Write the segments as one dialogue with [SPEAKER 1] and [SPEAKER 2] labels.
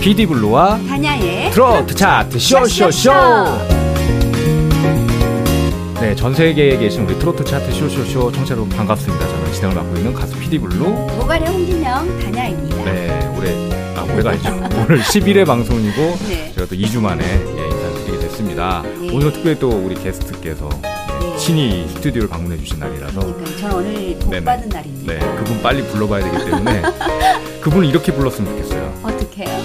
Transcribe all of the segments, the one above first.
[SPEAKER 1] 비디블루와
[SPEAKER 2] 다냐의
[SPEAKER 1] 트로트 차트 쇼쇼쇼 네, 전 세계에 계신 우리 트로트 차트 쇼쇼쇼 청취자 여러분 반갑습니다. 저는 진행을 맡고 있는 가수 피디블루.
[SPEAKER 2] 모발의 홍진영 다냐입니다.
[SPEAKER 1] 네, 올해 아 올해가 아니죠. 오늘 11회 방송이고
[SPEAKER 2] 네.
[SPEAKER 1] 제가 또 2주 만에 예, 인사드리게 됐습니다.
[SPEAKER 2] 네.
[SPEAKER 1] 오늘 특별히 또 우리 게스트께서
[SPEAKER 2] 네.
[SPEAKER 1] 친히 스튜디오를 방문해 주신 날이라서
[SPEAKER 2] 그러니까 저는 오늘 복
[SPEAKER 1] 네네.
[SPEAKER 2] 받은 날입니다.
[SPEAKER 1] 네, 그분 빨리 불러봐야 되기 때문에 그분을 이렇게 불렀으면 좋겠어요.
[SPEAKER 2] 어떻게 해요?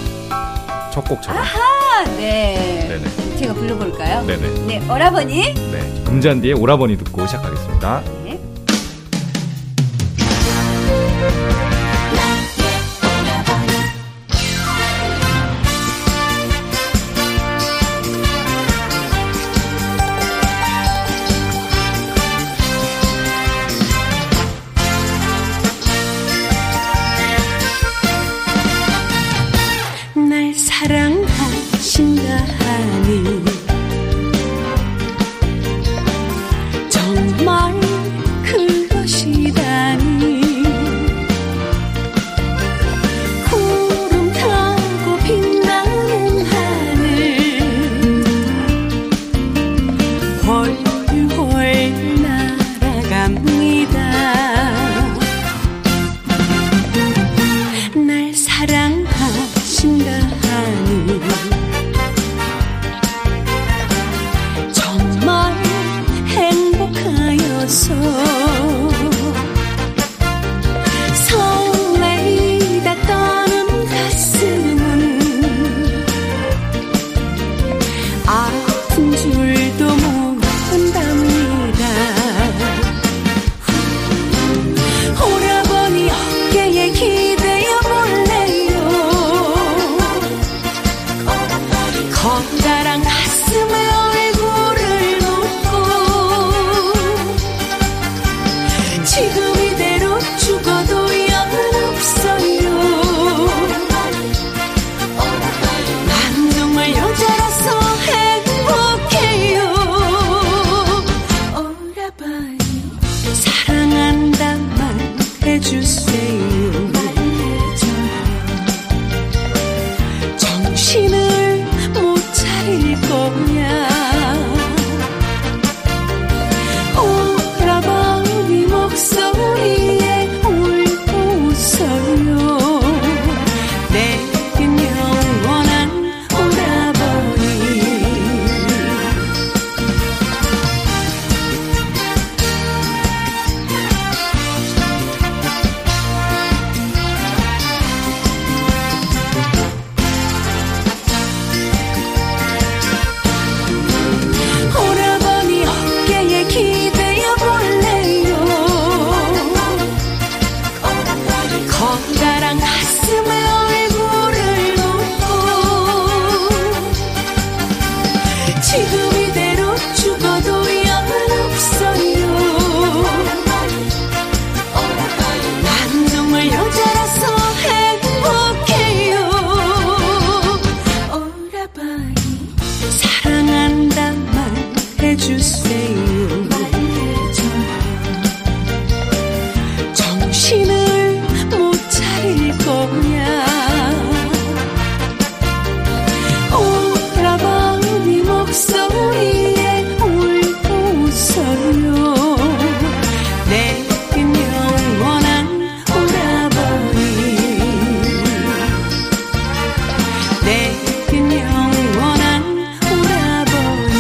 [SPEAKER 1] 첫 곡처럼.
[SPEAKER 2] 아, 네.
[SPEAKER 1] 네네.
[SPEAKER 2] 제가 불러볼까요?
[SPEAKER 1] 네네.
[SPEAKER 2] 네, 오라버니.
[SPEAKER 1] 네, 금잔디의 오라버니 듣고 시작하겠습니다.
[SPEAKER 2] 네.
[SPEAKER 3] 날 사랑하신다 하니 정말 그러시다니 구름 타고 빛나는 하늘 훨훨 날아갑니다 날 사랑하신다 하니 정말 행복하여서 설레이다 떠는 가슴은 아픈 줄도 모른답니다 오라버니 어깨에 기대어 볼래요 커다란 가슴에 얼굴을 놓고 지금 이대로 죽어도 여는 없어요 난 정말 여자라서 행복해요 오라버니 사랑한다 말해주세요 정신을 못 차릴 거야 오라버니 목소리에 울고서요 내겐 영원한 오라버니 오라버니 어깨에 기대어 볼래요 커다란 가슴에 얼굴을 놓고 지금 이대로 죽어도 여는 없어요 난 정말 여자라서 행복해요 오라버니 사랑한다 말해주세요 정신을 못 차릴 거야 오라버니 목소리에 울고서요 내겐 영원한 오라버니 내겐 영원한 오라버니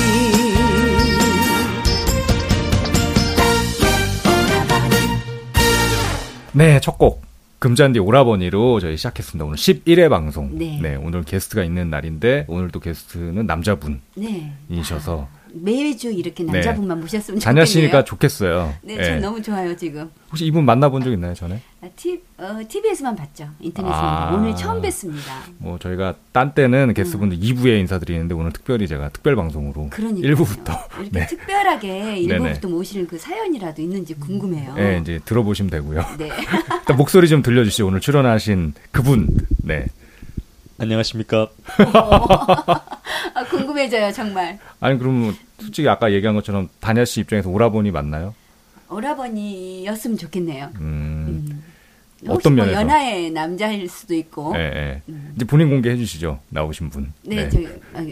[SPEAKER 1] 네, 첫 곡. 금잔디 오라버니로 저희 시작했습니다. 오늘 11회 방송.
[SPEAKER 2] 네.
[SPEAKER 1] 오늘 게스트가 있는 날인데 오늘 또 게스트는 남자분이셔서
[SPEAKER 2] 네. 매주 이렇게
[SPEAKER 1] 네.
[SPEAKER 2] 남자분만 모셨으면
[SPEAKER 1] 자녀 씨니까
[SPEAKER 2] 좋겠네요.
[SPEAKER 1] 좋겠어요.
[SPEAKER 2] 네,
[SPEAKER 1] 예.
[SPEAKER 2] 저 너무 좋아요 지금.
[SPEAKER 1] 혹시 이분 만나본 적 있나요, 전에?
[SPEAKER 2] 아, 티, 어, TV에서만 봤죠. 인터넷에서만
[SPEAKER 1] 아.
[SPEAKER 2] 오늘 처음 뵀습니다.
[SPEAKER 1] 뭐 저희가 딴 때는 게스트분들 2부에 인사드리는데 오늘 특별히 제가 특별 방송으로
[SPEAKER 2] 음. 그러니까요.
[SPEAKER 1] 1부부터 네.
[SPEAKER 2] 이렇게 특별하게
[SPEAKER 1] 네네.
[SPEAKER 2] 일부부터 모시는 그 사연이라도 있는지 궁금해요.
[SPEAKER 1] 예, 이제 들어보시면 되고요.
[SPEAKER 2] 네.
[SPEAKER 1] 일단 목소리 좀 들려주시죠. 오늘 출연하신 그분. 네.
[SPEAKER 4] 안녕하십니까.
[SPEAKER 2] 아, 궁금해져요, 정말.
[SPEAKER 1] 아니 그럼 뭐 솔직히 아까 얘기한 것처럼 다냐 씨 입장에서 오라버니 맞나요?
[SPEAKER 2] 오라버니였으면 좋겠네요.
[SPEAKER 1] 음.
[SPEAKER 2] 혹시
[SPEAKER 1] 어떤
[SPEAKER 2] 뭐
[SPEAKER 1] 면에서?
[SPEAKER 2] 연하의 남자일 수도 있고.
[SPEAKER 1] 예,
[SPEAKER 2] 네,
[SPEAKER 1] 예. 이제 본인 공개해 주시죠. 나오신 분.
[SPEAKER 2] 저 아, 그러니까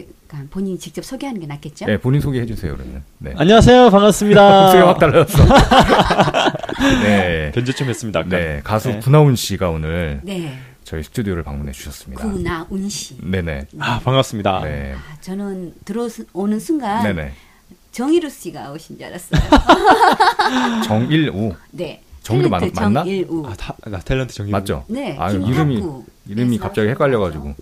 [SPEAKER 2] 본인이 직접 소개하는 게 낫겠죠?
[SPEAKER 1] 네, 본인 소개해 주세요, 그러면. 네.
[SPEAKER 4] 안녕하세요.
[SPEAKER 1] 목소리가 확
[SPEAKER 4] 반갑습니다.
[SPEAKER 1] 달라졌어. 네.
[SPEAKER 4] 견제 좀 했습니다. 아까.
[SPEAKER 1] 네, 가수
[SPEAKER 4] 네.
[SPEAKER 1] 구나운 씨가 오늘
[SPEAKER 2] 네,
[SPEAKER 1] 저희 스튜디오를 방문해 주셨습니다.
[SPEAKER 2] 구나운 씨.
[SPEAKER 1] 네네.
[SPEAKER 4] 아 반갑습니다.
[SPEAKER 1] 네.
[SPEAKER 2] 아, 저는 들어오는 순간
[SPEAKER 1] 네네.
[SPEAKER 2] 정일우 씨가 오신 줄 알았어요.
[SPEAKER 1] 정일우.
[SPEAKER 2] 네.
[SPEAKER 1] 정일우 맞-
[SPEAKER 2] 탤런트
[SPEAKER 1] 맞나?
[SPEAKER 2] 정일우.
[SPEAKER 4] 아, 다, 나 탤런트 정리
[SPEAKER 1] 맞죠?
[SPEAKER 2] 네,
[SPEAKER 1] 아유,
[SPEAKER 2] 김탁구
[SPEAKER 1] 이름이, 이름이
[SPEAKER 2] 회사
[SPEAKER 1] 갑자기 헷갈려가지고.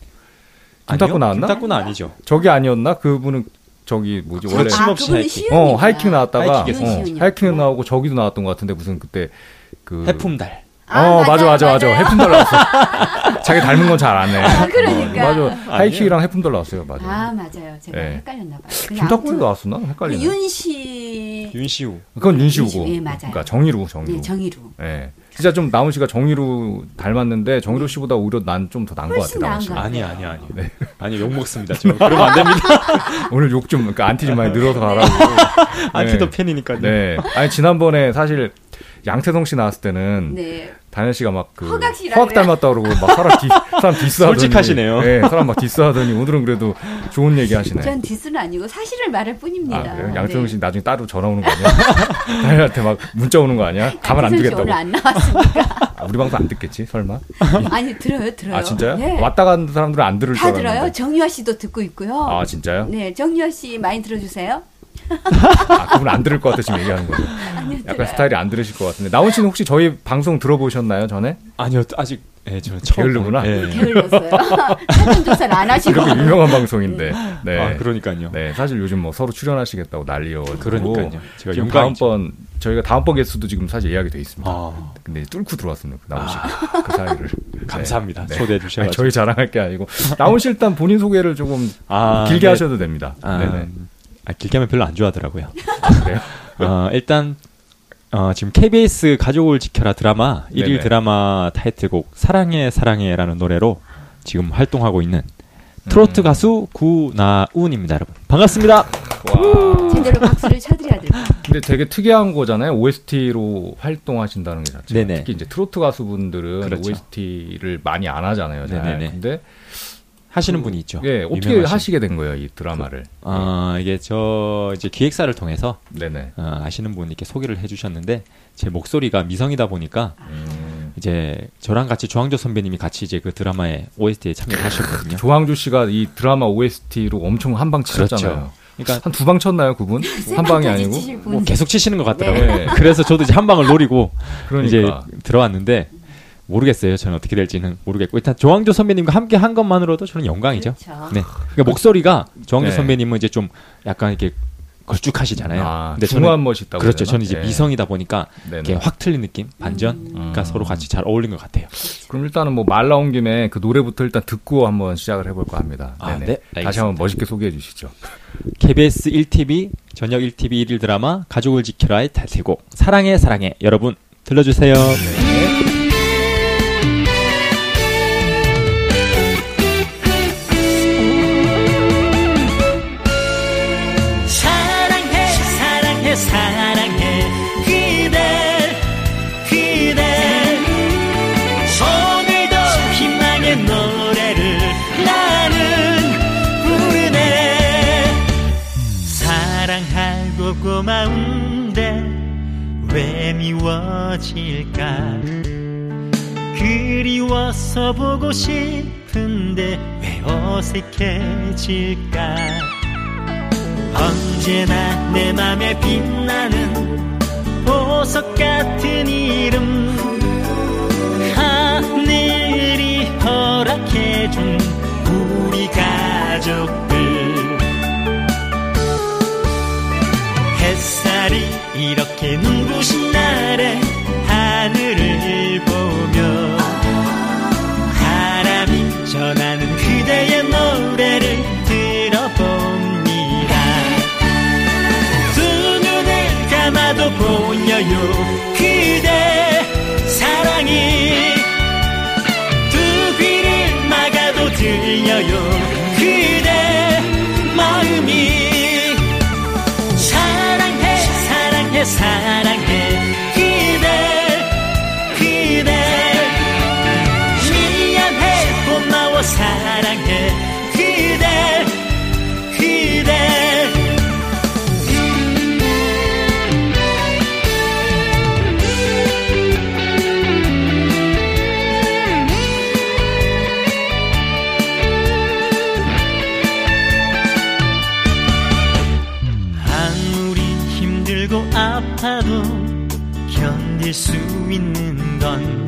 [SPEAKER 1] 김탁구 나왔나?
[SPEAKER 4] 김탁구는 아니죠.
[SPEAKER 1] 저기 아니었나? 그분은 저기 뭐지? 원래.
[SPEAKER 4] 그렇지.
[SPEAKER 2] 아,
[SPEAKER 4] 침없이
[SPEAKER 2] 그분은
[SPEAKER 4] 하이킹.
[SPEAKER 2] 시윤이구나.
[SPEAKER 1] 어, 하이킹 나왔다가.
[SPEAKER 4] 하이킹에서.
[SPEAKER 1] 어,
[SPEAKER 2] 시윤이었구나.
[SPEAKER 1] 하이킹 나오고 저기도 나왔던 것 같은데 무슨 그때 그.
[SPEAKER 4] 해품달.
[SPEAKER 2] 아,
[SPEAKER 1] 어, 맞아,
[SPEAKER 2] 맞아요,
[SPEAKER 1] 맞아, 맞아.
[SPEAKER 2] 맞아요.
[SPEAKER 1] 해품달 나왔어. 자기 닮은 건 잘 안 해. 어,
[SPEAKER 2] 아, 그러니까.
[SPEAKER 1] 맞아. 하이킥이랑 해품달 나왔어요, 맞아.
[SPEAKER 2] 아, 맞아요. 제가
[SPEAKER 1] 네.
[SPEAKER 2] 헷갈렸나 봐요. 그냥
[SPEAKER 1] 김탁구도
[SPEAKER 2] 아무튼 그
[SPEAKER 1] 나왔었나? 헷갈리네.
[SPEAKER 2] 윤 씨.
[SPEAKER 4] 윤시우.
[SPEAKER 1] 그건 윤시우고.
[SPEAKER 2] 윤시우, 예, 맞아요.
[SPEAKER 1] 그러니까 정의로, 정의로.
[SPEAKER 2] 네, 정일우.
[SPEAKER 1] 예. 진짜 좀 나훈 씨가 정의로 닮았는데 정의로 씨보다 오히려 난 좀 더 나은 것
[SPEAKER 2] 네. 훨씬
[SPEAKER 1] 같아요. 나훈
[SPEAKER 2] 나은
[SPEAKER 1] 씨가.
[SPEAKER 2] 것
[SPEAKER 4] 아니야 아니야 아니야.
[SPEAKER 1] 네.
[SPEAKER 4] 아니 욕 먹습니다. 지금 그러면 안 됩니다.
[SPEAKER 1] 오늘 욕 좀, 그러니까 안티 좀
[SPEAKER 2] 네.
[SPEAKER 1] 많이 늘어서 가라고.
[SPEAKER 4] 안티더 팬이니까요.
[SPEAKER 1] 네. 아니, 지난번에 사실 양태성 씨 나왔을 때는
[SPEAKER 2] 네.
[SPEAKER 1] 단현 씨가 막 그,
[SPEAKER 2] 허각 씨라
[SPEAKER 1] 허각
[SPEAKER 2] 그래요?
[SPEAKER 1] 닮았다 그러고 막 사람 디, 사람 디스하더니.
[SPEAKER 4] 솔직하시네요.
[SPEAKER 1] 예, 사람 막 디스하더니 오늘은 그래도 좋은 얘기 하시네.
[SPEAKER 2] 전 디스는 아니고 사실을 말할 뿐입니다.
[SPEAKER 1] 아, 그래요? 양태성
[SPEAKER 2] 네.
[SPEAKER 1] 씨 나중에 따로 전화 오는 거 아니야? 다현한테 막 문자 오는 거 아니야? 가만 안
[SPEAKER 2] 양태성 씨
[SPEAKER 1] 두겠다고.
[SPEAKER 2] 오늘 안 나왔어요.
[SPEAKER 1] 아, 우리 방송 안 듣겠지? 설마?
[SPEAKER 2] 아니, 들어요, 들어요.
[SPEAKER 1] 아 진짜요?
[SPEAKER 2] 네.
[SPEAKER 1] 왔다 간 사람들은 안 들을 줄
[SPEAKER 2] 다
[SPEAKER 1] 알았는데.
[SPEAKER 2] 들어요. 정유아 씨도 듣고 있고요.
[SPEAKER 1] 아 진짜요?
[SPEAKER 2] 네, 정유아 씨 많이 들어주세요.
[SPEAKER 1] 아 그분 안 들을 것 같아 지금 얘기하는 거죠.
[SPEAKER 2] 아니요,
[SPEAKER 1] 약간
[SPEAKER 2] 들어요.
[SPEAKER 1] 스타일이 안 들으실 것 같은데 나훈 씨는 혹시 저희 방송 들어보셨나요 전에?
[SPEAKER 4] 아니요 아직 예 저는 처음.
[SPEAKER 1] 게을르구나.
[SPEAKER 4] 예.
[SPEAKER 2] 네, 게을렀어요. 사전 조사를 안 하시고.
[SPEAKER 1] 그렇게 유명한 방송인데. 네.
[SPEAKER 4] 아 그러니까요.
[SPEAKER 1] 네 사실 요즘 뭐 서로 출연하시겠다고 난리여가지고.
[SPEAKER 4] 그러니까요. 제가
[SPEAKER 1] 지금
[SPEAKER 4] 영광이죠.
[SPEAKER 1] 다음번 저희가 다음번 개수도 지금 사실 예약이 돼 있습니다.
[SPEAKER 4] 아
[SPEAKER 1] 근데 뚫고 들어왔습니다 나훈 씨가 그 사이를. 네.
[SPEAKER 4] 감사합니다.
[SPEAKER 1] 네.
[SPEAKER 4] 초대해
[SPEAKER 1] 아니,
[SPEAKER 4] 주셔서.
[SPEAKER 1] 저희 자랑할 게 아니고 나훈 씨 일단 본인 소개를 조금
[SPEAKER 4] 아,
[SPEAKER 1] 길게
[SPEAKER 4] 네.
[SPEAKER 1] 하셔도 됩니다.
[SPEAKER 4] 아,
[SPEAKER 1] 네네.
[SPEAKER 4] 아, 길게 하면 별로 안 좋아하더라고요.
[SPEAKER 1] 그래요?
[SPEAKER 4] 어, 일단 어, 지금 KBS 가족을 지켜라 드라마
[SPEAKER 1] 네네.
[SPEAKER 4] 1일 드라마 타이틀곡 사랑해 사랑해라는 노래로 지금 활동하고 있는
[SPEAKER 1] 음.
[SPEAKER 4] 트로트 가수 구나운입니다, 여러분. 반갑습니다.
[SPEAKER 1] 와.
[SPEAKER 2] 제대로 박수를 쳐드려야 될 것 같아요.
[SPEAKER 1] 근데 되게 특이한 거잖아요. OST로 활동하신다는 게 자체가
[SPEAKER 4] 네네.
[SPEAKER 1] 특히 이제 트로트 가수분들은
[SPEAKER 4] 그렇죠.
[SPEAKER 1] OST를 많이 안 하잖아요. 잘.
[SPEAKER 4] 네네네.
[SPEAKER 1] 근데
[SPEAKER 4] 하시는 분이 있죠.
[SPEAKER 1] 예, 어떻게
[SPEAKER 4] 유명하신.
[SPEAKER 1] 하시게 된 거예요, 이 드라마를?
[SPEAKER 4] 아, 이게 저 이제 기획사를 통해서
[SPEAKER 1] 네네.
[SPEAKER 4] 어, 아시는 분 이렇게 소개를 해주셨는데 제 목소리가 미성이다 보니까
[SPEAKER 1] 음.
[SPEAKER 4] 이제 저랑 같이 조항조 선배님이 같이 이제 그 드라마에 OST에 참여를 하셨거든요.
[SPEAKER 1] 조항조 씨가 이 드라마 OST로 엄청 한 방 치셨잖아요.
[SPEAKER 4] 그렇죠. 그러니까
[SPEAKER 1] 한 두 방 쳤나요, 그분? 한 방이 아니고.
[SPEAKER 2] 치실 분.
[SPEAKER 4] 뭐 계속 치시는 것 같더라고요.
[SPEAKER 1] 네.
[SPEAKER 4] 그래서 저도 이제 한 방을 노리고
[SPEAKER 1] 그러니까.
[SPEAKER 4] 이제 들어왔는데 모르겠어요. 저는 어떻게 될지는 모르겠고 일단 조항조 선배님과 함께 한 것만으로도 저는 영광이죠.
[SPEAKER 2] 그렇죠.
[SPEAKER 4] 네. 그러니까 목소리가 조항조
[SPEAKER 1] 네.
[SPEAKER 4] 선배님은 이제 좀 약간 이렇게 걸쭉하시잖아요.
[SPEAKER 1] 아,
[SPEAKER 4] 저는
[SPEAKER 1] 중후한 멋이 있다고.
[SPEAKER 4] 그렇죠.
[SPEAKER 1] 그러나?
[SPEAKER 4] 저는 이제
[SPEAKER 1] 예.
[SPEAKER 4] 미성이다 보니까
[SPEAKER 1] 네네.
[SPEAKER 4] 이렇게 확 틀린 느낌, 반전가 그러니까
[SPEAKER 1] 음.
[SPEAKER 4] 서로 같이 잘 어울린 것 같아요.
[SPEAKER 1] 그럼 일단은 뭐 말 나온 김에 그 노래부터 일단 듣고 한번 시작을 해볼까 합니다.
[SPEAKER 4] 아,
[SPEAKER 1] 네네.
[SPEAKER 4] 네,
[SPEAKER 1] 다시
[SPEAKER 4] 알겠습니다.
[SPEAKER 1] 한번 멋있게 소개해 주시죠.
[SPEAKER 4] KBS 1TV 저녁 1TV 1일 드라마 가족을 지켜라의 탈퇴곡 사랑해 사랑해 여러분 들려주세요.
[SPEAKER 5] 사랑해 사랑해 사랑해 그댈 그댈 오늘도 희망의 노래를 나는 부르네 사랑하고 고마운데 왜 미워질까 그리워서 보고 싶은데 왜 어색해질까 언제나 내 맘에 빛나는 보석 같은 이름 하늘이 허락해준 우리 가족들 햇살이 이렇게 눈부신 날에 하늘을 보며 바람이 전하는 그대의 노래를 들어봅니다 두 눈을 감아도 보여요 그대 사랑이 두 귀를 막아도 들려요 그대 마음이 사랑해 사랑해 사랑해 그댈 그댈 사랑해 그댈 그댈 아무리 힘들고 아파도 견딜 수 있는 건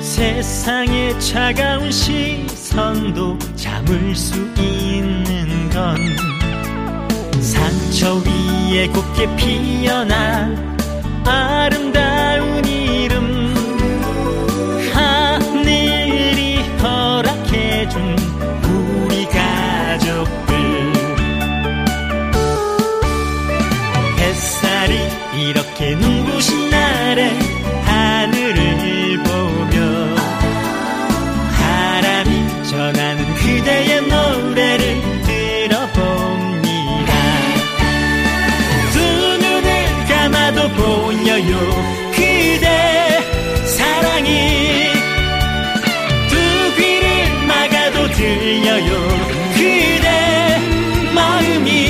[SPEAKER 5] 세상의 차가운 시선도 참을 수 있는 건 상처 위에 곱게 피어난 아름다운 이름 하늘이 허락해준 우리 가족들 햇살이 이렇게 눈부신 날에 하늘을 보며 바람이 전하는 그대의 노래를 들어봅니다 두 눈을 감아도 보여요 그대 사랑이 두 귀를 막아도 들려요 그대 마음이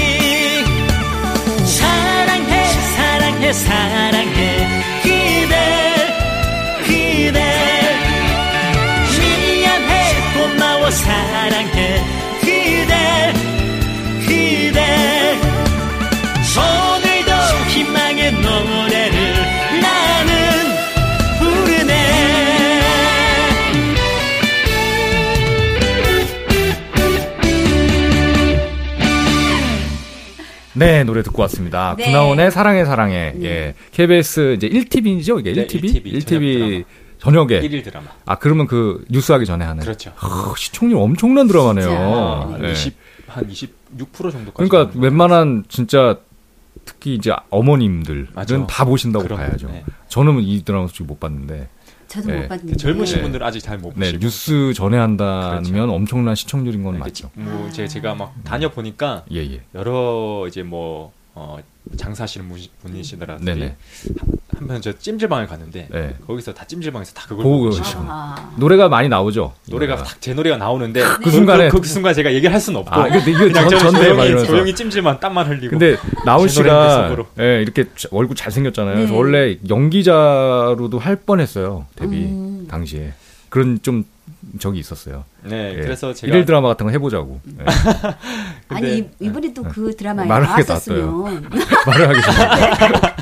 [SPEAKER 5] 사랑해 사랑해 사랑해 그대 그대 미안해 고마워 사랑해 그대 그대 오늘도 희망의 노래를 나는 부르네
[SPEAKER 1] 네, 노래 듣고 왔습니다.
[SPEAKER 2] 네. 음.
[SPEAKER 1] 구나원의 사랑해 사랑해. 예. KBS 이제 1TV죠? 이게 1TV?
[SPEAKER 4] 1TV, 네, 저녁 드라마.
[SPEAKER 1] 저녁에.
[SPEAKER 4] 일일 드라마.
[SPEAKER 1] 아, 그러면 그 뉴스 하기 전에 하는.
[SPEAKER 4] 그렇죠.
[SPEAKER 1] 아, 시청률 엄청난 드라마네요.
[SPEAKER 2] 진짜.
[SPEAKER 1] 예.
[SPEAKER 4] 20, 한 26% 정도까지.
[SPEAKER 1] 그러니까 웬만한 진짜 특히 이제 어머님들은
[SPEAKER 4] 맞아.
[SPEAKER 1] 다 보신다고
[SPEAKER 4] 그럼요.
[SPEAKER 1] 봐야죠.
[SPEAKER 4] 네.
[SPEAKER 1] 저는 이 드라마 솔직히 못 봤는데.
[SPEAKER 2] 저도
[SPEAKER 1] 네.
[SPEAKER 2] 못 봤는데.
[SPEAKER 4] 근데 그 젊으신
[SPEAKER 1] 네.
[SPEAKER 4] 분들은 아직 잘 못
[SPEAKER 1] 네,
[SPEAKER 4] 보시고.
[SPEAKER 1] 뉴스 전에 한다면
[SPEAKER 4] 그렇죠.
[SPEAKER 1] 엄청난 시청률인 건
[SPEAKER 4] 이게
[SPEAKER 1] 맞죠.
[SPEAKER 4] 뭐 제, 제가 막
[SPEAKER 1] 음.
[SPEAKER 4] 다녀 보니까
[SPEAKER 1] 예, 예.
[SPEAKER 4] 여러 이제 뭐 어, 장사하시는 분- 분이시더라고요.
[SPEAKER 1] 네네.
[SPEAKER 4] 한편 저 찜질방을 갔는데
[SPEAKER 1] 네.
[SPEAKER 4] 거기서 다 찜질방에서 다 그걸
[SPEAKER 1] 보고
[SPEAKER 4] 보고
[SPEAKER 1] 계시고.
[SPEAKER 4] 계시고
[SPEAKER 2] 아,
[SPEAKER 1] 노래가 많이 나오죠.
[SPEAKER 4] 노래가
[SPEAKER 1] 예.
[SPEAKER 4] 딱 제 노래가 나오는데
[SPEAKER 1] 그 순간에-
[SPEAKER 4] 그, 그 순간 제가 얘기를 할 수는 없고
[SPEAKER 1] 아, 이거 이거
[SPEAKER 4] 그냥
[SPEAKER 1] 전,
[SPEAKER 4] 저는
[SPEAKER 1] 전대 막
[SPEAKER 4] 조용히,
[SPEAKER 1] 이러면서.
[SPEAKER 4] 조용히 찜질만 땀만 흘리고
[SPEAKER 1] 근데 나훈
[SPEAKER 4] 제 노래인데
[SPEAKER 1] 씨가
[SPEAKER 4] 속으로.
[SPEAKER 1] 예, 이렇게 자- 얼굴 잘 생겼잖아요. 그래서
[SPEAKER 2] 네.
[SPEAKER 1] 원래 연기자로도 할 뻔했어요. 데뷔
[SPEAKER 2] 음.
[SPEAKER 1] 당시에 그런 좀 적이 있었어요.
[SPEAKER 4] 네
[SPEAKER 1] 예.
[SPEAKER 4] 그래서 제가
[SPEAKER 1] 일일 드라마 같은 거 해보자고 예.
[SPEAKER 2] 아니
[SPEAKER 4] 근데-
[SPEAKER 2] 이- 이번에 또 그 드라마에
[SPEAKER 1] 말을 하게
[SPEAKER 2] 나왔었으면
[SPEAKER 1] 말을 하기 전에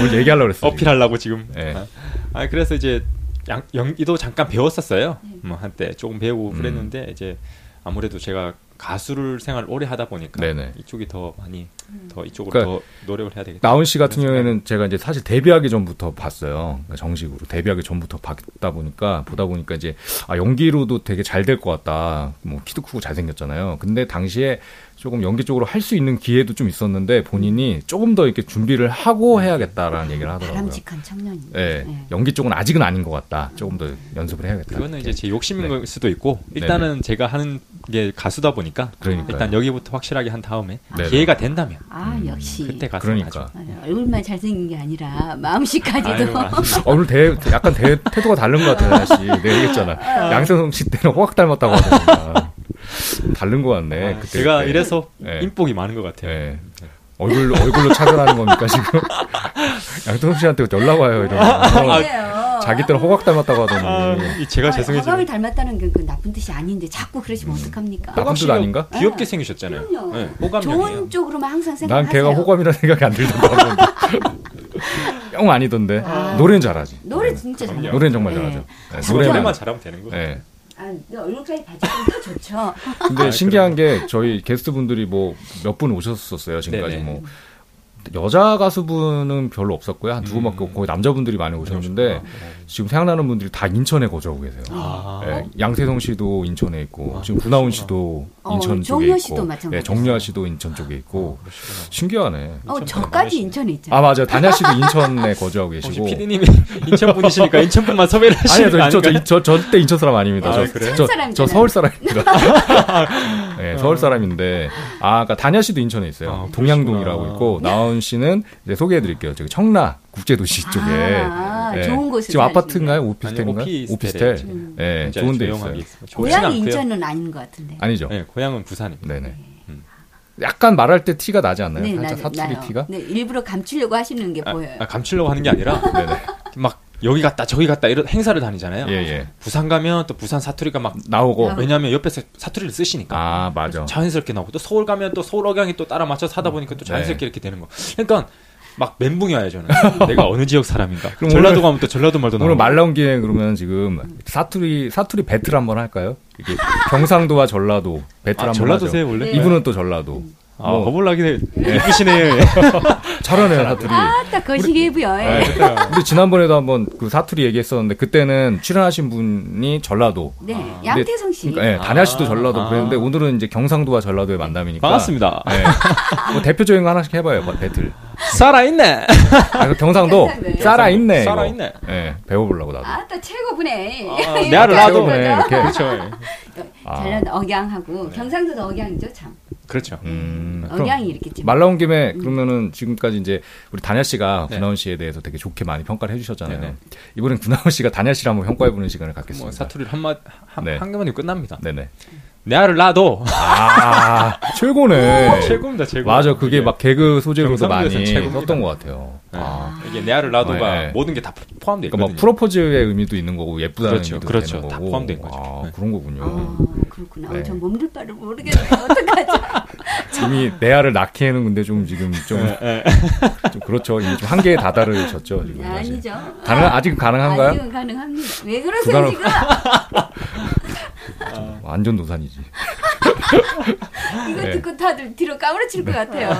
[SPEAKER 1] 뭘 얘기하려고 그랬어요.
[SPEAKER 4] 어필하려고 지금.
[SPEAKER 1] 예.
[SPEAKER 4] 아, 아, 그래서 이제 양- 연기도 잠깐 배웠었어요.
[SPEAKER 2] 네.
[SPEAKER 4] 뭐 한때 조금 배우고
[SPEAKER 1] 음.
[SPEAKER 4] 그랬는데 이제 아무래도 제가 가수를 생활 오래 하다 보니까
[SPEAKER 1] 네네.
[SPEAKER 4] 이쪽이 더 많이
[SPEAKER 2] 음.
[SPEAKER 4] 더 이쪽으로
[SPEAKER 1] 그러니까
[SPEAKER 4] 더 노력을 해야 되겠다.
[SPEAKER 1] 나훈 씨 같은 경우에는 제가 이제 사실 데뷔하기 전부터 봤어요. 그러니까 정식으로 데뷔하기 전부터 봤다 보니까 보다 보니까 이제 아 연기로도 되게 잘 될 것 같다. 뭐 키도 크고 잘생겼잖아요. 근데 당시에 조금 연기 쪽으로 할 수 있는 기회도 좀 있었는데 본인이 조금 더 이렇게 준비를 하고 해야겠다라는 얘기를 하더라고요.
[SPEAKER 2] 바람직한 청년이.
[SPEAKER 1] 예,
[SPEAKER 2] 네.
[SPEAKER 1] 연기 쪽은 아직은 아닌 것 같다. 조금 더 연습을 해야겠다.
[SPEAKER 4] 그거는 이제
[SPEAKER 1] 이렇게.
[SPEAKER 4] 제 욕심인
[SPEAKER 1] 네.
[SPEAKER 4] 걸 수도 있고 일단은 제가 하는 게 가수다 보니까
[SPEAKER 1] 그러니까요.
[SPEAKER 4] 일단 여기부터 확실하게 한 다음에
[SPEAKER 1] 네네.
[SPEAKER 4] 기회가 된다면
[SPEAKER 2] 아
[SPEAKER 1] 음,
[SPEAKER 2] 역시.
[SPEAKER 4] 그때 가서
[SPEAKER 1] 그러니까.
[SPEAKER 2] 맞아요. 얼굴만 잘생긴 게 아니라 마음씨까지도
[SPEAKER 4] 아,
[SPEAKER 1] 어, 오늘 대, 약간 대, 태도가 다른 것 같아요, 다시. 내가 얘기했잖아. 양세형 씨 때는 호각 닮았다고 하더니까. 다른 것 같네. 그때,
[SPEAKER 4] 아, 제가
[SPEAKER 1] 그때.
[SPEAKER 4] 이래서
[SPEAKER 1] 네.
[SPEAKER 4] 인복이 많은 것 같아요.
[SPEAKER 1] 예. 얼굴, 얼굴로 차별하는 겁니까, 지금? 양세형 씨한테 연락 와요, 이러면서. 어,
[SPEAKER 2] 아니에요.
[SPEAKER 1] 자기 때는 호각 닮았다고
[SPEAKER 4] 아,
[SPEAKER 1] 하더니.
[SPEAKER 4] 이 제가 죄송해지만
[SPEAKER 2] 호감을 닮았다는 건그 나쁜 뜻이 아닌데 자꾸 그러시면 어떡합니까?
[SPEAKER 1] 나쁜 뜻 아닌가?
[SPEAKER 4] 귀엽게 생기셨잖아요.
[SPEAKER 2] 그럼요.
[SPEAKER 4] 네, 호감형이에요.
[SPEAKER 2] 좋은 쪽으로만 항상
[SPEAKER 1] 난
[SPEAKER 2] 생각하세요.
[SPEAKER 1] 걔가 호감이라 생각이 안 들던데. 하던데. 영 아니던데.
[SPEAKER 2] 아.
[SPEAKER 1] 노래는 잘하지.
[SPEAKER 2] 노래 진짜 잘.
[SPEAKER 4] 그럼요.
[SPEAKER 1] 노래는 정말
[SPEAKER 2] 네.
[SPEAKER 1] 잘하죠. 네,
[SPEAKER 4] 노래
[SPEAKER 1] 노래만.
[SPEAKER 4] 만 잘하면 되는 거예요.
[SPEAKER 1] 예.
[SPEAKER 2] 아, 얼굴까지 봐주면 또 좋죠. 어,
[SPEAKER 1] 근데
[SPEAKER 4] 아,
[SPEAKER 1] 신기한 게 저희 게스트분들이 뭐 몇 분 오셨었어요 지금까지
[SPEAKER 4] 네네.
[SPEAKER 1] 뭐 여자 가수분은 별로 없었고요 한 두 분밖에
[SPEAKER 4] 음.
[SPEAKER 1] 없고 거의 남자분들이 많이 오셨는데 지금 생각나는 분들이 다 인천에 거주하고 계세요.
[SPEAKER 4] 아,
[SPEAKER 1] 예, 양세성 씨도 인천에 있고
[SPEAKER 4] 아,
[SPEAKER 1] 지금 구나운 씨도
[SPEAKER 2] 어,
[SPEAKER 1] 인천 쪽에
[SPEAKER 2] 정유아
[SPEAKER 1] 있고
[SPEAKER 2] 씨도 마찬가지죠.
[SPEAKER 1] 예, 정유아 씨도 인천 쪽에 있고 신기하네.
[SPEAKER 2] 어,
[SPEAKER 4] 아, 인천
[SPEAKER 2] 저까지
[SPEAKER 4] 분이시네.
[SPEAKER 2] 인천에 있잖아요.
[SPEAKER 1] 아 맞아요 다냐 씨도 인천에 거주하고
[SPEAKER 4] 혹시
[SPEAKER 1] 계시고
[SPEAKER 4] PD님이 인천 분이시니까 인천 분만 섭외를 하시는
[SPEAKER 1] 아니요,
[SPEAKER 4] 거
[SPEAKER 1] 저,
[SPEAKER 4] 아닌가요?
[SPEAKER 1] 저, 저, 저, 절대 인천 사람 아닙니다.
[SPEAKER 4] 아,
[SPEAKER 1] 저,
[SPEAKER 4] 그래요?
[SPEAKER 1] 저,
[SPEAKER 2] 사람이잖아요.
[SPEAKER 1] 저 서울 사람입니다. 예, 서울 사람인데 아, 그러니까 다냐 씨도 인천에 있어요.
[SPEAKER 4] 아,
[SPEAKER 1] 동양동이라고
[SPEAKER 4] 그러시구나.
[SPEAKER 1] 있고 나온 씨는 이제 소개해드릴게요. 저기 청라 국제도시 쪽에 네.
[SPEAKER 2] 아, 좋은 곳을
[SPEAKER 1] 지금
[SPEAKER 2] 사시는구나.
[SPEAKER 1] 아파트인가요? 오피스텔인가요?
[SPEAKER 4] 아니요, 오피스텔이에요, 지금.
[SPEAKER 1] 예,
[SPEAKER 4] 진짜
[SPEAKER 1] 좋은데
[SPEAKER 4] 네, 조용하게
[SPEAKER 1] 있어요.
[SPEAKER 4] 있습니다. 좋진
[SPEAKER 2] 고향이
[SPEAKER 4] 않고요.
[SPEAKER 2] 인천은 아닌 것 같은데.
[SPEAKER 1] 아니죠?
[SPEAKER 4] 네, 고향은 부산입니다.
[SPEAKER 1] 네네. 약간 말할 때 티가 나지 않나요?
[SPEAKER 2] 네, 나-
[SPEAKER 1] 살짝 사투리
[SPEAKER 2] 나요.
[SPEAKER 1] 티가?
[SPEAKER 2] 네, 일부러 감추려고 하시는 게 보여요.
[SPEAKER 4] 아, 감추려고 하는 게 아니라
[SPEAKER 1] 음. 네네.
[SPEAKER 4] 막 여기 갔다 저기 갔다 이런 행사를 다니잖아요.
[SPEAKER 1] 예, 예.
[SPEAKER 4] 부산 가면 또 부산 사투리가 막
[SPEAKER 2] 아.
[SPEAKER 1] 나오고.
[SPEAKER 4] 왜냐하면 옆에서 사투리를 쓰시니까
[SPEAKER 1] 아, 맞아.
[SPEAKER 4] 자연스럽게 나오고 또 서울 가면 또 서울 억양이 또 따라 맞춰 사다 보니까
[SPEAKER 1] 네.
[SPEAKER 4] 또 자연스럽게 이렇게 되는 거. 그러니까 막 멘붕이 와요 저는. 내가 어느 지역 사람인가.
[SPEAKER 1] 그럼
[SPEAKER 4] 전라도
[SPEAKER 1] 오늘-
[SPEAKER 4] 가면 또 전라도 말도 나오고.
[SPEAKER 1] 오늘 말 나온 김에 그러면 지금 사투리 사투리 배틀 한번 할까요? 이게 경상도와 전라도 배틀
[SPEAKER 4] 아,
[SPEAKER 1] 한번
[SPEAKER 4] 전라도세요
[SPEAKER 1] 하죠.
[SPEAKER 4] 원래?
[SPEAKER 2] 네.
[SPEAKER 1] 이분은 또 전라도.
[SPEAKER 4] 아
[SPEAKER 1] 뭐,
[SPEAKER 4] 허벌나긴 해. 이쁘시네.
[SPEAKER 1] 잘하네요 사투리.
[SPEAKER 2] 아따 거시기부여.
[SPEAKER 1] 네. 우리 지난번에도 한번 그 사투리 얘기했었는데 그때는 출연하신 분이 전라도.
[SPEAKER 2] 네, 양태성 씨.
[SPEAKER 1] 그러니까 예, 다냐 씨도
[SPEAKER 4] 아.
[SPEAKER 1] 전라도 그랬는데
[SPEAKER 4] 아.
[SPEAKER 1] 오늘은 이제 경상도와 전라도의 만남이니까.
[SPEAKER 4] 반갑습니다.
[SPEAKER 1] 예. 뭐 대표적인 거 하나씩 해봐요 바- 배틀.
[SPEAKER 4] 살아있네.
[SPEAKER 1] 아, 그 경상도
[SPEAKER 2] 경상도요?
[SPEAKER 1] 살아 있네.
[SPEAKER 4] 살아있네.
[SPEAKER 1] 예, 배워보려고 나도.
[SPEAKER 2] 아따 최고분해.
[SPEAKER 4] 내 알을 나도.
[SPEAKER 1] 최고네, 어, 이렇게.
[SPEAKER 4] 그렇죠.
[SPEAKER 1] 아.
[SPEAKER 2] 전라도
[SPEAKER 4] 네.
[SPEAKER 2] 억양하고 경상도도 억양이죠 참.
[SPEAKER 4] 그렇죠.
[SPEAKER 1] 음, 그럼
[SPEAKER 2] 억양이 이렇게 좀.
[SPEAKER 1] 말 나온 김에
[SPEAKER 2] 음.
[SPEAKER 1] 그러면은 지금까지 이제 우리 다냐 씨가
[SPEAKER 4] 네.
[SPEAKER 1] 구나운 씨에 대해서 되게 좋게 많이 평가를 해주셨잖아요.
[SPEAKER 4] 네네.
[SPEAKER 1] 이번엔 구나운 씨가 다냐 씨를 한번 평가해보는 시간을 갖겠습니다.
[SPEAKER 4] 뭐 사투리를 한마 한,
[SPEAKER 1] 네.
[SPEAKER 4] 한 개만이면 끝납니다.
[SPEAKER 1] 네네.
[SPEAKER 4] 내 알을 나도.
[SPEAKER 1] 아 최고네.
[SPEAKER 4] 최고입니다. 최고. 예.
[SPEAKER 1] 맞아, 그게 막 개그 소재로도 많이
[SPEAKER 4] 경상도에서는 최고입니다.
[SPEAKER 1] 썼던 것 같아요.
[SPEAKER 4] 네.
[SPEAKER 1] 아.
[SPEAKER 4] 이게 내 알을 나도가
[SPEAKER 1] 네, 네.
[SPEAKER 4] 모든 게 다 포함돼
[SPEAKER 1] 그러니까
[SPEAKER 4] 있거든요.
[SPEAKER 1] 뭐 프로포즈의 의미도 있는 거고 예쁘다는
[SPEAKER 4] 그렇죠,
[SPEAKER 1] 의미도
[SPEAKER 4] 그렇죠.
[SPEAKER 1] 되는
[SPEAKER 4] 다
[SPEAKER 1] 거고.
[SPEAKER 4] 포함된 거죠.
[SPEAKER 1] 아,
[SPEAKER 4] 네.
[SPEAKER 1] 그런 거군요.
[SPEAKER 2] 아, 그렇구나.
[SPEAKER 1] 네.
[SPEAKER 2] 전 몸둘 바를 모르겠네. 어떡하죠?
[SPEAKER 1] 이미 내 알을 낳기에는 근데 좀 지금 좀,
[SPEAKER 4] 네,
[SPEAKER 1] 좀 그렇죠. 이미 좀 한계에 다다르셨죠.
[SPEAKER 4] 네,
[SPEAKER 1] 지금 사실.
[SPEAKER 2] 네, 아니죠.
[SPEAKER 1] 가능 아직 가능한가요?
[SPEAKER 2] 아직은 가능합니다. 왜 그러세요
[SPEAKER 1] 그거는-
[SPEAKER 2] 지금?
[SPEAKER 1] 완전 노산이지.
[SPEAKER 2] 이거
[SPEAKER 1] 네.
[SPEAKER 2] 듣고 다들 뒤로 까무러칠 것 같아요.
[SPEAKER 1] 네.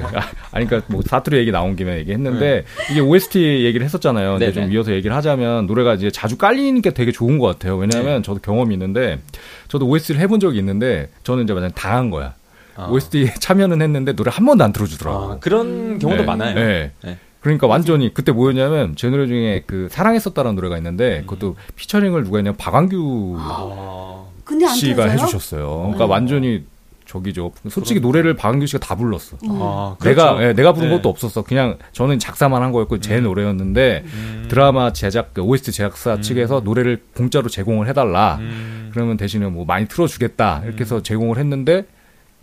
[SPEAKER 1] 아, 아니, 그러니까 뭐 사투리 얘기 나온 김에 얘기했는데 이게 OST 얘기를 했었잖아요. 근데
[SPEAKER 4] 네. 네네.
[SPEAKER 1] 좀 이어서 얘기를 하자면 노래가 이제 자주 깔리는 게 되게 좋은 것 같아요.
[SPEAKER 4] 네.
[SPEAKER 1] 왜냐하면 저도 경험이 있는데 저도 OST를 해본 적이 있는데 저는 이제 만약 당한 거야.
[SPEAKER 4] 아.
[SPEAKER 1] OST에 참여는 했는데 노래 한 번도 안 들어주더라고.
[SPEAKER 4] 아, 그런 경우도
[SPEAKER 1] 네.
[SPEAKER 4] 많아요.
[SPEAKER 1] 네.
[SPEAKER 4] 네.
[SPEAKER 1] 그러니까 완전히 그때 뭐였냐면 제 노래 중에 그 사랑했었다라는 노래가 있는데 그것도 피처링을 누가 했냐면 박완규
[SPEAKER 4] 음. 아, 네.
[SPEAKER 2] 근데 안
[SPEAKER 1] 씨가
[SPEAKER 2] 터져요?
[SPEAKER 1] 해주셨어요. 그러니까 완전히 저기죠. 솔직히 노래를 박완규 씨가 다 불렀어.
[SPEAKER 4] 아,
[SPEAKER 1] 내가 예, 내가 부른
[SPEAKER 4] 네. 음.
[SPEAKER 1] 것도 없었어. 그냥 저는 작사만 한 거였고 제 노래였는데 드라마 제작 그 OST 제작사 측에서 노래를 공짜로 제공을 해달라.
[SPEAKER 4] 음.
[SPEAKER 1] 그러면 대신에 뭐 많이 틀어주겠다 이렇게 해서 제공을 했는데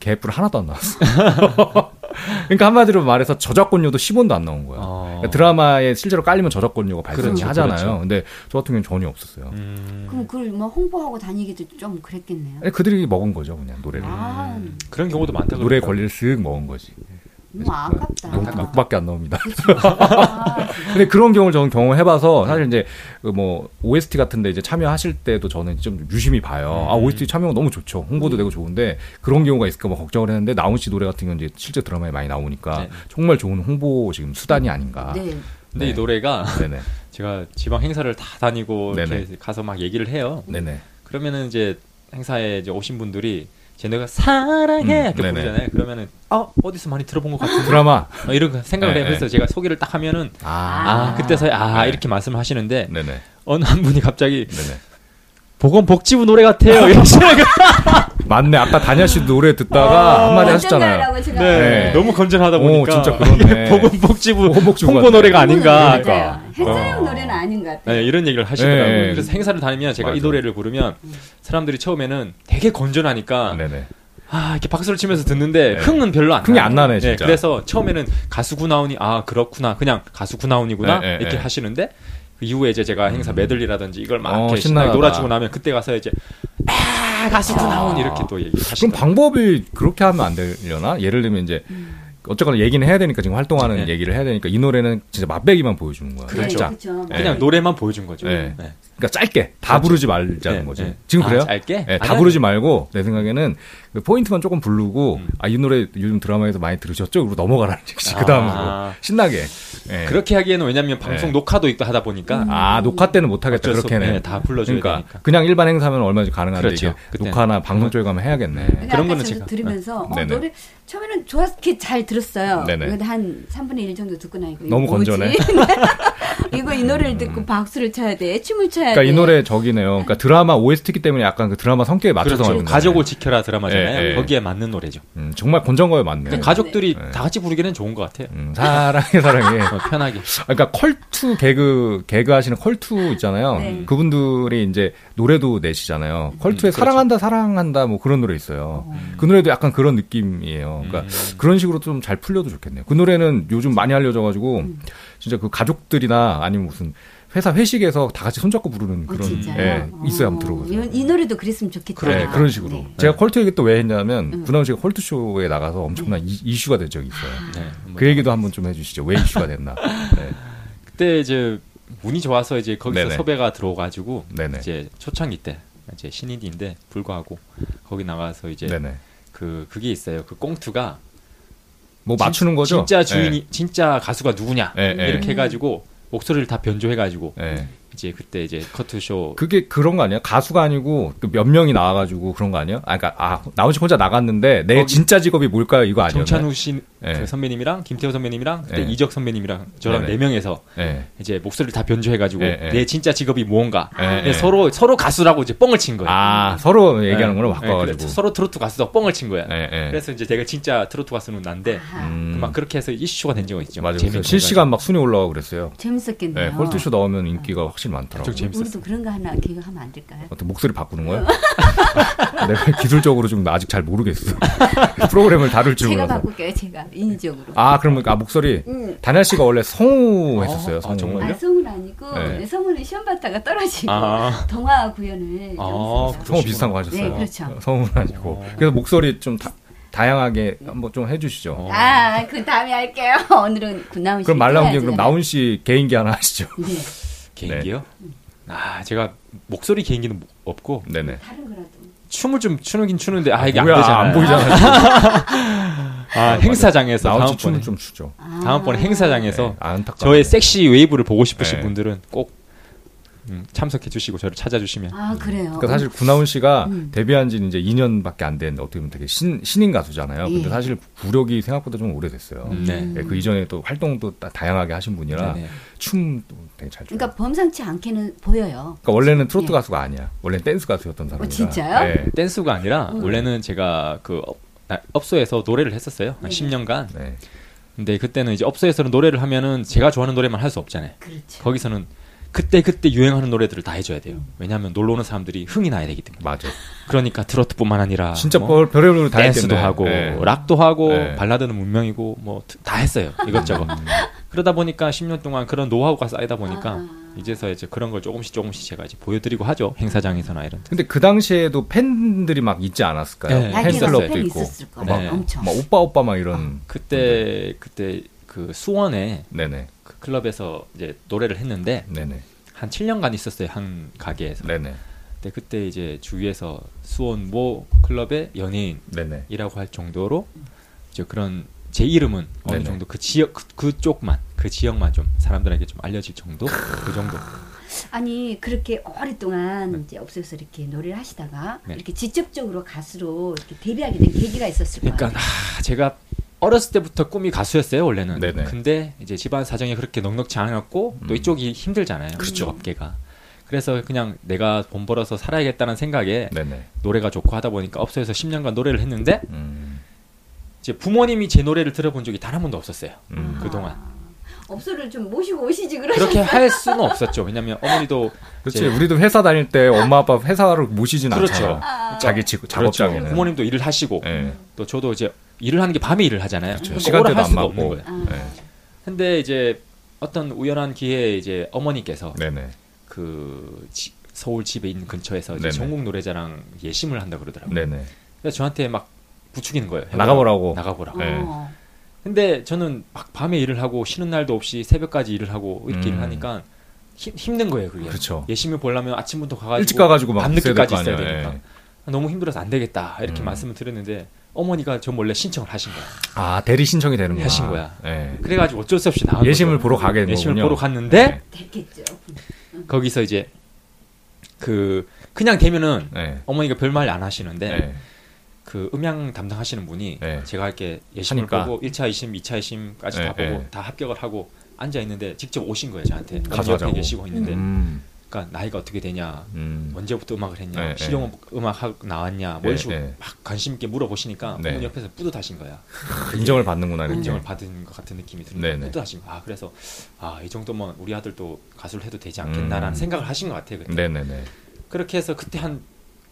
[SPEAKER 1] 개뿔 하나도 안 나왔어. 그러니까 한마디로 말해서 저작권료도 10원도 안 나온 거야.
[SPEAKER 4] 어.
[SPEAKER 1] 그러니까 드라마에 실제로 깔리면 저작권료가 발생이
[SPEAKER 4] 그렇죠, 음.
[SPEAKER 1] 하잖아요.
[SPEAKER 4] 그렇죠.
[SPEAKER 1] 근데 저 같은 경우는 전혀 없었어요.
[SPEAKER 2] 그럼 그걸 뭐 홍보하고 다니기도 좀 그랬겠네요.
[SPEAKER 1] 아니, 그들이 먹은 거죠, 그냥 노래를.
[SPEAKER 2] 아,
[SPEAKER 1] 음.
[SPEAKER 4] 그런 경우도 많다.
[SPEAKER 1] 노래
[SPEAKER 4] 그러니까.
[SPEAKER 1] 권리를 쓱 먹은 거지.
[SPEAKER 4] 네.
[SPEAKER 2] 너무 아깝다. 그렇죠.
[SPEAKER 1] 욕, 욕밖에 안 나옵니다. 근데 그런 경우를 저는 경험해봐서 사실 이제 그뭐 OST 같은데 이제 참여하실 때도 저는 좀 유심히 봐요.
[SPEAKER 2] 음.
[SPEAKER 1] 아 OST 참여가 너무 좋죠. 홍보도 되고 좋은데 그런 경우가 있을까 봐 걱정을 했는데 나훈 씨 노래 같은 경우 이제 실제 드라마에 많이 나오니까
[SPEAKER 4] 네.
[SPEAKER 1] 정말 좋은 홍보 지금 수단이 아닌가.
[SPEAKER 2] 네.
[SPEAKER 4] 근데 이
[SPEAKER 1] 네.
[SPEAKER 4] 노래가
[SPEAKER 1] 네네
[SPEAKER 4] 제가 지방 행사를 다 다니고 이렇게
[SPEAKER 1] 네네.
[SPEAKER 4] 가서 막 얘기를 해요.
[SPEAKER 1] 네네.
[SPEAKER 4] 그러면은 이제 행사에 이제 오신 분들이 제 노래가 사랑해
[SPEAKER 1] 음,
[SPEAKER 4] 이렇게
[SPEAKER 1] 네네.
[SPEAKER 4] 부르잖아요. 그러면은 아 어디서 많이 들어본 것 같은데
[SPEAKER 1] 드라마
[SPEAKER 4] 어, 이런 생각을
[SPEAKER 1] 네,
[SPEAKER 4] 해요. 그래서
[SPEAKER 1] 네.
[SPEAKER 4] 제가 소개를 딱 하면은
[SPEAKER 1] 아
[SPEAKER 4] 아,
[SPEAKER 2] 아.
[SPEAKER 4] 그때서야 아
[SPEAKER 1] 네.
[SPEAKER 4] 이렇게 말씀을 하시는데
[SPEAKER 1] 네네
[SPEAKER 4] 어느 한 분이 갑자기
[SPEAKER 1] 네네
[SPEAKER 4] 보건복지부 노래 같아요. 이러시는 거
[SPEAKER 1] 맞네. 아까 다냐 씨 노래
[SPEAKER 2] 어.
[SPEAKER 1] 듣다가 한마디 하셨잖아요.
[SPEAKER 2] 언젠가라고 제가
[SPEAKER 4] 네.
[SPEAKER 1] 네.
[SPEAKER 4] 너무 건전하다 보니까
[SPEAKER 1] 오, 진짜 그러네.
[SPEAKER 4] 이게 보건복지부,
[SPEAKER 1] 보건복지부
[SPEAKER 4] 홍보
[SPEAKER 1] 같아.
[SPEAKER 4] 노래가 아닌가.
[SPEAKER 2] 맞아요.
[SPEAKER 1] 그러니까.
[SPEAKER 2] 행사용
[SPEAKER 1] 어.
[SPEAKER 2] 노래는 아닌 것 같아요.
[SPEAKER 4] 네, 이런 얘기를 하시더라고요.
[SPEAKER 1] 네.
[SPEAKER 4] 그래서 행사를 다니면 제가 이
[SPEAKER 1] 맞아.
[SPEAKER 4] 노래를 부르면 사람들이 처음에는 되게 건전하니까
[SPEAKER 1] 네네.
[SPEAKER 4] 아 이렇게 박수를 치면서
[SPEAKER 1] 네.
[SPEAKER 4] 듣는데 흥은 별로 안
[SPEAKER 1] 흥이
[SPEAKER 4] 나요.
[SPEAKER 1] 안 나네,
[SPEAKER 4] 네,
[SPEAKER 1] 진짜.
[SPEAKER 4] 그래서 처음에는 가수 구나운이 아 그렇구나 그냥 가수 구나운이구나
[SPEAKER 1] 네, 네,
[SPEAKER 4] 이렇게
[SPEAKER 1] 네. 음.
[SPEAKER 4] 하시는데 그 이후에 이제 제가 행사 메들리라든지 이걸 막
[SPEAKER 1] 어,
[SPEAKER 4] 이렇게 신나게
[SPEAKER 1] 신나다.
[SPEAKER 4] 놀아주고 나면 그때 가서 이제 아 가수 구나운 이렇게 또
[SPEAKER 1] 그럼
[SPEAKER 4] 얘기하시더라고요.
[SPEAKER 1] 방법이 그렇게 하면 안 되려나? 예를 들면 이제 어쨌거나 얘기는 해야 되니까 지금 활동하는
[SPEAKER 4] 네.
[SPEAKER 1] 얘기를 해야 되니까 이 노래는 진짜 맛배기만 보여주는 거야.
[SPEAKER 2] 그렇죠.
[SPEAKER 1] 진짜.
[SPEAKER 2] 그렇죠.
[SPEAKER 1] 예.
[SPEAKER 4] 그냥 노래만 보여준 거죠.
[SPEAKER 1] 네.
[SPEAKER 4] 네.
[SPEAKER 1] 그러니까 짧게 다 부르지 말자는
[SPEAKER 4] 네,
[SPEAKER 1] 거지.
[SPEAKER 4] 네.
[SPEAKER 1] 지금
[SPEAKER 4] 아,
[SPEAKER 1] 그래요?
[SPEAKER 4] 짧게?
[SPEAKER 1] 네, 다
[SPEAKER 4] 아니,
[SPEAKER 1] 부르지 말고 내 생각에는 그 포인트만 조금 부르고 아 이 노래 요즘 드라마에서 많이 들으셨죠? 그리고 넘어가라는 얘기지.
[SPEAKER 4] 음. 아.
[SPEAKER 1] 그 다음으로 신나게. 예.
[SPEAKER 4] 그렇게 하기에는 왜냐면 방송
[SPEAKER 1] 네.
[SPEAKER 4] 녹화도 있고 하다 보니까
[SPEAKER 1] 아 녹화 때는 못하겠다
[SPEAKER 4] 어쩔 수
[SPEAKER 1] 그렇게는
[SPEAKER 4] 없- 네, 다 불러줘야
[SPEAKER 1] 그러니까
[SPEAKER 4] 되니까.
[SPEAKER 1] 그냥 일반 행사면 얼마든지 가능한데
[SPEAKER 4] 그렇죠.
[SPEAKER 1] 이게
[SPEAKER 4] 그때는.
[SPEAKER 1] 녹화나 방송 쪽에 가면 해야겠네.
[SPEAKER 2] 그러니까
[SPEAKER 4] 그런
[SPEAKER 2] 아까
[SPEAKER 4] 거는
[SPEAKER 2] 저도
[SPEAKER 4] 제가-
[SPEAKER 2] 들으면서 어,
[SPEAKER 1] 네네.
[SPEAKER 2] 노래 처음에는 좋았게 잘 들었어요.
[SPEAKER 1] 네네.
[SPEAKER 2] 그런데 한 3분의 1 정도 듣고 나니까 이거
[SPEAKER 1] 너무
[SPEAKER 2] 뭐지?
[SPEAKER 1] 건전해.
[SPEAKER 2] 이거 이 노래를 듣고 박수를 쳐야 돼. 춤을 춰야
[SPEAKER 1] 그러니까
[SPEAKER 2] 돼. 어,
[SPEAKER 1] 이 노래 저기네요. 그러니까 드라마 OST기 때문에 약간 그 드라마 성격에 맞춰서 만든 거예요.
[SPEAKER 4] 그렇죠. 가족을 지켜라 드라마잖아요.
[SPEAKER 1] 예, 예.
[SPEAKER 4] 거기에 맞는 노래죠.
[SPEAKER 1] 음, 정말 권정거에 맞네.
[SPEAKER 4] 근데 가족들이 다 같이 부르기는 좋은 것 같아요.
[SPEAKER 1] 음, 사랑해 사랑해.
[SPEAKER 4] 어, 편하게.
[SPEAKER 1] 그러니까 컬투 개그 개그 하시는 컬투 있잖아요.
[SPEAKER 2] 네. 음,
[SPEAKER 1] 그분들이 이제 노래도 내시잖아요. 컬투의
[SPEAKER 4] 그렇죠.
[SPEAKER 1] 사랑한다 사랑한다 뭐 그런 노래 있어요. 그 노래도 약간 그런 느낌이에요. 그러니까
[SPEAKER 4] 음.
[SPEAKER 1] 그런 식으로 좀 잘 풀려도 좋겠네요. 그 노래는 요즘 많이 알려져 가지고
[SPEAKER 2] 음.
[SPEAKER 1] 진짜 그 가족들이나 아니면 무슨 회사 회식에서 다 같이 손잡고 부르는
[SPEAKER 2] 어,
[SPEAKER 1] 그런
[SPEAKER 2] 진짜요?
[SPEAKER 1] 예, 있어요. 한번
[SPEAKER 2] 어,
[SPEAKER 1] 들어보세요.
[SPEAKER 2] 이런- 이 노래도 그랬으면 좋겠다.
[SPEAKER 1] 네, 그런 식으로.
[SPEAKER 2] 네.
[SPEAKER 1] 제가 컬투 얘기 또 왜 했냐면,
[SPEAKER 4] 음.
[SPEAKER 1] 구나운 씨가 컬투 쇼에 나가서 엄청난 이, 이슈가 된 적이 있어요.
[SPEAKER 4] 네, 한번
[SPEAKER 1] 그 얘기도 한번 좀 해주시죠. 왜 이슈가 됐나. 네.
[SPEAKER 4] 그때 이제 운이 좋아서 이제 거기서
[SPEAKER 1] 네네.
[SPEAKER 4] 섭외가 들어가지고
[SPEAKER 1] 네네.
[SPEAKER 4] 이제 초창기 때 이제 신인인데 불구하고 거기 나가서 이제
[SPEAKER 1] 네네.
[SPEAKER 4] 그 그게 있어요. 그 꽁투가
[SPEAKER 1] 뭐
[SPEAKER 4] 진-
[SPEAKER 1] 맞추는 거죠?
[SPEAKER 4] 진짜 주인이 진짜 가수가 누구냐
[SPEAKER 1] 예, 예.
[SPEAKER 4] 이렇게 해가지고 목소리를 다 변조해가지고
[SPEAKER 1] 예. 예.
[SPEAKER 4] 이제 그때 이제 커트쇼
[SPEAKER 1] 그게 그런 거 아니야? 가수가 아니고 그몇 명이 나와가지고 그런 거 아니야? 아, 그러니까 아, 나훈 씨 혼자 나갔는데 내
[SPEAKER 4] 거기-
[SPEAKER 1] 진짜 직업이 뭘까요? 이거 아니었나?
[SPEAKER 4] 정찬우 씨그
[SPEAKER 1] 예.
[SPEAKER 4] 선배님이랑 김태호 선배님이랑 그때
[SPEAKER 1] 예.
[SPEAKER 4] 이적 선배님이랑 저랑
[SPEAKER 1] 네네.
[SPEAKER 4] 네 명에서
[SPEAKER 1] 예.
[SPEAKER 4] 이제 목소리를 다 변조해가지고
[SPEAKER 1] 예, 예.
[SPEAKER 4] 내 진짜 직업이 무언가
[SPEAKER 1] 예,
[SPEAKER 4] 근데
[SPEAKER 1] 예.
[SPEAKER 4] 서로 서로 가수라고 이제 뻥을 친 거예요.
[SPEAKER 1] 아 서로 얘기하는 거는
[SPEAKER 4] 예, 예,
[SPEAKER 1] 바꿔가지고.
[SPEAKER 4] 네. 그래서 서로 트로트 가수도 뻥을 친 거야.
[SPEAKER 1] 예, 예.
[SPEAKER 4] 그래서 이제 내가 진짜 트로트 가수는 난데
[SPEAKER 2] 아,
[SPEAKER 1] 음,
[SPEAKER 4] 막 그렇게 해서 이슈가 된 적은 있죠.
[SPEAKER 1] 맞아요. 그래서
[SPEAKER 4] 재밌게
[SPEAKER 1] 실시간 막 순위 올라가고 그랬어요. 예,
[SPEAKER 2] 재밌었겠네요.
[SPEAKER 1] 컬투쇼 나오면 인기가 확실히 많더라고요.
[SPEAKER 4] 엄청 재밌었어요.
[SPEAKER 2] 우리도 그런 거 하나 기획하면 안 될까요?
[SPEAKER 1] 어떤 목소리 바꾸는 거야? 내가 기술적으로 좀 아직 잘 모르겠어. 프로그램을 다룰 줄
[SPEAKER 2] 제가
[SPEAKER 1] 몰라서.
[SPEAKER 2] 바꿀게요. 제가 인위적으로.
[SPEAKER 1] 아, 그러면 아 목소리.
[SPEAKER 2] 응.
[SPEAKER 1] 다냐 씨가 원래 성우 했었어요.
[SPEAKER 4] 아,
[SPEAKER 1] 성우.
[SPEAKER 2] 아,
[SPEAKER 4] 정말요?
[SPEAKER 2] 성은 아니고
[SPEAKER 1] 네.
[SPEAKER 2] 성우는 시험 봤다가 떨어지고
[SPEAKER 4] 아.
[SPEAKER 2] 동화 구연을
[SPEAKER 4] 아,
[SPEAKER 2] 좀
[SPEAKER 1] 성우
[SPEAKER 4] 그러시구나.
[SPEAKER 1] 비슷한 거 하셨어요.
[SPEAKER 2] 네, 그렇죠.
[SPEAKER 1] 성우는 아니고. 그래서 목소리 좀 다, 다양하게 한번 좀 해주시죠.
[SPEAKER 4] 어.
[SPEAKER 2] 아, 그 다음에 할게요. 오늘은 군나운 씨.
[SPEAKER 1] 그럼 말 나온 게 그럼 나훈 씨 개인기 하나 하시죠.
[SPEAKER 2] 네,
[SPEAKER 1] 음.
[SPEAKER 4] 개인기요?
[SPEAKER 1] 네.
[SPEAKER 4] 아 제가 목소리 개인기는 뭐- 없고
[SPEAKER 1] 네네.
[SPEAKER 2] 다른 거라도.
[SPEAKER 4] 춤을 좀 추는긴 추는데 아 이게
[SPEAKER 1] 뭐야,
[SPEAKER 4] 안 되잖아요.
[SPEAKER 1] 안 보이잖아.
[SPEAKER 4] 아, 행사장에서
[SPEAKER 1] 나훈 씨
[SPEAKER 4] 다음번에
[SPEAKER 1] 춤을 좀 추죠.
[SPEAKER 2] 아,
[SPEAKER 4] 다음번에 행사장에서
[SPEAKER 1] 네, 안타깝네.
[SPEAKER 4] 저의 섹시 웨이브를 보고 싶으신
[SPEAKER 1] 네.
[SPEAKER 4] 분들은 꼭 음, 참석해 주시고 저를 찾아주시면
[SPEAKER 2] 아, 그래요.
[SPEAKER 1] 그러니까 사실 구나훈 씨가
[SPEAKER 2] 음.
[SPEAKER 1] 데뷔한 지는 이제 2년밖에 안 됐는데 어떻게 보면 되게 신, 신인 가수잖아요. 근데
[SPEAKER 2] 예.
[SPEAKER 1] 사실 구력이 생각보다 좀 오래됐어요.
[SPEAKER 4] 음, 네. 아,
[SPEAKER 1] 예, 그 이전에 또 활동도 다, 다양하게 하신 분이라
[SPEAKER 4] 네네.
[SPEAKER 1] 춤도 되게 잘 추고.
[SPEAKER 2] 그러니까 범상치 않게는 보여요.
[SPEAKER 1] 그러니까 원래는 트로트
[SPEAKER 2] 예. 어,
[SPEAKER 1] 가수가 아니야. 원래는 댄스 가수였던 사람이라.
[SPEAKER 2] 진짜요?
[SPEAKER 1] 예.
[SPEAKER 4] 댄스가 아니라 원래는 제가 그 업, 아, 업소에서 노래를 했었어요 한 10년간
[SPEAKER 1] 네.
[SPEAKER 4] 근데 그때는 이제 업소에서는 노래를 하면은 제가 좋아하는 노래만 할 수 없잖아요
[SPEAKER 2] 그렇죠.
[SPEAKER 4] 거기서는 그때 그때 유행하는 노래들을 다 해줘야 돼요
[SPEAKER 1] 음.
[SPEAKER 4] 왜냐하면 놀러 오는 사람들이 흥이 나야 되기 때문에
[SPEAKER 1] 맞아.
[SPEAKER 4] 그러니까 트로트뿐만 아니라
[SPEAKER 1] 진짜
[SPEAKER 4] 뭐
[SPEAKER 1] 별- 별의별 노래 다
[SPEAKER 4] 댄스도
[SPEAKER 1] 했겠네.
[SPEAKER 4] 하고
[SPEAKER 1] 예.
[SPEAKER 4] 락도 하고
[SPEAKER 1] 네. 음.
[SPEAKER 4] 발라드는 문명이고 뭐 다 했어요 이것저것 그러다 보니까 10년 동안 그런 노하우가 쌓이다 보니까
[SPEAKER 2] 아.
[SPEAKER 4] 이제서 이제 그런 걸 조금씩 조금씩 제가 이제 보여드리고 하죠 행사장에서나 이런 데
[SPEAKER 1] 근데 그 당시에도 팬들이 막 있지 않았을까요?
[SPEAKER 4] 네.
[SPEAKER 2] 야기가
[SPEAKER 1] 팬클럽도
[SPEAKER 2] 팬이
[SPEAKER 1] 있고. 뭐
[SPEAKER 2] 있었을 거예요. 아.
[SPEAKER 4] 네.
[SPEAKER 2] 엄청.
[SPEAKER 1] 막 오빠 오빠 막 이런. 네.
[SPEAKER 4] 그때 그때 그 수원에
[SPEAKER 1] 네네.
[SPEAKER 4] 그 클럽에서 이제 노래를 했는데
[SPEAKER 1] 네네.
[SPEAKER 4] 한 7년간 있었어요 한 가게에서
[SPEAKER 1] 음. 네네.
[SPEAKER 4] 근데 그때 이제 주위에서 수원 모 클럽의 연예인
[SPEAKER 1] 네네.
[SPEAKER 4] 이라고 할 정도로 이제 그런 제 이름은 어느
[SPEAKER 1] 네네.
[SPEAKER 4] 정도 그 지역 그, 쪽만그 지역만 좀 사람들에게 좀 알려질 정도 그 정도
[SPEAKER 2] 아니 그렇게 오랫동안
[SPEAKER 1] 네.
[SPEAKER 2] 이제 업소에서 이렇게 노래를 하시다가
[SPEAKER 4] 네.
[SPEAKER 2] 이렇게 직접적으로 가수로 이렇게 데뷔하게 된 계기가 있었을
[SPEAKER 4] 그러니까
[SPEAKER 2] 거예요.
[SPEAKER 4] 아, 제가 어렸을 때부터 꿈이 가수였어요 원래는
[SPEAKER 1] 네네. 음.
[SPEAKER 4] 근데 이제 집안 사정이 그렇게 넉넉지 않았고 또 이쪽이 힘들잖아요 그렇죠 업계가 그래서 그냥 내가 돈 벌어서 살아야겠다는 생각에
[SPEAKER 1] 네네.
[SPEAKER 4] 노래가 좋고 하다 보니까 업소에서 10년간 노래를 했는데
[SPEAKER 1] 음.
[SPEAKER 4] 이제 부모님이 제 노래를 들어본 적이 단 한 번도 없었어요
[SPEAKER 1] 음.
[SPEAKER 4] 그동안
[SPEAKER 2] 아, 업소를 좀 모시고 오시지 그러셨
[SPEAKER 4] 그렇게 할 수는 없었죠 왜냐면 어머니도
[SPEAKER 1] 그렇지.
[SPEAKER 4] 이제
[SPEAKER 1] 우리도 회사 다닐 때 엄마 아빠 회사를 모시진
[SPEAKER 4] 예. 그렇죠.
[SPEAKER 1] 않잖아. 자기 직
[SPEAKER 4] 그렇죠.
[SPEAKER 1] 작업장에는.
[SPEAKER 4] 부모님도 일을 하시고
[SPEAKER 1] 예.
[SPEAKER 4] 또 저도 이제 일을 하는 게 밤에 일을 하잖아요.
[SPEAKER 1] 그렇죠.
[SPEAKER 4] 그러니까 오래
[SPEAKER 1] 시간대도
[SPEAKER 4] 할
[SPEAKER 1] 안
[SPEAKER 4] 수가
[SPEAKER 1] 맞고.
[SPEAKER 4] 없는 거예요.
[SPEAKER 1] 예.
[SPEAKER 4] 근데 이제 어떤 우연한 기회에 이제 어머니께서
[SPEAKER 1] 네네.
[SPEAKER 4] 그 지- 서울 집에 있는 근처에서 이제
[SPEAKER 1] 네네.
[SPEAKER 4] 전국 노래자랑 예심을 한다 그러더라고요.
[SPEAKER 1] 네네.
[SPEAKER 4] 그래서 저한테 막 부추기는 거예요. 해보라고,
[SPEAKER 1] 나가보라고.
[SPEAKER 4] 나가보라고.
[SPEAKER 1] 네.
[SPEAKER 2] 어.
[SPEAKER 4] 근데 저는 막 밤에 일을 하고 쉬는 날도 없이 새벽까지 일을 하고 이렇게
[SPEAKER 1] 음.
[SPEAKER 4] 일을 하니까 힘, 힘든 거예요, 그게.
[SPEAKER 1] 그렇죠.
[SPEAKER 4] 예심을 보려면 아침부터 가가지고
[SPEAKER 1] 일찍 가가지고 막
[SPEAKER 4] 밤늦게까지
[SPEAKER 1] 있어야
[SPEAKER 4] 있어야
[SPEAKER 1] 될거
[SPEAKER 4] 되니까
[SPEAKER 1] 아니에요. 예.
[SPEAKER 4] 아, 너무 힘들어서 안 되겠다 이렇게
[SPEAKER 1] 음.
[SPEAKER 4] 말씀을 드렸는데 어머니가 저 몰래 신청을 하신 거야.
[SPEAKER 1] 아 대리 신청이 되는 거야.
[SPEAKER 4] 하신 거야.
[SPEAKER 1] 예.
[SPEAKER 4] 그래가지고 어쩔 수 없이 나간
[SPEAKER 1] 예심을
[SPEAKER 4] 거죠.
[SPEAKER 1] 보러 가게 된
[SPEAKER 4] 예심을
[SPEAKER 1] 거군요. 예.
[SPEAKER 4] 보러 갔는데
[SPEAKER 2] 됐겠죠.
[SPEAKER 4] 거기서 이제 그 그냥 되면은
[SPEAKER 1] 예.
[SPEAKER 4] 어머니가 별말 안 하시는데
[SPEAKER 1] 예.
[SPEAKER 4] 그 음향 담당하시는 분이
[SPEAKER 1] 네.
[SPEAKER 4] 제가 이렇게 예심을
[SPEAKER 1] 하니까.
[SPEAKER 4] 보고 1차 예심, 2차 예심까지 다
[SPEAKER 1] 네,
[SPEAKER 4] 보고
[SPEAKER 1] 네.
[SPEAKER 4] 다 합격을 하고 앉아 있는데 직접 오신 거예요 저한테
[SPEAKER 1] 가서
[SPEAKER 4] 옆에
[SPEAKER 1] 하자고.
[SPEAKER 4] 계시고 있는데
[SPEAKER 1] 음,
[SPEAKER 4] 그러니까 나이가 어떻게 되냐
[SPEAKER 1] 음.
[SPEAKER 4] 언제부터 음악을 했냐
[SPEAKER 1] 네,
[SPEAKER 4] 실용 음악 학 나왔냐 뭐
[SPEAKER 1] 네,
[SPEAKER 4] 이런 식으로
[SPEAKER 1] 네.
[SPEAKER 4] 막 관심 있게 물어보시니까
[SPEAKER 1] 네.
[SPEAKER 4] 그분 옆에서 뿌듯하신 거야
[SPEAKER 1] 그 인정을 받는구나 이렇게.
[SPEAKER 4] 인정을 받은 것 같은 느낌이 드는데
[SPEAKER 1] 네, 네.
[SPEAKER 4] 뿌듯하신 거야 아, 그래서 아 이 정도면 우리 아들도 가수를 해도 되지 않겠나라는
[SPEAKER 1] 음.
[SPEAKER 4] 생각을 하신 것 같아요 그때.
[SPEAKER 1] 네네네.
[SPEAKER 4] 그렇게 해서 그때 한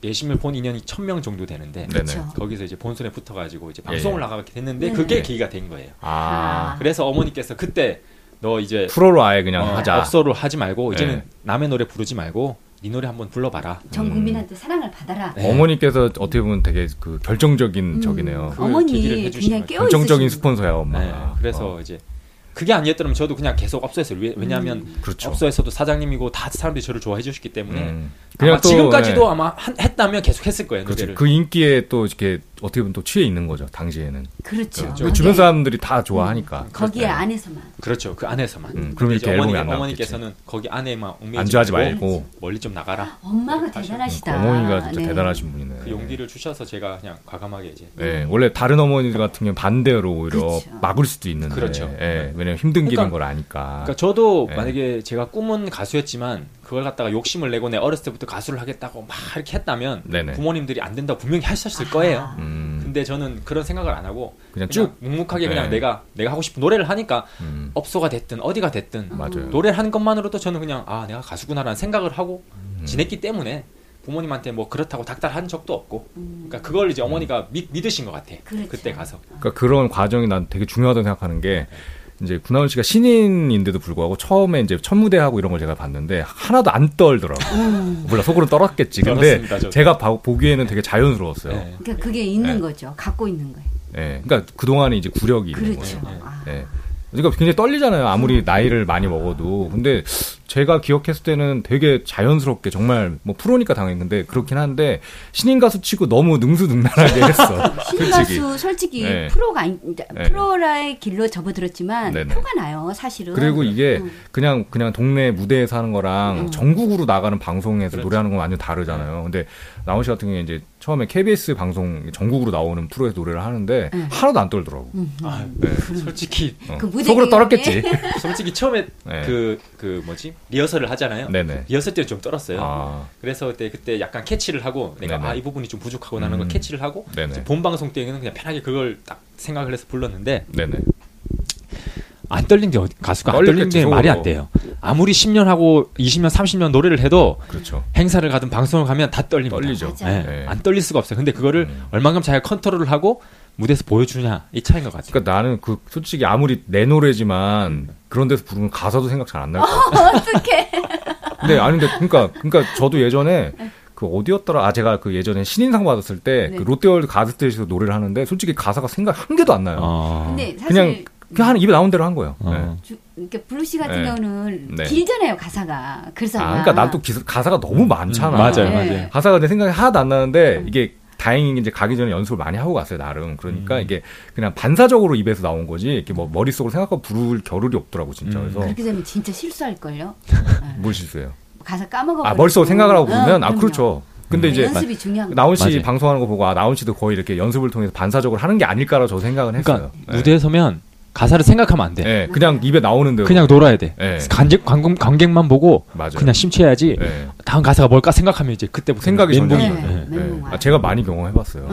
[SPEAKER 4] 예심을 본 인연이 천 명 정도 되는데
[SPEAKER 1] 네네.
[SPEAKER 4] 거기서 이제 본선에 붙어가지고 이제
[SPEAKER 1] 예,
[SPEAKER 4] 방송을
[SPEAKER 1] 예.
[SPEAKER 4] 나가게 됐는데
[SPEAKER 2] 네.
[SPEAKER 4] 그게
[SPEAKER 1] 네.
[SPEAKER 4] 계기가 된 거예요
[SPEAKER 1] 아,
[SPEAKER 4] 그래서 어머니께서 그때 너 이제
[SPEAKER 1] 프로로 아예 그냥
[SPEAKER 4] 어,
[SPEAKER 1] 하자.
[SPEAKER 4] 업소를 하지 말고 이제는
[SPEAKER 1] 네.
[SPEAKER 4] 남의 노래 부르지 말고 네 노래 한번 불러봐라
[SPEAKER 2] 전
[SPEAKER 1] 음.
[SPEAKER 2] 국민한테 사랑을 받아라.
[SPEAKER 4] 네.
[SPEAKER 1] 어머니께서 어떻게 보면 되게 그 결정적인
[SPEAKER 2] 음,
[SPEAKER 1] 적이네요.
[SPEAKER 4] 그 계기를
[SPEAKER 2] 어머니
[SPEAKER 4] 해주신
[SPEAKER 2] 그냥
[SPEAKER 4] 거죠.
[SPEAKER 2] 깨어
[SPEAKER 1] 결정적인
[SPEAKER 2] 있으신 분.
[SPEAKER 1] 스폰서야 엄마. 어.
[SPEAKER 4] 네,
[SPEAKER 1] 가
[SPEAKER 4] 그래서 이제 그게 아니었더라면 저도 그냥 계속 업소에서 왜, 냐하면
[SPEAKER 1] 그렇죠.
[SPEAKER 4] 업소에서도 사장님이고 다 사람들이 저를 좋아해 주셨기 때문에
[SPEAKER 1] 음.
[SPEAKER 4] 네. 아마
[SPEAKER 1] 또,
[SPEAKER 4] 지금까지도
[SPEAKER 1] 네.
[SPEAKER 4] 아마 한- 했다면 계속 했을 거예요
[SPEAKER 1] 그렇죠.
[SPEAKER 4] 노래를
[SPEAKER 1] 그 인기에 또 이렇게 어떻게 보면 또 취해 있는 거죠. 당시에는.
[SPEAKER 2] 그렇죠. 음,
[SPEAKER 1] 그
[SPEAKER 2] 거기에-
[SPEAKER 1] 주변 사람들이 다 좋아하니까.
[SPEAKER 2] 거기에
[SPEAKER 1] 네.
[SPEAKER 2] 안에서만.
[SPEAKER 4] 그렇죠 그 안에서만
[SPEAKER 1] 음, 그럼
[SPEAKER 4] 근데
[SPEAKER 1] 이렇게 앨범이 안
[SPEAKER 4] 어머니께서는 거기 안에만 얽매이지
[SPEAKER 1] 안주하지
[SPEAKER 4] 말고
[SPEAKER 1] 말고.
[SPEAKER 4] 멀리 좀 나가라
[SPEAKER 2] 엄마가
[SPEAKER 4] 다시-
[SPEAKER 2] 대단하시다.
[SPEAKER 1] 어머니가 진짜
[SPEAKER 2] 네.
[SPEAKER 1] 대단하신 분이네.
[SPEAKER 4] 그 용기를 주셔서 제가 그냥 과감하게 이제
[SPEAKER 1] 예, 원래 다른 어머니 같은 경우 는 반대로 오히려
[SPEAKER 2] 그렇죠.
[SPEAKER 1] 막을 수도 있는데,
[SPEAKER 4] 그렇죠.
[SPEAKER 1] 예, 왜냐면 힘든 길인
[SPEAKER 4] 그러니까-
[SPEAKER 1] 걸 아니까.
[SPEAKER 4] 그러니까 저도
[SPEAKER 1] 네.
[SPEAKER 4] 만약에 제가 꿈은 가수였지만 그걸 갖다가 욕심을 내고 내 어렸을 때부터 가수를 하겠다고 막 이렇게 했다면
[SPEAKER 1] 네네.
[SPEAKER 4] 부모님들이 안 된다고 분명히 하셨을 그
[SPEAKER 2] 아.
[SPEAKER 4] 거예요.
[SPEAKER 1] 음,
[SPEAKER 4] 근데 저는 그런 생각을 안 하고
[SPEAKER 1] 그냥
[SPEAKER 4] 그냥,
[SPEAKER 1] 쭉.
[SPEAKER 4] 묵묵하게 그냥
[SPEAKER 1] 네.
[SPEAKER 4] 내가 내가 하고 싶은 노래를 하니까
[SPEAKER 1] 음,
[SPEAKER 4] 업소가 됐든 어디가 됐든
[SPEAKER 1] 맞아요.
[SPEAKER 4] 노래를 하는 것만으로도 저는 그냥 아 내가 가수구나라는 생각을 하고
[SPEAKER 1] 음.
[SPEAKER 4] 지냈기 때문에 부모님한테 뭐 그렇다고 닥달한 적도 없고 그러니까 그걸
[SPEAKER 1] 음.
[SPEAKER 4] 이제 어머니가 믿, 믿으신 것 같아
[SPEAKER 2] 음. 그렇죠.
[SPEAKER 4] 그때 가서
[SPEAKER 1] 그러니까 그런 과정이 난 되게 중요하다고 생각하는 게 이제 구나운 씨가 신인인데도 불구하고 처음에 이제 첫 무대하고 이런 걸 제가 봤는데 하나도 안 떨더라고. 요 몰라 속으로 떨었겠지. 근데
[SPEAKER 4] 음. 떨었습니다, 저도.
[SPEAKER 1] 제가 봐- 보기에는 되게 자연스러웠어요.
[SPEAKER 4] 네.
[SPEAKER 2] 그러니까 그게 있는
[SPEAKER 1] 네.
[SPEAKER 2] 거죠. 갖고 있는 거예요.
[SPEAKER 1] 예, 그러니까 그 동안에 이제 구력이 있는 거예요.
[SPEAKER 2] 그렇죠. 음.
[SPEAKER 4] 거예요. 네.
[SPEAKER 2] 아.
[SPEAKER 1] 예. 그러니까 굉장히 떨리잖아요. 아무리 나이를 많이 먹어도. 근데 제가 기억했을 때는 되게 자연스럽게 정말 뭐 프로니까 당했는데 그렇긴 한데 신인 가수 치고 너무 능수능란하게 했어. 솔직히.
[SPEAKER 2] 신가수 솔직히
[SPEAKER 1] 네.
[SPEAKER 2] 프로가 아니, 이제
[SPEAKER 1] 네.
[SPEAKER 2] 프로라의 길로 접어들었지만
[SPEAKER 1] 네네.
[SPEAKER 2] 표가 나요 사실은.
[SPEAKER 1] 그리고 이게
[SPEAKER 2] 음.
[SPEAKER 1] 그냥 그냥 동네 무대에서 하는 거랑 전국으로 나가는 방송에서
[SPEAKER 4] 그렇죠.
[SPEAKER 1] 노래하는 건 완전 다르잖아요. 근데 나훈 씨 같은 경우에 이제 처음에 KBS 방송 전국으로 나오는 프로에서 노래를 하는데
[SPEAKER 2] 네.
[SPEAKER 1] 하나도 안 떨더라고.
[SPEAKER 4] 아,
[SPEAKER 1] 네.
[SPEAKER 2] 음.
[SPEAKER 4] 솔직히
[SPEAKER 1] 어.
[SPEAKER 2] 그 무대
[SPEAKER 1] 속으로
[SPEAKER 2] 위에-
[SPEAKER 1] 떨었겠지.
[SPEAKER 4] 솔직히 처음에
[SPEAKER 1] 네.
[SPEAKER 4] 그 그 뭐지 리허설을 하잖아요.
[SPEAKER 1] 네네.
[SPEAKER 4] 리허설 때는 좀 떨었어요.
[SPEAKER 1] 아,
[SPEAKER 4] 그래서 그때 그때 약간 캐치를 하고 내가
[SPEAKER 1] 네네.
[SPEAKER 4] 아 이 부분이 좀 부족하구나 하는 걸
[SPEAKER 1] 음.
[SPEAKER 4] 캐치를 하고
[SPEAKER 1] 네네.
[SPEAKER 4] 이제 본 방송 때는 그냥 편하게 그걸 딱 생각을 해서 불렀는데
[SPEAKER 1] 네네.
[SPEAKER 4] 안 떨린 게 어디- 가수가 안
[SPEAKER 1] 떨렸겠지,
[SPEAKER 4] 떨린 게 말이 안
[SPEAKER 1] 속으로.
[SPEAKER 4] 돼요. 아무리 10년 하고 20년 30년 노래를 해도
[SPEAKER 1] 그렇죠.
[SPEAKER 4] 행사를 가든 방송을 가면 다 떨립니다.
[SPEAKER 1] 떨리죠.
[SPEAKER 2] 맞아요.
[SPEAKER 4] 예,
[SPEAKER 1] 네. 음.
[SPEAKER 4] 안 떨릴 수가 없어요. 근데 그거를 얼만큼 자기가 컨트롤을 하고 무대에서 보여주냐 이 차이인 것 같아요.
[SPEAKER 1] 그러니까 나는 그 솔직히 아무리 내 노래지만 그런 데서 부르면 가사도 생각 잘 안 날 것 같아. 어떡해. 근데 아니 근데 그러니까 그러니까 저도 예전에 그 어디였더라? 아 제가 그 예전에 신인상 받았을 때 그
[SPEAKER 2] 네.
[SPEAKER 1] 롯데월드 가스트에서 노래를 하는데 솔직히 가사가 생각 한 개도 안 나요.
[SPEAKER 4] 어.
[SPEAKER 2] 근데
[SPEAKER 1] 그냥
[SPEAKER 2] 사실
[SPEAKER 1] 그냥 하는 입에 나온 대로 한 거예요.
[SPEAKER 4] 어.
[SPEAKER 1] 네.
[SPEAKER 2] 주- 그러니까 블루씨 같은
[SPEAKER 1] 네.
[SPEAKER 2] 경우는
[SPEAKER 1] 네.
[SPEAKER 2] 길잖아요 가사가. 그래서
[SPEAKER 1] 아,
[SPEAKER 2] 아마
[SPEAKER 1] 그러니까 난 또 가사가 너무 많잖아.
[SPEAKER 4] 음, 맞아요,
[SPEAKER 2] 네.
[SPEAKER 4] 맞아요.
[SPEAKER 1] 가사가 내 생각이 하나도 안 나는데 이게 다행히 이제 가기 전에 연습을 많이 하고 갔어요 나름 그러니까
[SPEAKER 4] 음.
[SPEAKER 1] 이게 그냥 반사적으로 입에서 나온 거지 이렇게 뭐 머릿속으로 생각하고 부를 겨를이 없더라고 진짜
[SPEAKER 4] 음.
[SPEAKER 1] 그래서
[SPEAKER 2] 그렇게 되면 진짜 실수할 걸요.
[SPEAKER 1] 뭘 실수해요
[SPEAKER 2] 가사 까먹어.
[SPEAKER 1] 아 머릿속으로 생각을 하고 부르면 아 그렇죠 근데 이제
[SPEAKER 2] 네, 연습이 중요한 거.
[SPEAKER 1] 나온 씨
[SPEAKER 4] 맞아요.
[SPEAKER 1] 방송하는 거 보고 아 나온 씨도 거의 이렇게 연습을 통해서 반사적으로 하는 게 아닐까라고 저 생각은 했어요 네.
[SPEAKER 4] 그러니까 무대에 서면 가사를 생각하면 안 돼.
[SPEAKER 1] 예 네, 그냥 입에 나오는 대로
[SPEAKER 4] 그냥 놀아야 돼.
[SPEAKER 1] 예.
[SPEAKER 4] 관객 관객 관객만 보고
[SPEAKER 1] 맞아요.
[SPEAKER 4] 그냥 심취해야지.
[SPEAKER 1] 예.
[SPEAKER 4] 다음 가사가 뭘까 생각하면 이제 그때부터
[SPEAKER 1] 생각이
[SPEAKER 4] 멘붕이
[SPEAKER 1] 전혀
[SPEAKER 4] 오죠.
[SPEAKER 1] 안
[SPEAKER 2] 네.
[SPEAKER 4] 예.
[SPEAKER 1] 예.
[SPEAKER 2] 멘붕
[SPEAKER 1] 아,
[SPEAKER 2] 와요.
[SPEAKER 1] 제가 많이 경험해봤어요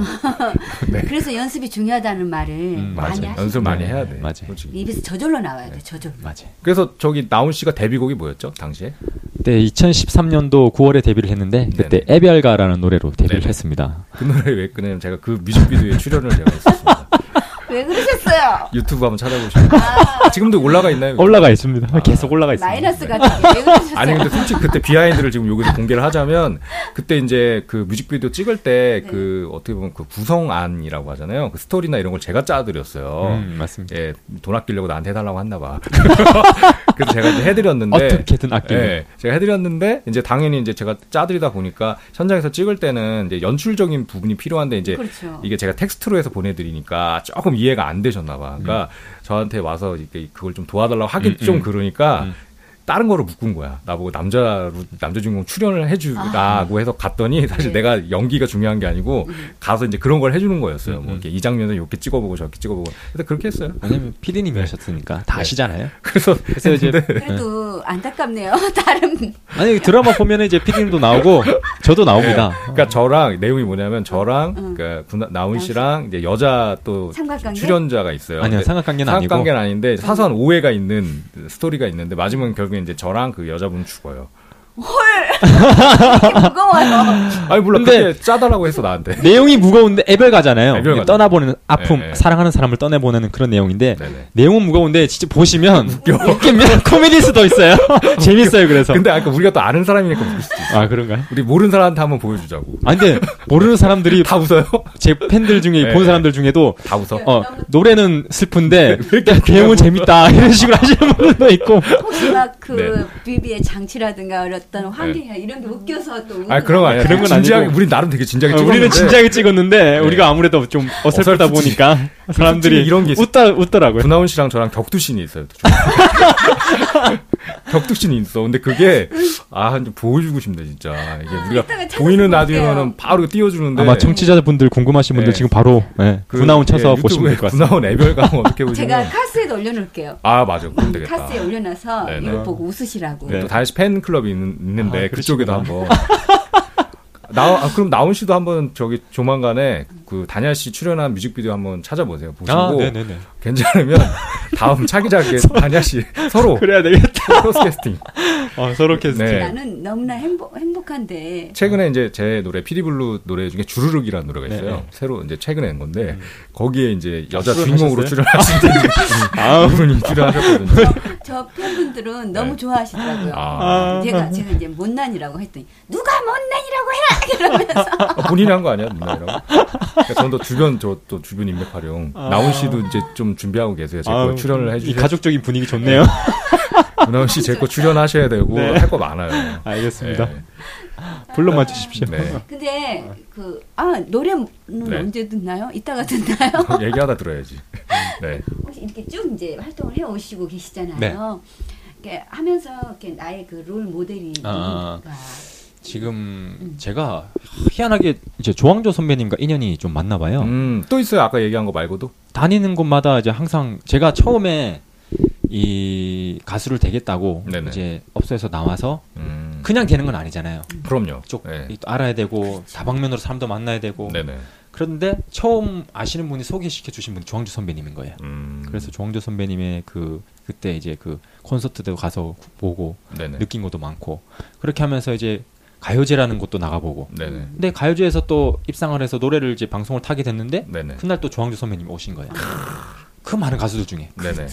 [SPEAKER 2] 그래서 연습이 중요하다는 말을
[SPEAKER 4] 음,
[SPEAKER 2] 많이
[SPEAKER 1] 맞아요
[SPEAKER 2] 하시.
[SPEAKER 1] 연습 네. 많이
[SPEAKER 4] 네,
[SPEAKER 1] 해야 돼
[SPEAKER 4] 맞아요.
[SPEAKER 1] 솔직히.
[SPEAKER 2] 입에서 저절로 나와야 돼 저절로.
[SPEAKER 4] 맞아요.
[SPEAKER 1] 그래서 저기 나온 씨가 데뷔곡이 뭐였죠 당시에
[SPEAKER 4] 그때 2013년도 9월에 데뷔를 했는데 그때 에별가라는 노래로 데뷔를
[SPEAKER 1] 네네.
[SPEAKER 4] 했습니다.
[SPEAKER 1] 그 노래 왜 끄냐면 제가 그 뮤직비디오에 출연을 제가 했었습니다.
[SPEAKER 2] 왜 그러셨어요?
[SPEAKER 1] 유튜브 한번 찾아보시면 지금도 올라가 있나요?
[SPEAKER 4] 올라가 있습니다. 계속 올라가 있습니다.
[SPEAKER 2] 마이너스 같은 게왜 그러셨어요?
[SPEAKER 1] 네. 아니 근데 솔직히 그때 비하인드를 지금 여기서 공개를 하자면 그때 이제 그 뮤직비디오 찍을 때 그 어떻게 보면 그 구성안이라고 하잖아요. 그 스토리나 이런 걸 제가 짜드렸어요.
[SPEAKER 4] 음, 맞습니다.
[SPEAKER 1] 예, 돈 아끼려고 나한테 해달라고 했나 봐. 그래서 제가 이제 해드렸는데
[SPEAKER 4] 어떻게든 아끼는.
[SPEAKER 1] 예, 제가 해드렸는데 이제 당연히 이제 제가 짜드리다 보니까 현장에서 찍을 때는 이제 연출적인 부분이 필요한데 이제
[SPEAKER 2] 그렇죠.
[SPEAKER 1] 이게 제가 텍스트로 해서 보내드리니까 조금
[SPEAKER 4] 음. 음.
[SPEAKER 1] 이해가 안 되셨나 봐. 그러니까 저한테 와서 이렇게 그걸 좀 도와달라고 하긴 좀 그러니까 다른 거로 묶은 거야. 나보고 남자로 남자 주인공 출연을 해주라고 해서 갔더니 사실
[SPEAKER 2] 아. 네. 음.
[SPEAKER 1] 내가 연기가 중요한 게 아니고 가서 이제 그런 걸 해주는 거였어요.
[SPEAKER 4] 음,
[SPEAKER 1] 뭐 이렇게 이 장면을 이렇게 찍어보고 저렇게 찍어보고. 근데 그렇게 했어요.
[SPEAKER 4] 왜냐면 피디님이 하셨으니까 다 아시잖아요.
[SPEAKER 1] 그래서
[SPEAKER 4] 그래서 이제
[SPEAKER 2] 그래도 안타깝네요. 다른
[SPEAKER 4] 아니 드라마 보면 이제 피디님도 나오고 저도 나옵니다.
[SPEAKER 1] 그러니까 저랑 내용이 뭐냐면 저랑 그 구나, 나훈 씨랑 이제 여자 또
[SPEAKER 2] 삼각관계?
[SPEAKER 1] 출연자가 있어요.
[SPEAKER 4] 아니요,
[SPEAKER 1] 근데
[SPEAKER 4] 삼각관계는 아니고.
[SPEAKER 1] 삼각관계는 아닌데 사소한 오해가 있는 스토리가 있는데 마지막엔 결국에 이제 저랑 그 여자분 죽어요.
[SPEAKER 2] 무거워요.
[SPEAKER 1] 아니 몰라
[SPEAKER 4] 근데-
[SPEAKER 1] 그게 짜다라고 해서 나한테.
[SPEAKER 4] 내용이 무거운데 애별 가잖아요.
[SPEAKER 1] 애별 가죠.
[SPEAKER 4] 떠나보내는 아픔,
[SPEAKER 1] 예, 예.
[SPEAKER 4] 사랑하는 사람을 떠내보내는 그런 내용인데
[SPEAKER 1] 네네.
[SPEAKER 4] 내용은 무거운데 진짜 보시면 웃기면 코미디 수도 있어요. 재밌어요 그래서.
[SPEAKER 1] 근데 아까 우리가 또 아는 사람이니까 모를 수도 있어.
[SPEAKER 4] 아 그런가요?
[SPEAKER 1] 우리 모르는 사람한테 한번 보여주자고.
[SPEAKER 4] 아 근데 모르는 사람들이
[SPEAKER 1] 다 웃어요?
[SPEAKER 4] 제 팬들 중에
[SPEAKER 1] 예,
[SPEAKER 4] 본
[SPEAKER 1] 예.
[SPEAKER 4] 사람들 중에도
[SPEAKER 1] 다 웃어.
[SPEAKER 4] 어 노래는 슬픈데 배우 재밌다 이런 식으로 하시는 분들도 있고
[SPEAKER 1] 아,
[SPEAKER 2] 혹시 막 그
[SPEAKER 1] 네.
[SPEAKER 2] 비비의 장치라든가 어떤 환경이나 이런 게 웃겨서 또 웃는
[SPEAKER 1] 아니 그런 거 아니야.
[SPEAKER 4] 그런 건
[SPEAKER 1] 진지하게
[SPEAKER 4] 아니고.
[SPEAKER 1] 우리 나름 되게 진지하게
[SPEAKER 4] 어,
[SPEAKER 1] 찍었는데.
[SPEAKER 4] 우리는 진지하게 찍었는데 우리가 아무래도 좀 어설프다
[SPEAKER 1] 어설프지.
[SPEAKER 4] 보니까 사람들이
[SPEAKER 1] 이런 게 있어.
[SPEAKER 4] 웃다 웃더라고요.
[SPEAKER 1] 구나운 씨랑 저랑 격투신이 있어요. 좀. 격투신이 있어. 근데 그게 아, 좀 보여주고 싶네 진짜. 이게 우리가
[SPEAKER 2] 이따가 찾아서
[SPEAKER 1] 보이는
[SPEAKER 2] 볼게요.
[SPEAKER 1] 라디오는 바로 띄워주는데
[SPEAKER 4] 아마 청취자분들 궁금하신 분들
[SPEAKER 1] 네.
[SPEAKER 4] 지금 바로 예,
[SPEAKER 1] 그,
[SPEAKER 4] 구나운
[SPEAKER 1] 예,
[SPEAKER 4] 쳐서
[SPEAKER 1] 유튜브에
[SPEAKER 4] 보시면 될 것 같습니다.
[SPEAKER 1] 구나운 애별감 어떻게 보시면
[SPEAKER 2] 제가 카스에도 올려놓을게요.
[SPEAKER 1] 아 맞아, 그럼 되겠다.
[SPEAKER 2] 카스에 올려놔서
[SPEAKER 1] 네네.
[SPEAKER 2] 이걸 보고 웃으시라고.
[SPEAKER 1] 네, 또 다현 씨 팬클럽이 있는, 있는데
[SPEAKER 4] 아,
[SPEAKER 1] 그쪽에도
[SPEAKER 4] 그러시구나.
[SPEAKER 1] 한번. 나 아, 그럼 나훈 씨도 한번 저기 조만간에 그 다냐 씨 출연한 뮤직비디오 한번 찾아보세요. 보시고
[SPEAKER 4] 아, 네네네.
[SPEAKER 1] 괜찮으면 다음 차기작에 다냐 씨 서로
[SPEAKER 4] 그래야 되겠다.
[SPEAKER 1] 크로스 캐스팅.
[SPEAKER 4] 어, 서로 캐스팅.
[SPEAKER 1] 어. 네.
[SPEAKER 2] 나는 너무나 행복, 행복한데
[SPEAKER 1] 최근에 이제 제 노래 피리블루 노래 중에 주르륵이라는 노래가 있어요.
[SPEAKER 4] 네. 음.
[SPEAKER 1] 새로 이제 최근에 낸 건데 거기에 이제 여자
[SPEAKER 4] 아,
[SPEAKER 1] 주인공으로 출연하신
[SPEAKER 4] 아,
[SPEAKER 1] 분이 출연하셨거든요.
[SPEAKER 2] 저 팬분들은 너무
[SPEAKER 1] 네.
[SPEAKER 2] 좋아하시더라고요.
[SPEAKER 1] 아,
[SPEAKER 2] 제가 제가 이제 못난이라고 했더니 누가 못난이라고 해 이러면서
[SPEAKER 1] 아, 본인이 한 거 아니야 누나라고? 그러니까 저는 또 주변 저 또 주변 인맥 활용 나훈 씨도 이제 좀 준비하고 계세요. 제 거
[SPEAKER 4] 아. 아유,
[SPEAKER 1] 출연을
[SPEAKER 4] 이
[SPEAKER 1] 해주세요.
[SPEAKER 4] 가족적인 분위기 좋네요.
[SPEAKER 1] 나훈 씨 제 거 출연하셔야 되고
[SPEAKER 4] 네.
[SPEAKER 1] 할 거 많아요.
[SPEAKER 4] 알겠습니다.
[SPEAKER 1] 네.
[SPEAKER 4] 불러만 주십시오.
[SPEAKER 1] 네.
[SPEAKER 2] 근데 그 아 노래는
[SPEAKER 1] 네.
[SPEAKER 2] 언제 듣나요? 이따가 듣나요?
[SPEAKER 1] 얘기하다 들어야지. 네.
[SPEAKER 2] 혹시 이렇게 쭉 이제 활동을 해 오시고 계시잖아요.
[SPEAKER 4] 네.
[SPEAKER 2] 이렇게 하면서 이렇게 나의 그 롤 모델이
[SPEAKER 4] 아,
[SPEAKER 2] 누군가.
[SPEAKER 4] 지금 제가 희한하게 이제 조항조 선배님과 인연이 좀 맞나 봐요.
[SPEAKER 1] 음, 또 있어요. 아까 얘기한 거 말고도.
[SPEAKER 4] 다니는 곳마다 이제 항상 제가 처음에 이 가수를 되겠다고
[SPEAKER 1] 네네.
[SPEAKER 4] 이제 업소에서 나와서
[SPEAKER 1] 음,
[SPEAKER 4] 그냥 되는 건 아니잖아요.
[SPEAKER 1] 그럼요.
[SPEAKER 4] 쪽
[SPEAKER 1] 네.
[SPEAKER 4] 또 알아야 되고 다방면으로 사람도 만나야 되고
[SPEAKER 1] 네네.
[SPEAKER 4] 그런데 처음 아시는 분이 소개시켜 주신 분이 조항조 선배님인 거예요.
[SPEAKER 1] 음,
[SPEAKER 4] 그래서 조항조 선배님의 그 그때 이제 그 콘서트도 가서 구- 보고
[SPEAKER 1] 네네.
[SPEAKER 4] 느낀 것도 많고 그렇게 하면서 이제 가요제라는 곳도 나가보고
[SPEAKER 1] 네네.
[SPEAKER 4] 근데 가요제에서 또 입상을 해서 노래를 이제 방송을 타게 됐는데
[SPEAKER 1] 네네.
[SPEAKER 4] 그날 또 조항조 선배님이 오신 거예요. 그 많은 가수들 중에
[SPEAKER 1] 네네.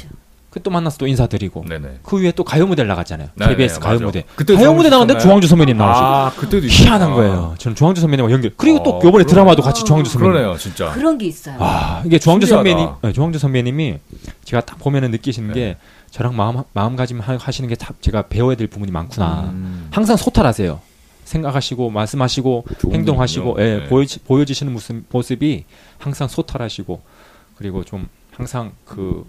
[SPEAKER 4] 그 또 만나서 또 인사드리고
[SPEAKER 1] 네네.
[SPEAKER 4] 그 위에 또 가요 무대 나갔잖아요.
[SPEAKER 1] 네네,
[SPEAKER 4] KBS 가요
[SPEAKER 1] 맞아.
[SPEAKER 4] 무대.
[SPEAKER 1] 그때
[SPEAKER 4] 가요
[SPEAKER 1] 조항조
[SPEAKER 4] 무대 나갔는데
[SPEAKER 1] 씨였나요?
[SPEAKER 4] 조항조 선배님 나오시고
[SPEAKER 1] 아, 그때도
[SPEAKER 4] 희한한
[SPEAKER 1] 있구나.
[SPEAKER 4] 거예요. 저는 조항조 선배님과 연결. 그리고 또
[SPEAKER 1] 어,
[SPEAKER 4] 요번에
[SPEAKER 1] 그러네.
[SPEAKER 4] 드라마도 같이 조항조 선배님.
[SPEAKER 1] 그러네요, 진짜.
[SPEAKER 2] 그런 게 있어요.
[SPEAKER 4] 아, 이게 조항조
[SPEAKER 1] 신기하다.
[SPEAKER 4] 선배님, 네, 조항조 선배님이 제가 딱 보면은 느끼시는
[SPEAKER 1] 네.
[SPEAKER 4] 게 저랑 마음 마음가짐 하- 하시는 게 다 제가 배워야 될 부분이 많구나.
[SPEAKER 1] 음.
[SPEAKER 4] 항상 소탈하세요. 생각하시고 말씀하시고
[SPEAKER 1] 좋은
[SPEAKER 4] 행동하시고
[SPEAKER 1] 분이군요.
[SPEAKER 4] 예,
[SPEAKER 1] 그 네.
[SPEAKER 4] 보여 보여지시는 모습, 모습이 항상 소탈하시고 그리고 좀 항상 그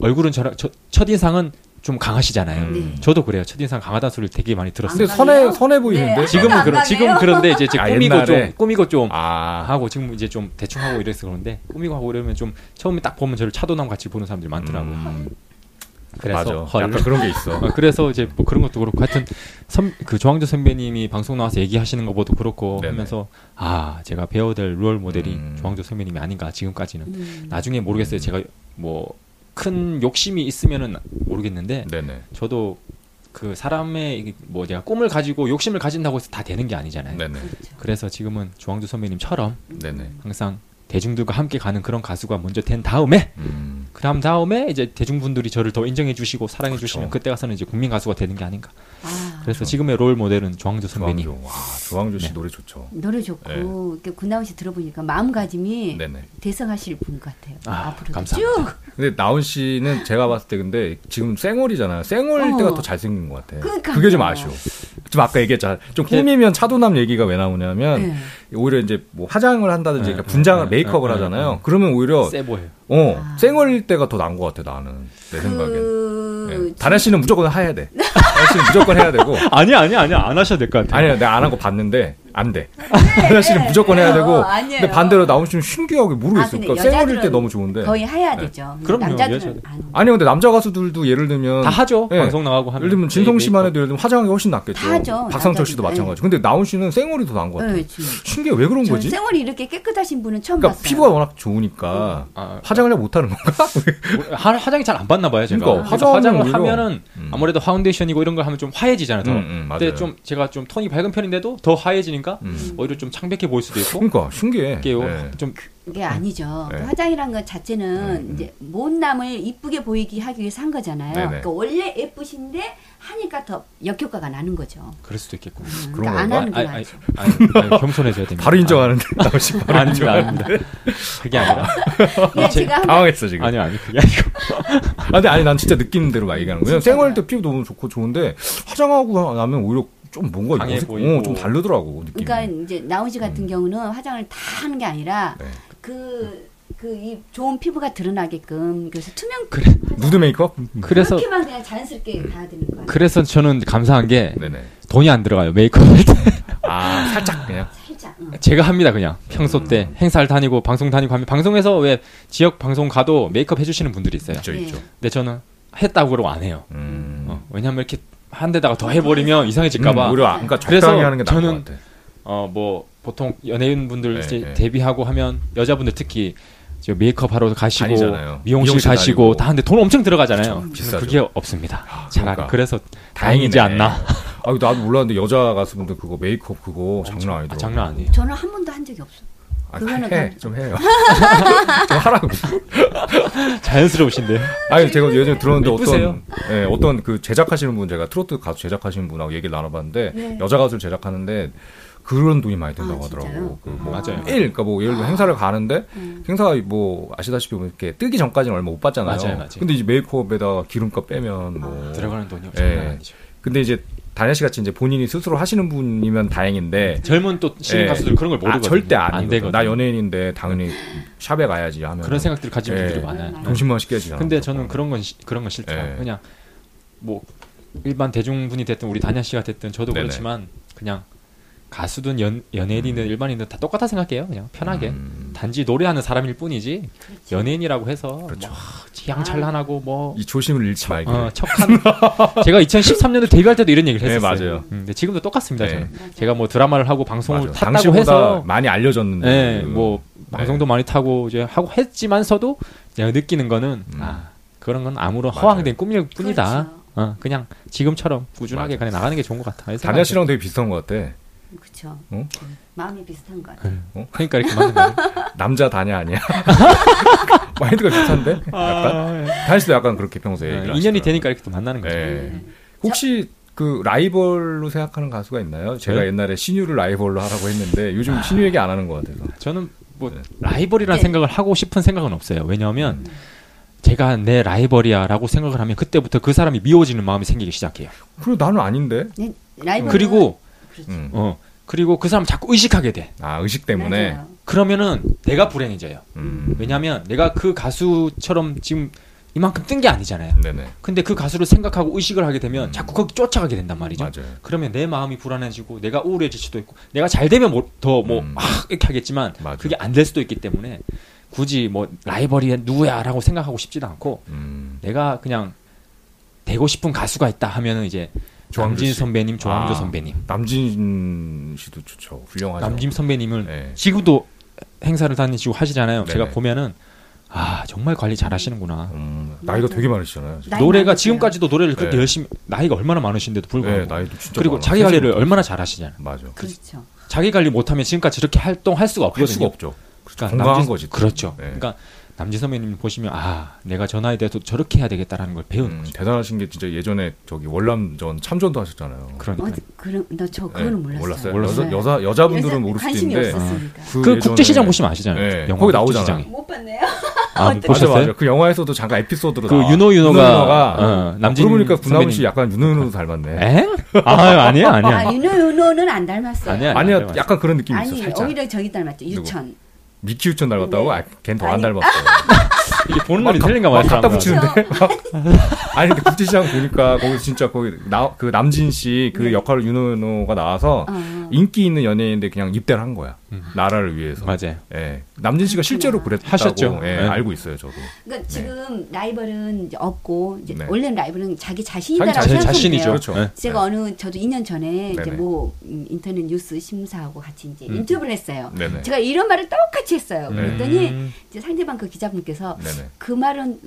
[SPEAKER 4] 얼굴은 저랑 첫 인상은 좀 강하시잖아요.
[SPEAKER 1] 음.
[SPEAKER 4] 저도 그래요. 첫 인상 강하다는 소리를 되게 많이 네. 들었어요.
[SPEAKER 1] 근데 선해 선해 보이는데
[SPEAKER 2] 네.
[SPEAKER 4] 지금은
[SPEAKER 2] 안
[SPEAKER 4] 그런
[SPEAKER 2] 가네요.
[SPEAKER 4] 지금 그런데 이제 제
[SPEAKER 1] 아,
[SPEAKER 4] 꾸미고
[SPEAKER 1] 옛날에?
[SPEAKER 4] 좀 꾸미고 좀
[SPEAKER 1] 아,
[SPEAKER 4] 하고 지금 이제 좀 대충 하고 이래서 그런데 꾸미고 하고 이러면 좀 처음에 딱 보면 저를 차도남 같이 보는 사람들이 많더라고요.
[SPEAKER 1] 음, 맞아.
[SPEAKER 4] 그래서 헐.
[SPEAKER 1] 약간 그런 게 있어.
[SPEAKER 4] 어, 그래서 이제 뭐 그런 것도 그렇고 하여튼 선, 그 조항조 선배님이 방송 나와서 얘기하시는 것도 그렇고
[SPEAKER 1] 네네.
[SPEAKER 4] 하면서 아 제가 배워될 롤 모델이
[SPEAKER 1] 음.
[SPEAKER 4] 조항조 선배님이 아닌가 지금까지는
[SPEAKER 2] 음.
[SPEAKER 4] 나중에 모르겠어요 제가 뭐 큰 욕심이 있으면은 모르겠는데
[SPEAKER 1] 네네.
[SPEAKER 4] 저도 그 사람의 이게 뭐 제가 꿈을 가지고 욕심을 가진다고 해서 다 되는 게 아니잖아요
[SPEAKER 1] 네네.
[SPEAKER 2] 그렇죠.
[SPEAKER 4] 그래서 지금은 조항조 선배님처럼
[SPEAKER 1] 네네.
[SPEAKER 4] 항상 대중들과 함께 가는 그런 가수가 먼저 된 다음에
[SPEAKER 1] 음,
[SPEAKER 4] 그 다음 다음에 이제 대중분들이 저를 더 인정해 주시고 사랑해
[SPEAKER 1] 그렇죠.
[SPEAKER 4] 주시면 그때 가서는 이제 국민 가수가 되는 게 아닌가
[SPEAKER 2] 아,
[SPEAKER 4] 그래서 지금의 롤 모델은 조항조 선배님. 네.
[SPEAKER 1] 조항조. 와, 조항조 씨 노래 좋죠.
[SPEAKER 2] 노래 좋고
[SPEAKER 1] 네.
[SPEAKER 2] 이렇게 구나운 씨 들어보니까 마음가짐이
[SPEAKER 1] 네네.
[SPEAKER 2] 대성하실 분 같아요.
[SPEAKER 4] 아,
[SPEAKER 2] 앞으로도
[SPEAKER 4] 감사합니다.
[SPEAKER 2] 쭉.
[SPEAKER 1] 근데 나훈 씨는 제가 봤을 때 근데 지금 쌩얼이잖아요. 쌩얼
[SPEAKER 2] 어.
[SPEAKER 1] 때가 더 잘생긴 것 같아.
[SPEAKER 2] 그러니까요.
[SPEAKER 1] 그게 좀 아쉬워. 좀 아까 얘기했잖아. 좀 꾸미면 차도남 얘기가 왜 나오냐면
[SPEAKER 2] 네.
[SPEAKER 1] 오히려 이제 뭐 화장을 한다든지
[SPEAKER 4] 네,
[SPEAKER 1] 그러니까 분장을
[SPEAKER 4] 네,
[SPEAKER 1] 메이크업을
[SPEAKER 4] 네,
[SPEAKER 1] 하잖아요.
[SPEAKER 4] 네.
[SPEAKER 1] 그러면 오히려
[SPEAKER 2] 아.
[SPEAKER 4] 세 보여요.
[SPEAKER 1] 어 쌩얼일 때가 더 나은 것 같아 나는 내 생각엔.
[SPEAKER 2] 그
[SPEAKER 1] 다나 씨는 무조건 해야 돼. 다나 씨는 무조건 해야 되고.
[SPEAKER 6] 아니야 아니야 아니야 안 하셔도 될 것 같아요.
[SPEAKER 1] 아니야, 내가 안 한 거 봤는데 안 돼. 다나 씨는 무조건 해야 되고.
[SPEAKER 2] 네, 어, 아니에요.
[SPEAKER 1] 근데 반대로 나온 씨는 신기하게
[SPEAKER 2] 아,
[SPEAKER 1] 모르겠어.
[SPEAKER 2] 근데
[SPEAKER 1] 그러니까 쌩얼일 때
[SPEAKER 2] 여자들은
[SPEAKER 1] 너무 좋은데.
[SPEAKER 2] 거의 해야 되죠. 근데
[SPEAKER 4] 그럼요,
[SPEAKER 2] 남자들은
[SPEAKER 4] 여자들.
[SPEAKER 2] 안.
[SPEAKER 1] 아니 근데 남자 가수들도 예를 들면
[SPEAKER 4] 다 하죠.
[SPEAKER 1] 예.
[SPEAKER 4] 방송 나가고 하면. 네, 뭐.
[SPEAKER 1] 예를 들면 진성 씨만
[SPEAKER 4] 메이크업.
[SPEAKER 1] 해도 예를 들면 화장하기 훨씬 낫겠죠.
[SPEAKER 2] 다 하죠,
[SPEAKER 1] 박상철 씨도
[SPEAKER 2] 남자들도.
[SPEAKER 1] 마찬가지. 근데 나온 씨는 쌩얼이 더 나은 것 같아요.
[SPEAKER 2] 네, 지금.
[SPEAKER 1] 신기해 왜 그런
[SPEAKER 2] 저는
[SPEAKER 1] 거지?
[SPEAKER 2] 생얼이 이렇게 깨끗하신 분은 처음
[SPEAKER 1] 그러니까
[SPEAKER 2] 봤어요.
[SPEAKER 1] 피부가 워낙 좋으니까
[SPEAKER 4] 아, 뭐,
[SPEAKER 1] 화장을 잘 못하는 건가?
[SPEAKER 4] 하, 화장이 잘 안 받나 봐요 제가
[SPEAKER 1] 그러니까, 화장은
[SPEAKER 4] 그래서 화장을
[SPEAKER 1] 오히려-
[SPEAKER 4] 하면은
[SPEAKER 1] 음.
[SPEAKER 4] 아무래도 파운데이션이고 이런 걸 하면 좀 화해지잖아요 더.
[SPEAKER 1] 음, 음, 맞아요.
[SPEAKER 4] 근데 좀 제가 좀 톤이 밝은 편인데도 더 화해지니까
[SPEAKER 1] 음.
[SPEAKER 4] 오히려 좀 창백해 보일 수도 있고
[SPEAKER 1] 그러니까 신기해.
[SPEAKER 4] 이게
[SPEAKER 1] 예.
[SPEAKER 4] 좀
[SPEAKER 2] 그게 아니죠.
[SPEAKER 1] 네.
[SPEAKER 2] 그 화장이란 것 자체는 이제 못남을 이쁘게 보이게 하기 위해서 한 거잖아요.
[SPEAKER 1] 네네.
[SPEAKER 2] 그러니까 원래 예쁘신데 하니까 더 역효과가 나는 거죠.
[SPEAKER 4] 그럴 수도 있겠고
[SPEAKER 2] 음,
[SPEAKER 1] 그런
[SPEAKER 2] 그러니까 안
[SPEAKER 1] 건가?
[SPEAKER 2] 하는 게
[SPEAKER 4] 아니, 아니,
[SPEAKER 2] 낫죠.
[SPEAKER 4] 아니, 아니, 겸손해져야 됩니다
[SPEAKER 1] 바로 인정하는데 나온 씨
[SPEAKER 4] 아, 아닙니다 아닙니다 그게 아니라
[SPEAKER 2] 예, 제가 한
[SPEAKER 1] 당황했어 지금.
[SPEAKER 4] 아니 아니 그게 아니고
[SPEAKER 1] 아, 근데 아니 난 진짜 느끼는 대로 막 얘기하는 거예요. 생얼 때 피부 너무 좋고 좋은데 화장하고 나면 오히려 좀 뭔가
[SPEAKER 4] 강해
[SPEAKER 1] 어색-
[SPEAKER 4] 보이고.
[SPEAKER 1] 어, 좀 다르더라고 느낌이.
[SPEAKER 2] 그러니까 이제 나훈 씨 같은 경우는 화장을 다 하는 게 아니라
[SPEAKER 1] 네.
[SPEAKER 2] 그. 그 이 좋은 피부가 드러나게끔 그래서 투명
[SPEAKER 1] 누드 메이크업?
[SPEAKER 4] 그래서
[SPEAKER 2] 그렇게만 그냥 자연스럽게 가야 되는 거예요.
[SPEAKER 4] 그래서 저는 감사한 게
[SPEAKER 1] 네네.
[SPEAKER 4] 돈이 안 들어가요 메이크업할 때
[SPEAKER 1] 아 살짝 그냥.
[SPEAKER 2] 살짝. 응.
[SPEAKER 4] 제가 합니다 그냥 평소 때 행사를 다니고 방송 다니고 하면 방송에서 왜 지역 방송 가도 메이크업 해주시는 분들이 있어요
[SPEAKER 1] 있죠
[SPEAKER 2] 예.
[SPEAKER 1] 있죠.
[SPEAKER 4] 근데 저는 했다고 그러고 안 해요
[SPEAKER 1] 음.
[SPEAKER 4] 어, 왜냐면 이렇게 한 데다가 더 해버리면
[SPEAKER 1] 음,
[SPEAKER 4] 이상해질까봐
[SPEAKER 1] 오히려 아- 그러니까 적당히
[SPEAKER 4] 그래서
[SPEAKER 1] 하는 게 나은
[SPEAKER 4] 저는
[SPEAKER 1] 것 같아.
[SPEAKER 4] 어 뭐 보통 연예인분들
[SPEAKER 1] 네,
[SPEAKER 4] 이제
[SPEAKER 1] 네.
[SPEAKER 4] 데뷔하고 하면 여자분들 특히 저 메이크업 하러 가시고
[SPEAKER 1] 다니잖아요.
[SPEAKER 4] 미용실,
[SPEAKER 1] 미용실
[SPEAKER 4] 가시고
[SPEAKER 1] 다니고.
[SPEAKER 4] 다 하는데 돈 엄청 들어가잖아요. 저는
[SPEAKER 1] 비싸죠.
[SPEAKER 4] 그게 없습니다.
[SPEAKER 1] 그러니까.
[SPEAKER 4] 차라리 그래서
[SPEAKER 1] 다행이네.
[SPEAKER 4] 다행이지 않나.
[SPEAKER 1] 아 나도 몰랐는데 여자 가수분들 그거 메이크업 그거 장난
[SPEAKER 4] 아,
[SPEAKER 1] 아니더라고.
[SPEAKER 4] 장난 아니에요.
[SPEAKER 2] 저는 한 번도 한 적이 없어.
[SPEAKER 1] 아,
[SPEAKER 2] 그거는
[SPEAKER 1] 해,
[SPEAKER 2] 좀-
[SPEAKER 1] 좀 해요. 좀 하라고.
[SPEAKER 4] 자연스러우신데.
[SPEAKER 1] 아니 제가 예전에 들었는데
[SPEAKER 4] 예쁘세요.
[SPEAKER 1] 어떤 예, 어떤 그 제작하시는 분 제가 트로트 가수 제작하시는 분하고 얘기를 나눠봤는데 여자 가수를 제작하는데 그런 돈이 많이 든다고
[SPEAKER 2] 아, 진짜요?
[SPEAKER 1] 하더라고. 그뭐
[SPEAKER 4] 맞아요.
[SPEAKER 1] 일, 그러니까 뭐 예를 들어 행사를 가는데
[SPEAKER 2] 음.
[SPEAKER 1] 행사 뭐 아시다시피 뭐 이렇게 뜨기 전까지는 얼마 못 받잖아요.
[SPEAKER 4] 맞아요, 맞아요.
[SPEAKER 1] 근데 이제 메이크업에다가 기름값 빼면 뭐
[SPEAKER 4] 아, 들어가는 돈이
[SPEAKER 1] 예.
[SPEAKER 4] 장난 아니죠.
[SPEAKER 1] 근데 이제 다냐 씨 같이 이제 본인이 스스로 하시는 분이면 다행인데
[SPEAKER 4] 젊은 또 신인
[SPEAKER 1] 예.
[SPEAKER 4] 가수들 그런 걸
[SPEAKER 1] 아,
[SPEAKER 4] 모르거든요.
[SPEAKER 1] 절대 안,
[SPEAKER 4] 안
[SPEAKER 1] 되거든.
[SPEAKER 4] 되거든요.
[SPEAKER 1] 나 연예인인데 당연히 샵에 가야지 하면
[SPEAKER 4] 그런 생각들을 가진
[SPEAKER 1] 예.
[SPEAKER 4] 분들이 많아요.
[SPEAKER 1] 정신만 깨지잖아.
[SPEAKER 4] 근데 저는 그런 건 시- 그런 건 싫다.
[SPEAKER 1] 예.
[SPEAKER 4] 그냥 뭐 일반 대중분이 됐든 우리 다냐 씨가 됐든 저도
[SPEAKER 1] 네네.
[SPEAKER 4] 그렇지만 그냥 가수든 연, 연예인이든
[SPEAKER 1] 음.
[SPEAKER 4] 일반인이든 다 똑같다 생각해요. 그냥 편하게. 단지 노래하는 사람일 뿐이지 연예인이라고 해서 뭐 양찬란하고 뭐
[SPEAKER 1] 그렇죠. 아, 이 조심을 잃지 말기.
[SPEAKER 4] 어, 척한 제가 2013년에 데뷔할 때도 이런 얘기를
[SPEAKER 1] 네,
[SPEAKER 4] 했었어요.
[SPEAKER 1] 맞아요.
[SPEAKER 4] 음, 근데 지금도 똑같습니다.
[SPEAKER 1] 네.
[SPEAKER 4] 저는 제가 뭐 드라마를 하고 방송을
[SPEAKER 1] 맞아.
[SPEAKER 4] 탔다고
[SPEAKER 1] 당시보다
[SPEAKER 4] 해서
[SPEAKER 1] 많이 알려졌는데.
[SPEAKER 4] 예,
[SPEAKER 1] 그,
[SPEAKER 4] 뭐 방송도 많이 타고 이제 하고 했지만서도 내가 느끼는 거는
[SPEAKER 1] 음.
[SPEAKER 4] 아 그런 건 아무런 허황된 꿈일 뿐이다.
[SPEAKER 2] 그렇죠.
[SPEAKER 4] 어, 그냥 지금처럼 꾸준하게
[SPEAKER 1] 맞아.
[SPEAKER 4] 그냥 나가는 게 좋은 것 같아.
[SPEAKER 1] 다냐 씨랑 되게 비슷한 것 같아.
[SPEAKER 2] 그렇죠.
[SPEAKER 1] 어?
[SPEAKER 2] 마음이 비슷한 것 같아요.
[SPEAKER 4] 그러니까 이렇게 만든
[SPEAKER 1] 네,
[SPEAKER 4] 거예요.
[SPEAKER 1] 남자 다냐 아니야? 마인드가 비슷한데? 약간? 다냐 씨도 약간 그렇게 평소에
[SPEAKER 4] 예,
[SPEAKER 1] 얘기를
[SPEAKER 4] 아, 네. 인연이
[SPEAKER 1] 하시더라고요.
[SPEAKER 4] 되니까 이렇게 또 만나는 거죠. 네.
[SPEAKER 1] 예.
[SPEAKER 2] 음.
[SPEAKER 1] 혹시 그 라이벌로 생각하는 가수가 있나요? 제가
[SPEAKER 4] 저요?
[SPEAKER 1] 옛날에 신유를 라이벌로 하라고 했는데 요즘 신유 얘기 안 하는 것 같아서.
[SPEAKER 4] 저는 뭐
[SPEAKER 1] 네.
[SPEAKER 4] 라이벌이라는
[SPEAKER 2] 네. 음.
[SPEAKER 4] 생각을 하고 싶은 생각은 없어요. 왜냐하면 제가 내 라이벌이야라고 생각을 하면 그때부터 그 사람이 미워지는 마음이 생기기 시작해요.
[SPEAKER 1] 그리고 나는 아닌데?
[SPEAKER 2] 네, 라이벌은
[SPEAKER 4] 그리고
[SPEAKER 2] 그렇죠.
[SPEAKER 1] 음.
[SPEAKER 4] 어 그리고 그 사람 자꾸 의식하게 돼.
[SPEAKER 1] 아, 의식 때문에.
[SPEAKER 2] 맞아요.
[SPEAKER 4] 그러면은 내가 불행해져요.
[SPEAKER 1] 음.
[SPEAKER 4] 왜냐하면 내가 그 가수처럼 지금 이만큼 뜬 게 아니잖아요.
[SPEAKER 1] 네네.
[SPEAKER 4] 근데 그 가수를 생각하고 의식을 하게 되면 자꾸 거기 쫓아가게 된단 말이죠.
[SPEAKER 1] 음. 맞아요.
[SPEAKER 4] 그러면 내 마음이 불안해지고 내가 우울해질 수도 있고 내가 잘 되면 더 뭐
[SPEAKER 1] 음.
[SPEAKER 4] 이렇게 하겠지만
[SPEAKER 1] 맞아.
[SPEAKER 4] 그게 안 될 수도 있기 때문에 굳이 뭐 라이벌이 누구야라고 생각하고 싶지도 않고
[SPEAKER 1] 음.
[SPEAKER 4] 내가 그냥 되고 싶은 가수가 있다 하면은 이제
[SPEAKER 1] 조항조
[SPEAKER 4] 남진
[SPEAKER 1] 씨.
[SPEAKER 4] 선배님, 조항조
[SPEAKER 1] 아,
[SPEAKER 4] 선배님,
[SPEAKER 1] 남진 씨도 좋죠. 훌륭하죠.
[SPEAKER 4] 남진 선배님을
[SPEAKER 1] 네.
[SPEAKER 4] 지금도 행사를 다니시고 하시잖아요.
[SPEAKER 1] 네네.
[SPEAKER 4] 제가 보면은 아 정말 관리 잘하시는구나.
[SPEAKER 1] 음, 나이가 되게 많으시잖아요. 지금.
[SPEAKER 2] 나이
[SPEAKER 4] 노래가
[SPEAKER 2] 많으세요.
[SPEAKER 4] 지금까지도 노래를 그렇게
[SPEAKER 1] 네.
[SPEAKER 4] 열심히 나이가 얼마나 많으신데도 불구하고
[SPEAKER 1] 네, 나이도 진짜
[SPEAKER 4] 그리고
[SPEAKER 1] 많아.
[SPEAKER 4] 자기 관리를 얼마나 잘하시잖아요.
[SPEAKER 1] 맞아.
[SPEAKER 2] 그렇죠.
[SPEAKER 4] 자기 관리 못하면 지금까지 이렇게 활동할 수가
[SPEAKER 1] 할
[SPEAKER 4] 없거든요.
[SPEAKER 1] 수가 없죠.
[SPEAKER 4] 그러니까
[SPEAKER 1] 건강한
[SPEAKER 4] 남진-
[SPEAKER 1] 거지.
[SPEAKER 4] 그렇죠.
[SPEAKER 1] 네.
[SPEAKER 4] 그러니까 남진 선배님 보시면 아 내가 전화에 대해서 저렇게 해야 되겠다라는 걸 배운
[SPEAKER 1] 음,
[SPEAKER 4] 거죠.
[SPEAKER 1] 대단하신 게 진짜 예전에 저기 월남전 참전도 하셨잖아요.
[SPEAKER 4] 그러니까
[SPEAKER 2] 어, 그런 너저
[SPEAKER 1] 네,
[SPEAKER 2] 그거는 몰랐어요.
[SPEAKER 1] 여자,
[SPEAKER 2] 네.
[SPEAKER 1] 여자 여자분들은 모를 수도
[SPEAKER 2] 관심이
[SPEAKER 1] 있는데
[SPEAKER 2] 없었으니까.
[SPEAKER 1] 그,
[SPEAKER 4] 그
[SPEAKER 1] 예전에-
[SPEAKER 4] 국제시장 보시면 아시잖아요.
[SPEAKER 1] 네,
[SPEAKER 4] 영화
[SPEAKER 1] 거기 나오잖아.
[SPEAKER 4] 국제시장이.
[SPEAKER 2] 아. 못 봤네요.
[SPEAKER 4] 아, 못
[SPEAKER 1] 맞아
[SPEAKER 4] 보셨어요?
[SPEAKER 1] 맞아. 그 영화에서도 잠깐 에피소드로
[SPEAKER 4] 그
[SPEAKER 1] 나와.
[SPEAKER 4] 윤호 윤호가,
[SPEAKER 1] 윤호가
[SPEAKER 4] 어, 남진
[SPEAKER 1] 그러고 보니까 군나무 씨
[SPEAKER 4] 선배님.
[SPEAKER 1] 약간 윤호 윤호 닮았네.
[SPEAKER 4] 에? 아 아니야
[SPEAKER 2] 아,
[SPEAKER 4] 아니야.
[SPEAKER 2] 윤호 윤호는 안 닮았어요.
[SPEAKER 4] 아니야.
[SPEAKER 1] 아니야
[SPEAKER 4] 맞아, 맞아.
[SPEAKER 1] 약간 그런 느낌이 있어
[SPEAKER 2] 아니,
[SPEAKER 1] 살짝.
[SPEAKER 2] 오히려 저기 닮았죠. 유천.
[SPEAKER 1] 미키유천 닮았다고?
[SPEAKER 2] 네.
[SPEAKER 1] 아, 걘 더 안
[SPEAKER 2] 아니.
[SPEAKER 1] 닮았어.
[SPEAKER 4] 이게 보는 눈이 틀린가 봐요.
[SPEAKER 1] 막 갖다
[SPEAKER 4] 사람들은.
[SPEAKER 1] 붙이는데. 막. 아니 근데 국제시장 보니까 거기 진짜 거기 나, 그 남진 씨 그 역할을 윤호가 나와서
[SPEAKER 2] 어.
[SPEAKER 1] 인기 있는 연예인인데 그냥 입대를 한 거야.
[SPEAKER 4] 음.
[SPEAKER 1] 나라를 위해서.
[SPEAKER 2] 그렇죠.
[SPEAKER 4] 맞아요.
[SPEAKER 1] 예. 남진 씨가 실제로 그랬다고
[SPEAKER 4] 하셨죠.
[SPEAKER 1] 예,
[SPEAKER 4] 네.
[SPEAKER 1] 알고 있어요, 저도.
[SPEAKER 2] 그러니까 지금 라이벌은 이제 없고 이제
[SPEAKER 1] 네.
[SPEAKER 2] 원래는 라이벌은 자기 자신이다라고
[SPEAKER 1] 자기
[SPEAKER 4] 자신,
[SPEAKER 2] 생각하면
[SPEAKER 4] 자신이죠.
[SPEAKER 2] 돼요.
[SPEAKER 1] 그렇죠.
[SPEAKER 4] 네.
[SPEAKER 2] 제가 어느 저도 2년 전에 이제
[SPEAKER 1] 네네.
[SPEAKER 2] 뭐 음, 인터넷 뉴스 심사하고 같이 이제
[SPEAKER 4] 음.
[SPEAKER 2] 인터뷰를 했어요.
[SPEAKER 1] 네네.
[SPEAKER 2] 제가 이런 말을 똑같이 했어요.
[SPEAKER 1] 네.
[SPEAKER 2] 그랬더니 이제 상대방 그 기자분께서
[SPEAKER 1] 네네.
[SPEAKER 2] 그 말은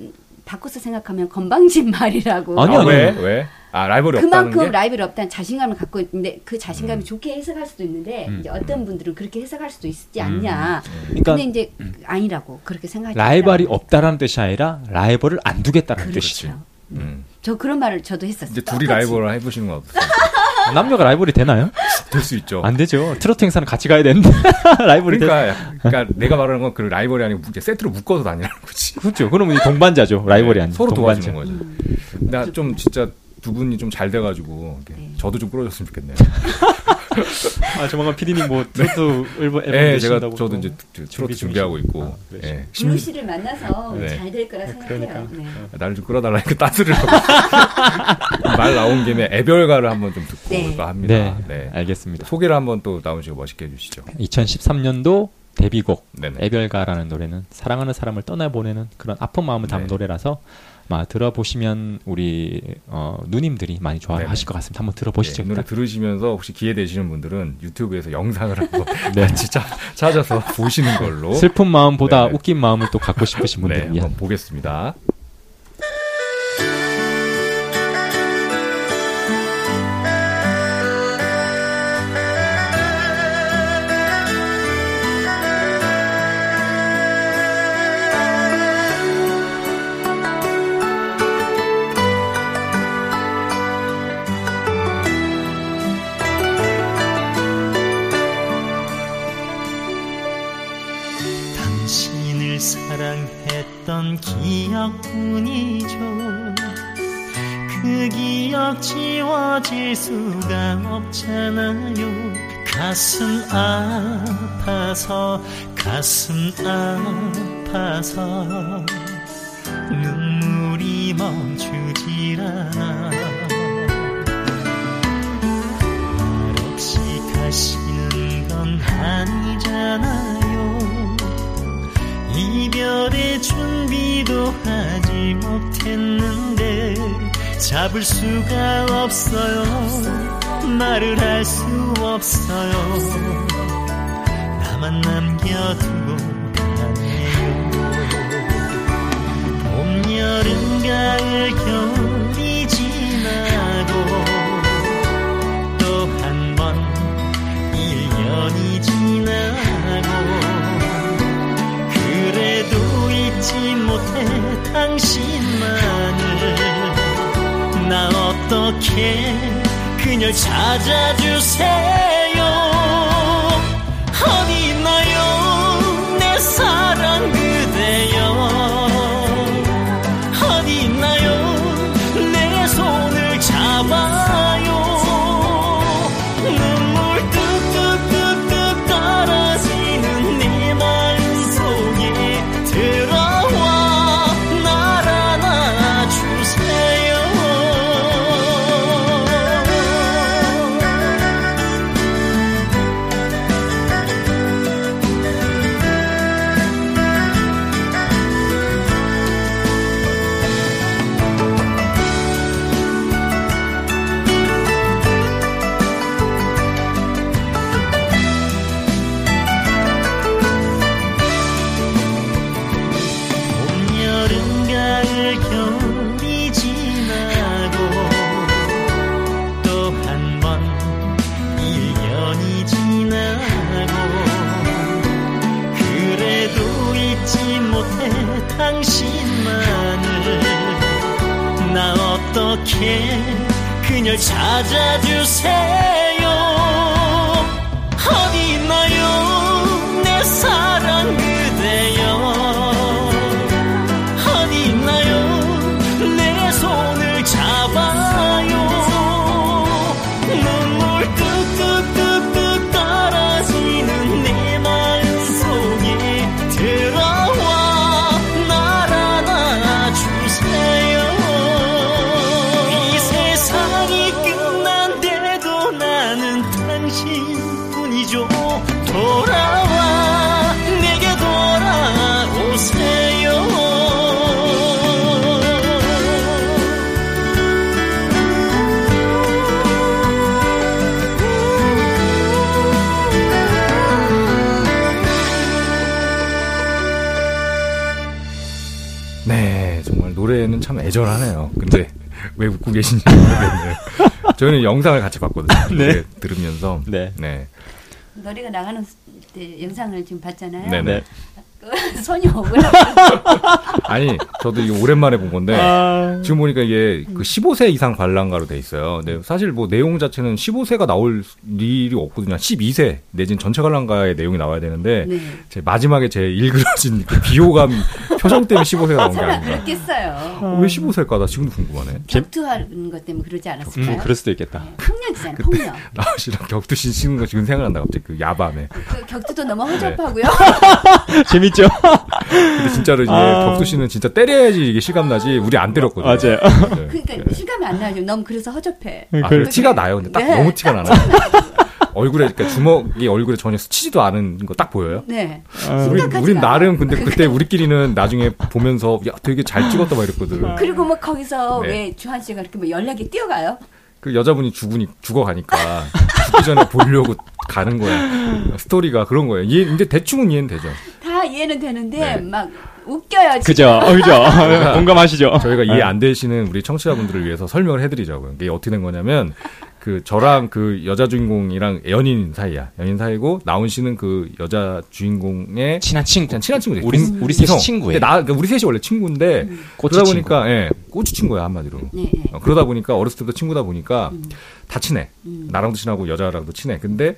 [SPEAKER 2] 바꿔서 생각하면 건방진 말이라고.
[SPEAKER 4] 아니,
[SPEAKER 1] 아,
[SPEAKER 4] 아니요.
[SPEAKER 1] 왜? 왜? 아, 라이벌이
[SPEAKER 2] 그만큼
[SPEAKER 1] 없다는 게.
[SPEAKER 2] 라이벌이 없다는 자신감을 갖고 있는데 그
[SPEAKER 4] 음.
[SPEAKER 2] 자신감이 좋게 해석할 수도 있는데 이제 어떤 분들은 그렇게 해석할 수도 있지 않냐.
[SPEAKER 4] 음. 그러니까
[SPEAKER 2] 근데 이제 아니라고 그렇게 생각하지
[SPEAKER 4] 라이벌이
[SPEAKER 2] 않는다고.
[SPEAKER 4] 없다라는 뜻이 아니라 라이벌을 안 두겠다는 뜻이죠.
[SPEAKER 2] 그렇죠.
[SPEAKER 1] 음.
[SPEAKER 2] 저 그런 말을 저도 했었어요.
[SPEAKER 1] 이제 둘이
[SPEAKER 2] 똑같이.
[SPEAKER 1] 라이벌을 해 보시는 건 어떠세요?
[SPEAKER 4] 남녀가 라이벌이 되나요?
[SPEAKER 1] 될 수 있죠.
[SPEAKER 4] 안 되죠. 트로트 행사는 같이 가야 되는데 라이벌이 되나?
[SPEAKER 1] 그러니까, 약간- 그러니까 내가 말하는 건 그 라이벌이 아니고 이제 세트로 묶어서 다니라는 거지.
[SPEAKER 4] 그렇죠. 그러면 이 동반자죠. 라이벌이 아니고
[SPEAKER 1] 네, 서로
[SPEAKER 4] 동반자.
[SPEAKER 1] 도와주는 거죠. 나 좀 진짜 두 분이 좀 잘 돼가지고 이렇게
[SPEAKER 2] 네.
[SPEAKER 1] 저도 좀 끌어줬으면 좋겠네요.
[SPEAKER 4] 아 조만간 피디님 뭐 트로트 앨범 앨범
[SPEAKER 1] 예, 네. 제가
[SPEAKER 4] 내신다고
[SPEAKER 1] 저도
[SPEAKER 4] 또.
[SPEAKER 1] 이제 트- 트로트
[SPEAKER 4] 준비
[SPEAKER 1] 준비하고 있고
[SPEAKER 4] 아, 그러시-
[SPEAKER 1] 예.
[SPEAKER 2] 블루 씨를 만나서
[SPEAKER 1] 네.
[SPEAKER 2] 잘 될 거라 생각해요.
[SPEAKER 4] 그러니까.
[SPEAKER 2] 네.
[SPEAKER 1] 나를 아, 좀 끌어달라니까 따스르고 말 나온 김에 애별가를 한번 좀 듣고
[SPEAKER 2] 네.
[SPEAKER 1] 올까 합니다.
[SPEAKER 4] 네,
[SPEAKER 1] 네.
[SPEAKER 4] 알겠습니다.
[SPEAKER 1] 소개를 한번 또 나훈 씨가 멋있게 해주시죠. 예,
[SPEAKER 4] 2013년도 데뷔곡
[SPEAKER 1] 네네.
[SPEAKER 4] 애별가라는 노래는 사랑하는 사람을 떠나보내는 그런 아픈 마음을 담은
[SPEAKER 1] 네.
[SPEAKER 4] 노래라서 아마 들어보시면 우리 어, 누님들이 많이 좋아하실
[SPEAKER 1] 네네.
[SPEAKER 4] 것 같습니다. 한번
[SPEAKER 1] 예,
[SPEAKER 4] 들어보시죠.
[SPEAKER 1] 이 노래 들으시면서 혹시 기회 되시는 분들은 유튜브에서 영상을 한번
[SPEAKER 4] 네.
[SPEAKER 1] 같이 짜- 찾아서 보시는 걸로
[SPEAKER 4] 슬픈 마음보다
[SPEAKER 1] 네네.
[SPEAKER 4] 웃긴 마음을 또 갖고 싶으신
[SPEAKER 1] 네,
[SPEAKER 4] 분들 위한
[SPEAKER 1] 한번 보겠습니다.
[SPEAKER 5] 당신을 사랑했던 기억뿐이죠. 그 기억 지워질 수가 없잖아요. 가슴 아파서, 가슴 아파서, 눈물이 멈추질 않아. 역시 가시는 건 아니잖아요. 이별의 준비도 하지 못했는데 잡을 수가 없어요. 말을 할 수 없어요. 나만 남겨두고 가네요. 봄, 여름, 가을, 겨울이 지나고 또 한 번 1년이 지나고 그래도 잊지 못해 당신만을 나 어떻게 그녀 찾아주세요 어디 있나요 내 사랑 그대여 어디 있나요? 내 손을 잡아요. 눈물 뚝뚝뚝뚝 떨어지는 내 마음 속에 들어와 날 안아주세요. 봄, 여름, 가을, 겨울이 지나고 또 한 번 1년이 지나고 그래도 잊지 못해 당신만을 나 어떻게 그녀 찾아주세요 어디 있나요 내 사랑 그대여 어디 있나요? 내 손을 잡아요. 눈물 뚝뚝뚝뚝 떨어지는 내 마음 속에 들어와 날
[SPEAKER 1] 네, 노래는 참 애절하네요. 근데 왜 웃고 계신지 모르겠네요. 저희는 영상을 같이 봤거든요.
[SPEAKER 4] 네.
[SPEAKER 1] 노래 들으면서.
[SPEAKER 4] 네.
[SPEAKER 1] 네.
[SPEAKER 2] 노래가 나가는 때 영상을 지금 봤잖아요.
[SPEAKER 1] 네. 네.
[SPEAKER 2] 손이 오그라.
[SPEAKER 1] 아니, 저도 이거 오랜만에 본 건데
[SPEAKER 4] 아,
[SPEAKER 1] 지금 보니까 이게 그 15세 이상 관람가로 돼 있어요. 근데 사실 뭐 내용 자체는 15세가 나올 일이 없거든요. 12세 내진 전체 관람가의 내용이 나와야 되는데
[SPEAKER 2] 네.
[SPEAKER 1] 제 마지막에 제 일그러진 그 비호감 표정 때문에 15세가 나온 게
[SPEAKER 2] 설마
[SPEAKER 1] 아닌가.
[SPEAKER 2] 그랬겠어요.
[SPEAKER 1] 왜 15세일까? 나 지금도 궁금하네.
[SPEAKER 2] 격투하는 것 때문에 그러지 않았을까요?
[SPEAKER 4] 음, 그럴 수도 있겠다.
[SPEAKER 2] 네, 폭력이잖아요. 폭력.
[SPEAKER 1] 라우씨랑 격투신 치는 거 지금 생각난다 갑자기 그 야밤에.
[SPEAKER 2] 그 격투도 너무
[SPEAKER 1] 네.
[SPEAKER 2] 허접하고요.
[SPEAKER 4] 재밌죠?
[SPEAKER 1] 근데 진짜로 이제
[SPEAKER 4] 아.
[SPEAKER 1] 격투신은 진짜 때려야지 이게 실감 나지. 우리 안 때렸거든요.
[SPEAKER 4] 맞아요.
[SPEAKER 1] 네.
[SPEAKER 2] 그러니까 실감이 안 나죠. 너무 그래서 허접해.
[SPEAKER 1] 아, 그래,
[SPEAKER 4] 그-
[SPEAKER 1] 티가 나요. 근데 딱
[SPEAKER 2] 네.
[SPEAKER 1] 너무 티가 나나요? 얼굴에 그러니까 주먹이 얼굴에 전혀 스치지도 않은 거 딱 보여요.
[SPEAKER 2] 네.
[SPEAKER 4] 아,
[SPEAKER 1] 우리
[SPEAKER 2] 생각하지
[SPEAKER 1] 우린
[SPEAKER 2] 마.
[SPEAKER 1] 나름 근데 그때 우리끼리는 나중에 보면서 야 되게 잘 찍었다 막 이랬거든.
[SPEAKER 2] 그리고 뭐 거기서
[SPEAKER 1] 네.
[SPEAKER 2] 왜 주한 씨가 이렇게 뭐 연락이 뛰어가요?
[SPEAKER 1] 그 여자분이 죽으니 죽어가니까 죽기 전에 보려고 가는 거야. 스토리가 그런 거예요. 이해 근데 대충은 이해는 되죠.
[SPEAKER 2] 다 이해는 되는데
[SPEAKER 1] 네.
[SPEAKER 2] 막 웃겨요. 지금.
[SPEAKER 4] 그죠, 어, 그죠. 공감하시죠?
[SPEAKER 1] 아, 그러니까 저희가 이해 안 되시는 우리 청취자분들을 위해서 설명을 해드리자고요. 이게 어떻게 된 거냐면 그 저랑 그 여자 주인공이랑 연인 사이야. 연인 사이고 나훈 씨는 그 여자 주인공의
[SPEAKER 4] 친한 친구.
[SPEAKER 1] 그냥 친한 친구들. 음,
[SPEAKER 4] 우리- 우리 셋이 친구예요. 음.
[SPEAKER 1] 근데 나 그러니까 우리 셋이 원래 친구인데
[SPEAKER 4] 꼬치
[SPEAKER 1] 그러다
[SPEAKER 4] 친구.
[SPEAKER 1] 보니까 예, 꼬치 친구야 한마디로.
[SPEAKER 2] 네, 네.
[SPEAKER 1] 어, 그러다 보니까 어렸을 때부터 친구다 보니까 다 친해. 나랑도 친하고 여자랑도 친해. 근데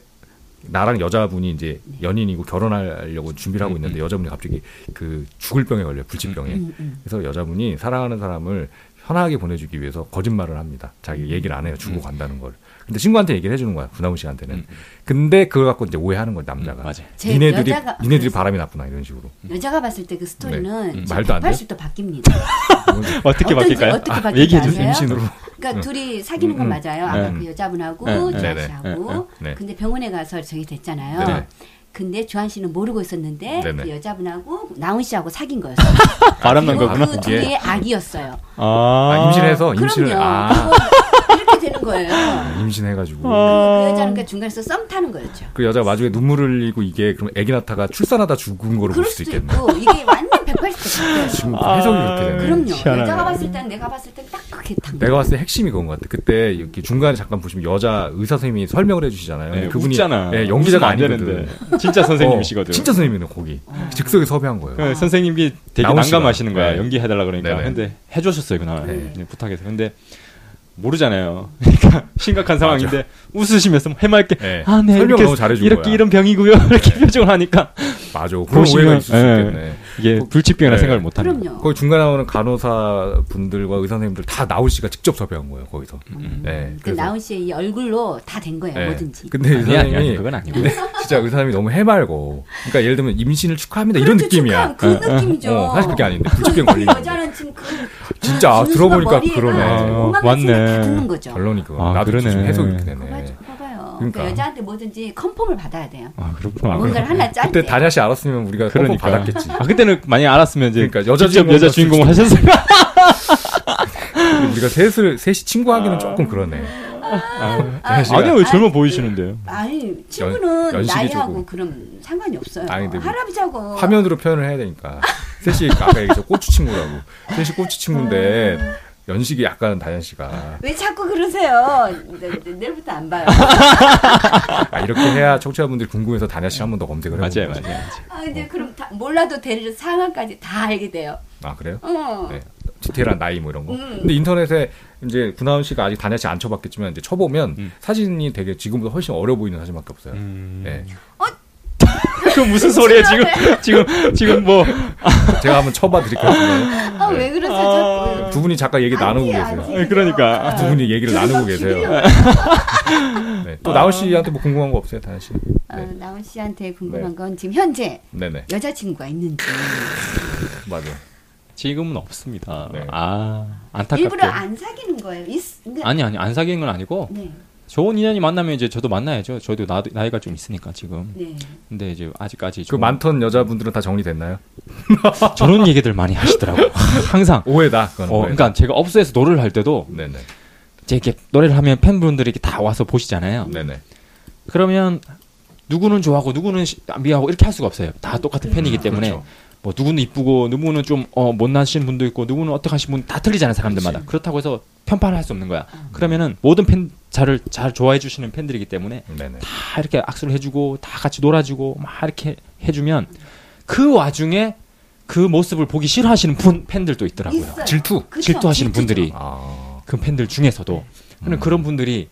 [SPEAKER 1] 나랑 여자분이 이제 연인이고 결혼하려고 준비를
[SPEAKER 4] 음,
[SPEAKER 1] 하고 있는데 여자분이 갑자기 그 죽을 병에 걸려 요 불치병에.
[SPEAKER 4] 음.
[SPEAKER 1] 그래서 여자분이 사랑하는 사람을 편하게 보내주기 위해서 거짓말을 합니다.
[SPEAKER 4] 음.
[SPEAKER 1] 자기 얘기를 안 해요. 죽고 간다는 걸. 근데 친구한테 얘기를 해주는 거야. 구나무 씨한테는. 근데 그걸 갖고 이제 오해하는 거야 남자가.
[SPEAKER 4] 음, 맞아.
[SPEAKER 2] 제
[SPEAKER 1] 니네들이
[SPEAKER 2] 여자가-
[SPEAKER 1] 니네들이 바람이 나쁘나 이런 식으로.
[SPEAKER 2] 여자가 봤을 때 그 스토리는
[SPEAKER 1] 네. 음,
[SPEAKER 2] 지금
[SPEAKER 1] 말도 안 돼요?
[SPEAKER 2] 180도 바뀝니다.
[SPEAKER 4] 어떻게
[SPEAKER 2] 어떤지
[SPEAKER 4] 바뀔까요?
[SPEAKER 2] 어떻게
[SPEAKER 4] 아,
[SPEAKER 2] 바뀔지
[SPEAKER 4] 얘기해주세요.
[SPEAKER 2] 아세요?
[SPEAKER 1] 임신으로.
[SPEAKER 2] 그러니까 둘이 사귀는 건 맞아요. 아까
[SPEAKER 4] 네.
[SPEAKER 2] 그 여자분하고
[SPEAKER 4] 네, 네,
[SPEAKER 2] 주한
[SPEAKER 1] 네,
[SPEAKER 2] 씨하고.
[SPEAKER 1] 네, 네.
[SPEAKER 2] 근데 병원에 가서 저게 됐잖아요.
[SPEAKER 1] 네, 네.
[SPEAKER 2] 근데 주한 씨는 모르고 있었는데
[SPEAKER 1] 네, 네.
[SPEAKER 2] 그 여자분하고 나훈 씨하고 사귄 거였어요.
[SPEAKER 4] 바람 난
[SPEAKER 2] 그리고
[SPEAKER 4] 거구나.
[SPEAKER 2] 그
[SPEAKER 1] 이게.
[SPEAKER 2] 둘이 악이었어요.
[SPEAKER 1] 아,
[SPEAKER 4] 아,
[SPEAKER 1] 임신해서 임신을
[SPEAKER 2] 그럼요.
[SPEAKER 1] 아
[SPEAKER 2] 그거 이렇게 되는 거예요.
[SPEAKER 1] 임신해가지고
[SPEAKER 2] 그 여자는 그 중간에서 썸 타는 거였죠.
[SPEAKER 1] 그 여자 마중에 눈물을 흘리고 이게 그럼 애기 낳다가 출산하다 죽은 거로 볼
[SPEAKER 2] 그럴
[SPEAKER 1] 수도
[SPEAKER 2] 수도
[SPEAKER 1] 있겠네.
[SPEAKER 2] 있고 이게 완전 180도 바뀌어요.
[SPEAKER 1] 지금 해석이 이렇게 되네.
[SPEAKER 2] 그럼요.
[SPEAKER 4] 아, 희한하네.
[SPEAKER 2] 여자가 봤을 때는 내가 봤을 때 딱 그렇게 탄 거예요.
[SPEAKER 1] 내가 봤을 때 핵심이 그건 것 같아. 그때 이렇게 중간에 잠깐 보시면 여자 의사 선생님이 설명을 해주시잖아요.
[SPEAKER 4] 네,
[SPEAKER 1] 근데 그분이
[SPEAKER 4] 웃잖아.
[SPEAKER 1] 예, 연기자가
[SPEAKER 4] 웃으면 안
[SPEAKER 1] 아니거든.
[SPEAKER 4] 되는데. 진짜 선생님이시거든.
[SPEAKER 1] 어, 진짜 선생님이네 거기. 즉석에 섭외한 거예요.
[SPEAKER 4] 그 선생님이 되게
[SPEAKER 1] 나훈 씨가.
[SPEAKER 4] 난감하시는 거야.
[SPEAKER 1] 네.
[SPEAKER 4] 연기해달라 그러니까.
[SPEAKER 1] 네네.
[SPEAKER 4] 근데 해주셨어요 그날
[SPEAKER 1] 네.
[SPEAKER 4] 그냥 부탁해서. 근데 모르잖아요. 그러니까 심각한 상황인데 웃으시면서 해맑게
[SPEAKER 1] 네.
[SPEAKER 4] 아, 네,
[SPEAKER 1] 설명
[SPEAKER 4] 이렇게,
[SPEAKER 1] 너무 잘해준
[SPEAKER 4] 이렇게
[SPEAKER 1] 거야. 네.
[SPEAKER 4] 이런 병이고요. 이렇게 표정을 하니까
[SPEAKER 1] 맞아. 그런 오해가 있을 수
[SPEAKER 4] 예.
[SPEAKER 1] 있겠네.
[SPEAKER 4] 이게 불치병이라
[SPEAKER 1] 네.
[SPEAKER 4] 생각을 못합니다.
[SPEAKER 2] 그럼요.
[SPEAKER 1] 거기 중간에 나오는 간호사 분들과 의사 선생님들 다 나훈 씨가 직접 섭외한 거예요. 거기서.
[SPEAKER 4] 음.
[SPEAKER 1] 네.
[SPEAKER 2] 그 나훈 씨의 이 얼굴로 다 된 거예요.
[SPEAKER 1] 예.
[SPEAKER 2] 뭐든지.
[SPEAKER 1] 근데 의사
[SPEAKER 4] 아니, 아니, 아니,
[SPEAKER 1] 선생님이
[SPEAKER 4] 그건 아니고.
[SPEAKER 1] 근데 진짜 의사 선생님이 너무 해맑고. 그러니까 예를 들면 임신을 축하합니다 네, 이런
[SPEAKER 2] 그렇죠,
[SPEAKER 1] 느낌이야.
[SPEAKER 2] 축하한 그 느낌이죠. 그러니까
[SPEAKER 1] 어, 사실 그게 아닌데 불치병 걸린 거.
[SPEAKER 2] 여자는 지금 그
[SPEAKER 1] 진짜 아, 들어보니까 그러네.
[SPEAKER 4] 아,
[SPEAKER 2] 맞네.
[SPEAKER 4] 맞네.
[SPEAKER 2] 다 듣는 거죠.
[SPEAKER 1] 어. 결론이 그거.
[SPEAKER 4] 아,
[SPEAKER 1] 나도
[SPEAKER 4] 그러네.
[SPEAKER 1] 지금 해석이 이렇게 되네.
[SPEAKER 2] 봐봐요. 봐봐요.
[SPEAKER 1] 그러니까.
[SPEAKER 2] 그러니까 여자한테 뭐든지 컨펌을 받아야 돼요.
[SPEAKER 4] 아 그렇구나.
[SPEAKER 2] 뭔가를 뭐 하나 짠.
[SPEAKER 1] 그때 다냐 씨 알았으면 우리가 그러
[SPEAKER 4] 그러니까.
[SPEAKER 1] 받았겠지.
[SPEAKER 4] 아 그때는 만약 알았으면 이제
[SPEAKER 1] 그러니까 여자
[SPEAKER 4] 직접 여자
[SPEAKER 1] 주인공을
[SPEAKER 4] 주인공을 하셨을 까
[SPEAKER 1] 근데 우리가 셋을 셋이 친구하기는 조금 그러네.
[SPEAKER 4] 아, 아니요 왜 젊어 보이시는데요?
[SPEAKER 2] 아니 친구는
[SPEAKER 1] 연식이
[SPEAKER 2] 나이하고
[SPEAKER 1] 조금.
[SPEAKER 2] 그럼 상관이 없어요.
[SPEAKER 1] 아니, 근데 뭐
[SPEAKER 2] 할아버지하고
[SPEAKER 1] 화면으로 표현을 해야 되니까. 셋이 아까 얘기했죠 꼬추 친구라고. 셋이 꼬추 친구인데 연식이 약간 다냐 씨가
[SPEAKER 2] 왜 자꾸 그러세요? 내- 내- 내일부터 안 봐요.
[SPEAKER 1] 아, 이렇게 해야 청취자분들이 궁금해서 다냐 씨를 한 번 더 검색을 해보고.
[SPEAKER 4] 음. 맞아요 맞아요. 맞아요.
[SPEAKER 2] 아 근데 그럼 다, 몰라도 될 상황까지 다 알게 돼요.
[SPEAKER 1] 아 그래요?
[SPEAKER 2] 어.
[SPEAKER 1] 네. 디테일한 나이 뭐 이런 거.
[SPEAKER 2] 음.
[SPEAKER 1] 근데 인터넷에 이제 구나은 씨가 아직 다냐 씨안 쳐봤겠지만 이제 쳐보면
[SPEAKER 4] 음.
[SPEAKER 1] 사진이 되게 지금보다 훨씬 어려 보이는 사진밖에 없어요.
[SPEAKER 4] 음.
[SPEAKER 1] 네.
[SPEAKER 4] 그 무슨 소리예요 지금 지금 지금 뭐
[SPEAKER 1] 제가 한번 쳐봐 드릴까요? 그거는?
[SPEAKER 2] 아 왜 그러세요? 자꾸.
[SPEAKER 1] 두 분이 잠깐 얘기 나누고
[SPEAKER 2] 아니에요,
[SPEAKER 1] 계세요.
[SPEAKER 2] 아니에요.
[SPEAKER 4] 예, 그러니까
[SPEAKER 1] 두 분이 얘기를 나누고 계세요.
[SPEAKER 2] 죽이려고.
[SPEAKER 1] 네. 또 나훈 씨한테 뭐 궁금한 거 없어요, 다현 씨?
[SPEAKER 2] 어,
[SPEAKER 1] 네.
[SPEAKER 2] 나훈 씨한테 궁금한
[SPEAKER 1] 네.
[SPEAKER 2] 건 지금 현재
[SPEAKER 1] 네네.
[SPEAKER 2] 여자친구가 있는지
[SPEAKER 1] 맞아.
[SPEAKER 4] 지금은 없습니다.
[SPEAKER 1] 네.
[SPEAKER 4] 아 안타깝게.
[SPEAKER 2] 일부러 안 사귀는 거예요. 있, 근데,
[SPEAKER 4] 아니 아니 안 사귀는 건 아니고
[SPEAKER 2] 네,
[SPEAKER 4] 좋은 인연이 만나면 이제 저도 만나야죠. 저도 나, 나이가 좀 있으니까 지금.
[SPEAKER 2] 네.
[SPEAKER 4] 근데 이제 아직까지
[SPEAKER 1] 그
[SPEAKER 4] 좀-
[SPEAKER 1] 많던 여자분들은 다 정리됐나요?
[SPEAKER 4] 저런 얘기들 많이 하시더라고. 요 항상.
[SPEAKER 1] 오해다. 그건
[SPEAKER 4] 어,
[SPEAKER 1] 오해다.
[SPEAKER 4] 그러니까 제가 업소에서 노래를 할 때도
[SPEAKER 1] 네네.
[SPEAKER 4] 이제 이렇게 노래를 하면 팬분들이 이렇게 다 와서 보시잖아요.
[SPEAKER 1] 네네.
[SPEAKER 4] 음. 그러면 누구는 좋아하고 누구는 시- 미워하고 이렇게 할 수가 없어요. 다 똑같은 팬이기 때문에
[SPEAKER 1] 그렇죠.
[SPEAKER 4] 뭐 누구는 이쁘고 누구는 좀 어, 못나신 분도 있고 누구는 어떻게 하신 분 다 틀리잖아요 사람들마다
[SPEAKER 1] 그렇지.
[SPEAKER 4] 그렇다고 해서 편파를 할 수 없는 거야 그러면은 모든 팬 자를 잘 좋아해 주시는 팬들이기 때문에
[SPEAKER 1] 네네.
[SPEAKER 4] 다 이렇게 악수를 해주고 다 같이 놀아주고 막 이렇게 해주면 그 와중에 그 모습을 보기 싫어하시는 분 팬들도 있더라고요
[SPEAKER 2] 있어요.
[SPEAKER 1] 질투.
[SPEAKER 2] 그쵸?
[SPEAKER 4] 질투하시는 분들이
[SPEAKER 1] 아,
[SPEAKER 4] 그 팬들 중에서도 근데
[SPEAKER 1] 음.
[SPEAKER 4] 그런 분들이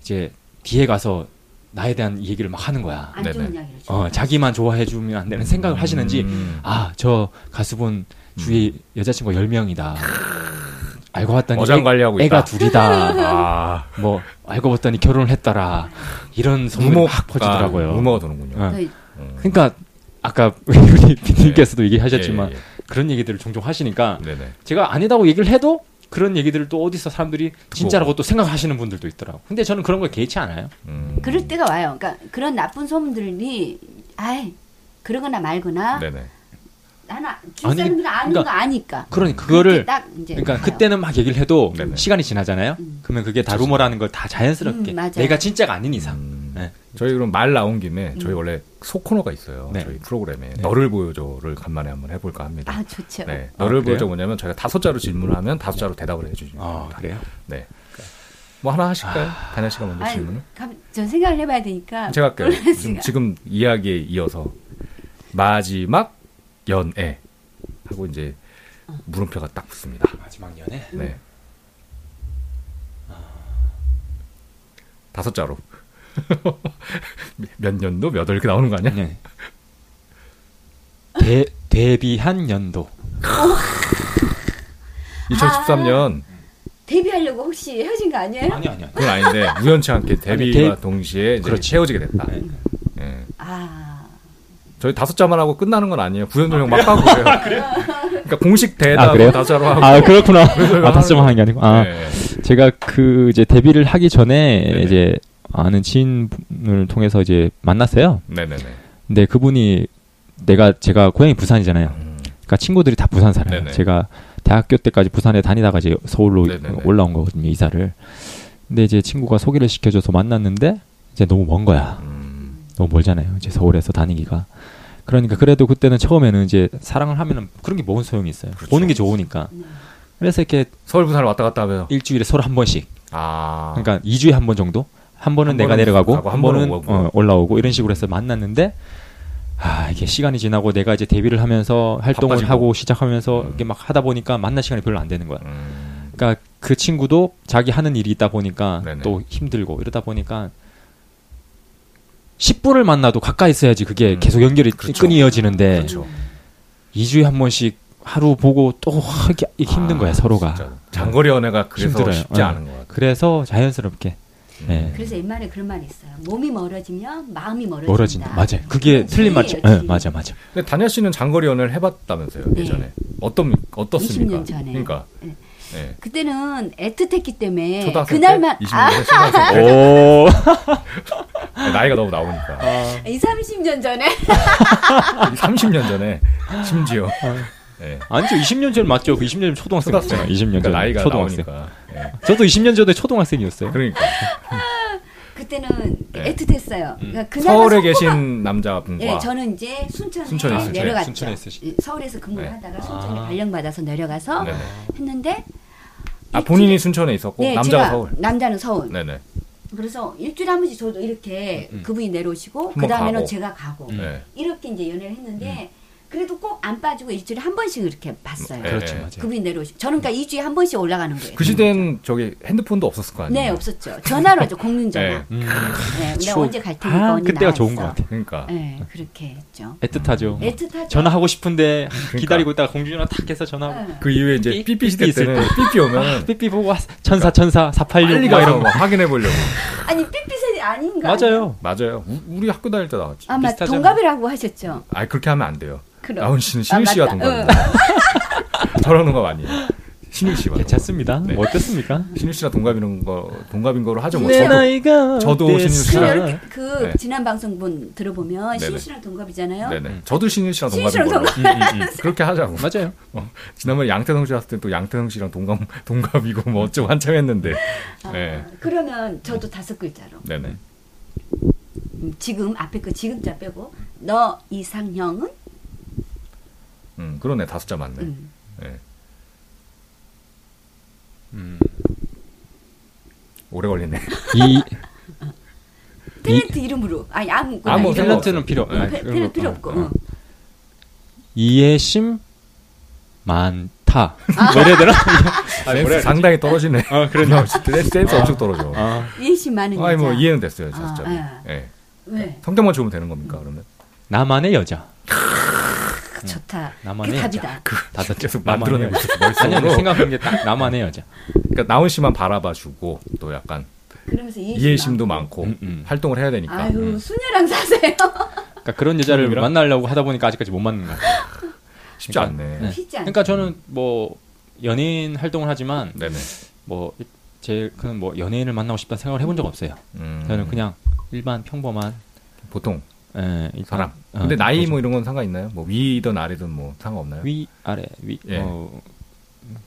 [SPEAKER 4] 이제 뒤에 가서 나에 대한 얘기를 막 하는 거야
[SPEAKER 2] 안 좋은
[SPEAKER 1] 네네.
[SPEAKER 2] 이야기를 주고.
[SPEAKER 4] 어, 자기만 좋아해주면 안 되는 생각을 하시는지
[SPEAKER 1] 음.
[SPEAKER 4] 아, 저 가수분 주위 여자친구 10명이다. 알고 봤더니
[SPEAKER 1] 어장 관리하고
[SPEAKER 4] 애가
[SPEAKER 1] 있다.
[SPEAKER 4] 둘이다.
[SPEAKER 1] 아,
[SPEAKER 4] 뭐 알고 봤더니 결혼을 했더라. 이런 소문이
[SPEAKER 1] 음모
[SPEAKER 4] 확 퍼지더라고요.
[SPEAKER 1] 아, 음모가 도는군요.
[SPEAKER 4] 어.
[SPEAKER 2] 저희
[SPEAKER 1] 음.
[SPEAKER 4] 그러니까 아까 우리 비님께서도 얘기하셨지만
[SPEAKER 1] 예, 예,
[SPEAKER 4] 그런 얘기들을 종종 하시니까
[SPEAKER 1] 예. 네네.
[SPEAKER 4] 제가 아니다고 얘기를 해도 그런 얘기들을 또 어디서 사람들이 진짜라고 또 생각하시는 분들도 있더라고. 근데 저는 그런 걸 개의치 않아요.
[SPEAKER 1] 음.
[SPEAKER 2] 그럴 때가 와요. 그러니까 그런 나쁜 소문들이 아이 그러거나 말거나
[SPEAKER 1] 네네.
[SPEAKER 2] 하나 주위
[SPEAKER 4] 아니,
[SPEAKER 2] 사람들은 아는
[SPEAKER 4] 그러니까
[SPEAKER 2] 거 아니까.
[SPEAKER 4] 그러니
[SPEAKER 2] 그렇게
[SPEAKER 4] 그거를
[SPEAKER 2] 딱 이제
[SPEAKER 4] 그러니까
[SPEAKER 2] 봐요.
[SPEAKER 4] 그때는 막 얘기를 해도
[SPEAKER 1] 네네.
[SPEAKER 4] 시간이 지나잖아요.
[SPEAKER 2] 음.
[SPEAKER 4] 그러면 그게 다루머라는 걸 다 자연스럽게
[SPEAKER 2] 음, 맞아요.
[SPEAKER 4] 내가 진짜가 아닌 이상.
[SPEAKER 1] 음.
[SPEAKER 4] 네.
[SPEAKER 1] 저희 그럼 말 나온 김에 저희
[SPEAKER 2] 음.
[SPEAKER 1] 원래 소코너가 있어요.
[SPEAKER 4] 네.
[SPEAKER 1] 저희 프로그램에 너를 보여줘를 간만에 한번 해볼까 합니다.
[SPEAKER 2] 아 좋죠.
[SPEAKER 1] 네,
[SPEAKER 4] 아,
[SPEAKER 1] 너를
[SPEAKER 4] 그래요?
[SPEAKER 1] 보여줘 뭐냐면 저희가 다섯 자로 질문을 하면 다섯 자로 대답을 해주죠.
[SPEAKER 4] 아 그래요?
[SPEAKER 1] 네. 뭐 하나 하실까요? 다냐 씨가 먼저
[SPEAKER 2] 아니, 아,
[SPEAKER 1] 질문을.
[SPEAKER 2] 감- 전 생각을 해봐야 되니까.
[SPEAKER 1] 제가 할게요.
[SPEAKER 2] 놀란
[SPEAKER 1] 지금,
[SPEAKER 2] 시간.
[SPEAKER 1] 지금 이야기에 이어서 마지막 연애 하고 이제 물음표가 딱 붙습니다.
[SPEAKER 4] 마지막 연애.
[SPEAKER 1] 네. 아. 다섯 자로. 몇 년도 몇 월 이렇게 나오는 거 아니야?
[SPEAKER 4] 네. 대 데뷔한 연도.
[SPEAKER 1] 2013년
[SPEAKER 2] 데뷔하려고 혹시 헤어진 거 아니에요?
[SPEAKER 4] 아니 아니 아니.
[SPEAKER 1] 그건 아닌데 우연치 않게 데뷔와
[SPEAKER 4] 데뷔-
[SPEAKER 1] 동시에 이제
[SPEAKER 4] 그렇지.
[SPEAKER 1] 헤어지게 됐다.
[SPEAKER 4] 네.
[SPEAKER 1] 예.
[SPEAKER 2] 아
[SPEAKER 1] 저희 다섯 자만 하고 끝나는 건 아니에요. 구현도형 막 하고 그래요. 그러니까 공식
[SPEAKER 4] 아,
[SPEAKER 1] 대답
[SPEAKER 4] 그래요?
[SPEAKER 1] 다섯 자로 하고.
[SPEAKER 4] 아 그렇구나. 아 다시만 하는 게 아니고. 아
[SPEAKER 1] 예.
[SPEAKER 4] 제가 그 이제 데뷔를 하기 전에
[SPEAKER 1] 네네.
[SPEAKER 4] 이제 아는 지인을 통해서 이제 만났어요.
[SPEAKER 1] 네네네.
[SPEAKER 4] 근데 그분이 내가 제가 고향이 부산이잖아요.
[SPEAKER 1] 음.
[SPEAKER 4] 그러니까 친구들이 다 부산 살아요.
[SPEAKER 1] 네네.
[SPEAKER 4] 제가 대학교 때까지 부산에 다니다가 이제 서울로
[SPEAKER 1] 네네네.
[SPEAKER 4] 올라온 거거든요, 이사를. 근데 이제 친구가 소개를 시켜줘서 만났는데 이제 너무 먼 거야.
[SPEAKER 1] 음.
[SPEAKER 4] 너무 멀잖아요. 이제 서울에서 다니기가. 그러니까 그래도 그때는 처음에는 이제 사랑을 하면은 그런 게 뭔 소용이 있어요.
[SPEAKER 1] 그렇죠.
[SPEAKER 4] 오는 게 좋으니까. 그래서 이렇게
[SPEAKER 1] 서울 부산을 왔다 갔다 하면서
[SPEAKER 4] 일주일에 서로 한 번씩,
[SPEAKER 1] 아
[SPEAKER 4] 그러니까 2주에 한 번 정도. 한 번은
[SPEAKER 1] 한
[SPEAKER 4] 내가
[SPEAKER 1] 번은
[SPEAKER 4] 내려가고,
[SPEAKER 1] 가고, 한
[SPEAKER 4] 한
[SPEAKER 1] 번은
[SPEAKER 4] 번은
[SPEAKER 1] 오고.
[SPEAKER 4] 어, 올라오고 이런 식으로 해서 만났는데 아 이게 시간이 지나고 내가 이제 데뷔를 하면서 활동을
[SPEAKER 1] 바빠지고.
[SPEAKER 4] 하고 시작하면서
[SPEAKER 1] 음.
[SPEAKER 4] 이렇게 막 하다 보니까 만날 시간이 별로 안 되는 거야.
[SPEAKER 1] 음.
[SPEAKER 4] 그러니까 그 친구도 자기 하는 일이 있다 보니까
[SPEAKER 1] 네네.
[SPEAKER 4] 또 힘들고 이러다 보니까 10분을 만나도 가까이 있어야지 그게
[SPEAKER 1] 음.
[SPEAKER 4] 계속 연결이
[SPEAKER 1] 그렇죠.
[SPEAKER 4] 끈이 이어지는데
[SPEAKER 1] 그렇죠.
[SPEAKER 4] 2주에 한 번씩 하루 보고 또 이렇게 힘든
[SPEAKER 1] 아,
[SPEAKER 4] 거야 서로가.
[SPEAKER 1] 진짜. 장거리 연애가 그래서
[SPEAKER 4] 힘들어요.
[SPEAKER 1] 쉽지
[SPEAKER 4] 어.
[SPEAKER 1] 않은 것 같아요.
[SPEAKER 4] 그래서 자연스럽게 네.
[SPEAKER 2] 그래서 옛말에 그런 말이 있어요. 몸이 멀어지면 마음이 멀어진다. 네,
[SPEAKER 4] 멀어진다. 맞아. 그게 틀린 말죠.
[SPEAKER 2] 진리예요,
[SPEAKER 4] 예, 맞아, 맞아.
[SPEAKER 1] 근데 다냐 씨는 장거리 연애를 해봤다면서요
[SPEAKER 2] 네.
[SPEAKER 1] 예전에 어떤 어떻습니까?
[SPEAKER 2] 20년 전에.
[SPEAKER 1] 그러니까
[SPEAKER 2] 네.
[SPEAKER 1] 예.
[SPEAKER 2] 그때는 애틋했기 때문에
[SPEAKER 1] 초등학생
[SPEAKER 2] 그날만
[SPEAKER 1] 때? 20년
[SPEAKER 2] 아,
[SPEAKER 1] 전에 초등학생 때? 어, 네,
[SPEAKER 4] 오.
[SPEAKER 1] 나이가 너무 나오니까
[SPEAKER 2] 2, 30년 전에 아.
[SPEAKER 1] 30년 전에 심지어 예.
[SPEAKER 4] 아니죠. 20년 전 맞죠. 아, 그 20년 전 초등학생.
[SPEAKER 1] 초등학생 그러니까
[SPEAKER 4] 20년 전
[SPEAKER 1] 나이가
[SPEAKER 4] 초등학생.
[SPEAKER 1] 나오니까 예.
[SPEAKER 4] 저도 20년 전에 초등학생이었어요.
[SPEAKER 1] 그러니까
[SPEAKER 2] 그때는
[SPEAKER 1] 네.
[SPEAKER 2] 애틋했어요. 그러니까 그날만
[SPEAKER 1] 서울에
[SPEAKER 2] 속-
[SPEAKER 1] 계신 남자분과
[SPEAKER 2] 예, 저는 이제 순천에
[SPEAKER 1] 순천에 있으세요?
[SPEAKER 2] 내려갔죠.
[SPEAKER 4] 순천에 있으시-
[SPEAKER 2] 예, 서울에서 근무를
[SPEAKER 1] 네.
[SPEAKER 2] 하다가 순천에
[SPEAKER 4] 아.
[SPEAKER 2] 발령 받아서 내려가서
[SPEAKER 1] 네네.
[SPEAKER 2] 했는데
[SPEAKER 1] 아 본인이 순천에 있었고
[SPEAKER 2] 네,
[SPEAKER 1] 남자가
[SPEAKER 2] 제가
[SPEAKER 1] 서울.
[SPEAKER 2] 남자는 서울.
[SPEAKER 1] 네네.
[SPEAKER 2] 그래서 일주일에 한 번씩 저도 이렇게
[SPEAKER 4] 음, 음.
[SPEAKER 2] 그분이 내려오시고
[SPEAKER 1] 한번
[SPEAKER 2] 그 다음에는
[SPEAKER 1] 가고.
[SPEAKER 2] 제가 가고
[SPEAKER 4] 음.
[SPEAKER 1] 네. 음.
[SPEAKER 2] 이렇게 이제 연애를 했는데 그래도 꼭 안 빠지고 일주일에 한 번씩 이렇게 봤어요.
[SPEAKER 1] 네. 음.
[SPEAKER 4] 그렇지,
[SPEAKER 1] 예.
[SPEAKER 4] 그렇죠, 맞아요.
[SPEAKER 2] 그분이 내려오시고 저는 그러니까 2주에 한 번씩 올라가는 거예요.
[SPEAKER 1] 그 시대엔 저기 핸드폰도 없었을 거 아니에요.
[SPEAKER 2] 네, 없었죠. 전화로 하죠. 공문 전화.
[SPEAKER 1] 네.
[SPEAKER 4] 음.
[SPEAKER 2] 네, 내가
[SPEAKER 4] 추억.
[SPEAKER 2] 언제 갈 테니까
[SPEAKER 4] 아,
[SPEAKER 2] 언니
[SPEAKER 4] 그때가
[SPEAKER 2] 나와
[SPEAKER 4] 좋은
[SPEAKER 2] 있어.
[SPEAKER 4] 것 같아.
[SPEAKER 1] 그러니까
[SPEAKER 2] 네, 그렇게 했죠.
[SPEAKER 4] 애틋하죠.
[SPEAKER 2] 애틋하죠.
[SPEAKER 4] 전화하고 싶은데 아,
[SPEAKER 1] 그러니까.
[SPEAKER 4] 기다리고 있다가 공주나 탁 해서 전화하고
[SPEAKER 2] 네.
[SPEAKER 1] 그 이후에 이제
[SPEAKER 4] 삐-
[SPEAKER 1] 삐삐 시대
[SPEAKER 4] 삐삐 있을
[SPEAKER 1] 때는 삐삐 오면
[SPEAKER 4] 삐삐 보고 와, 천사 천사 486
[SPEAKER 1] 빨리
[SPEAKER 4] 뭐
[SPEAKER 1] 가서
[SPEAKER 4] 이런
[SPEAKER 1] 막
[SPEAKER 4] 거.
[SPEAKER 1] 확인해 보려고.
[SPEAKER 2] 아니 삐삐선이 아닌가?
[SPEAKER 4] 맞아요.
[SPEAKER 1] 맞아요. 우, 리 학교 다닐 때 나왔지.
[SPEAKER 2] 아마
[SPEAKER 4] 비슷하잖아요.
[SPEAKER 2] 동갑이라고 하셨죠.
[SPEAKER 1] 아 그렇게 하면 안 돼요.
[SPEAKER 2] 그럼.
[SPEAKER 1] 나훈 씨는 신유
[SPEAKER 2] 아,
[SPEAKER 1] 씨와
[SPEAKER 2] 맞다. 어.
[SPEAKER 1] 동갑입니다. 저런 거 아니에요. 신유 씨와.
[SPEAKER 4] 괜찮습니다.
[SPEAKER 1] 네.
[SPEAKER 4] 뭐 어떻습니까?
[SPEAKER 1] 동갑. 신유 씨랑 동갑인 거 동갑인 거로 하죠 뭐.
[SPEAKER 2] 네,
[SPEAKER 4] 내
[SPEAKER 1] 저도.
[SPEAKER 4] 나이가
[SPEAKER 1] 저도
[SPEAKER 4] 됐어.
[SPEAKER 1] 신유
[SPEAKER 2] 그,
[SPEAKER 1] 씨랑-
[SPEAKER 2] 이렇게 그
[SPEAKER 1] 네.
[SPEAKER 2] 지난 방송분 들어보면
[SPEAKER 1] 네네.
[SPEAKER 2] 신유 씨랑 동갑이잖아요.
[SPEAKER 1] 네네. 저도 신유 씨랑
[SPEAKER 2] 신유 씨랑
[SPEAKER 1] 동갑인 걸로.
[SPEAKER 4] 음, 음, 음.
[SPEAKER 1] 그렇게 하자고.
[SPEAKER 4] 맞아요.
[SPEAKER 1] 어, 지난번에 양태성 씨 왔을 때 또 양태성 씨랑 동갑 동갑이고 뭐 어쩌고 한참 했는데.
[SPEAKER 2] 아,
[SPEAKER 1] 네.
[SPEAKER 2] 그러면 저도 다섯 글자로
[SPEAKER 1] 네네.
[SPEAKER 2] 음, 지금 앞에 그 지금자 빼고 너 이상형은
[SPEAKER 1] 음, 그러네 다섯 자 맞네.
[SPEAKER 2] 음.
[SPEAKER 1] 예.
[SPEAKER 4] 음. 아, 오래
[SPEAKER 1] 오래 걸리네.
[SPEAKER 2] 아, 뭐
[SPEAKER 4] 이
[SPEAKER 2] 탤런트 이름으로 아니 아무거나
[SPEAKER 1] 아무
[SPEAKER 2] 이름
[SPEAKER 1] 탤런트.
[SPEAKER 4] 탤런트는 필요 어, 없
[SPEAKER 1] 네,
[SPEAKER 2] 탤런트 필요 없고 음. 어. 응.
[SPEAKER 4] 이해심 많다. 뭐래야 되나? 아, 뭐래야 되나?
[SPEAKER 1] 상당히 떨어지네.
[SPEAKER 4] 아, 그래.
[SPEAKER 1] 센스, 센스 엄청 떨어져. 아,
[SPEAKER 4] 아,
[SPEAKER 2] 이해심 많은
[SPEAKER 1] 아니 뭐
[SPEAKER 2] 여자.
[SPEAKER 1] 이해는 됐어요
[SPEAKER 2] 아,
[SPEAKER 1] 다섯 자.
[SPEAKER 2] 아.
[SPEAKER 1] 예.
[SPEAKER 2] 왜
[SPEAKER 1] 성격만 좋으면 되는 겁니까 그러면?
[SPEAKER 4] 나만의 여자.
[SPEAKER 2] 그 좋다
[SPEAKER 4] 나만의
[SPEAKER 2] 그 답이다
[SPEAKER 4] 다섯
[SPEAKER 1] 계속 만들어내고 있어 머릿속으로.
[SPEAKER 4] 아니야, 내 생각한 게 딱 나만의 여자.
[SPEAKER 1] 그러니까 나훈 씨만 바라봐주고 또 약간
[SPEAKER 2] 그러면서 이해심
[SPEAKER 1] 이해심도 많고
[SPEAKER 4] 음, 음.
[SPEAKER 1] 활동을 해야 되니까.
[SPEAKER 2] 아유 수녀랑 사세요
[SPEAKER 4] 그러니까 그런 여자를
[SPEAKER 1] 음, 기분이랑?
[SPEAKER 4] 만나려고 하다 보니까 아직까지 못 만난 거야.
[SPEAKER 1] 쉽지
[SPEAKER 4] 그러니까,
[SPEAKER 1] 않네.
[SPEAKER 4] 네.
[SPEAKER 2] 쉽지 음, 않죠.
[SPEAKER 4] 그러니까 저는 뭐 연예인 활동을 하지만
[SPEAKER 1] 네네.
[SPEAKER 4] 뭐 제 그냥 뭐 연예인을 만나고 싶다는 생각을 해본 적 없어요.
[SPEAKER 1] 음,
[SPEAKER 4] 저는 그냥 일반 평범한
[SPEAKER 1] 보통
[SPEAKER 4] 예, 일반,
[SPEAKER 1] 사람.
[SPEAKER 4] 어,
[SPEAKER 1] 근데 나이
[SPEAKER 4] 그래서
[SPEAKER 1] 뭐 이런 건 상관 있나요? 뭐 위든 아래든 뭐 상관 없나요?
[SPEAKER 4] 위 아래 위
[SPEAKER 1] 예.
[SPEAKER 4] 어,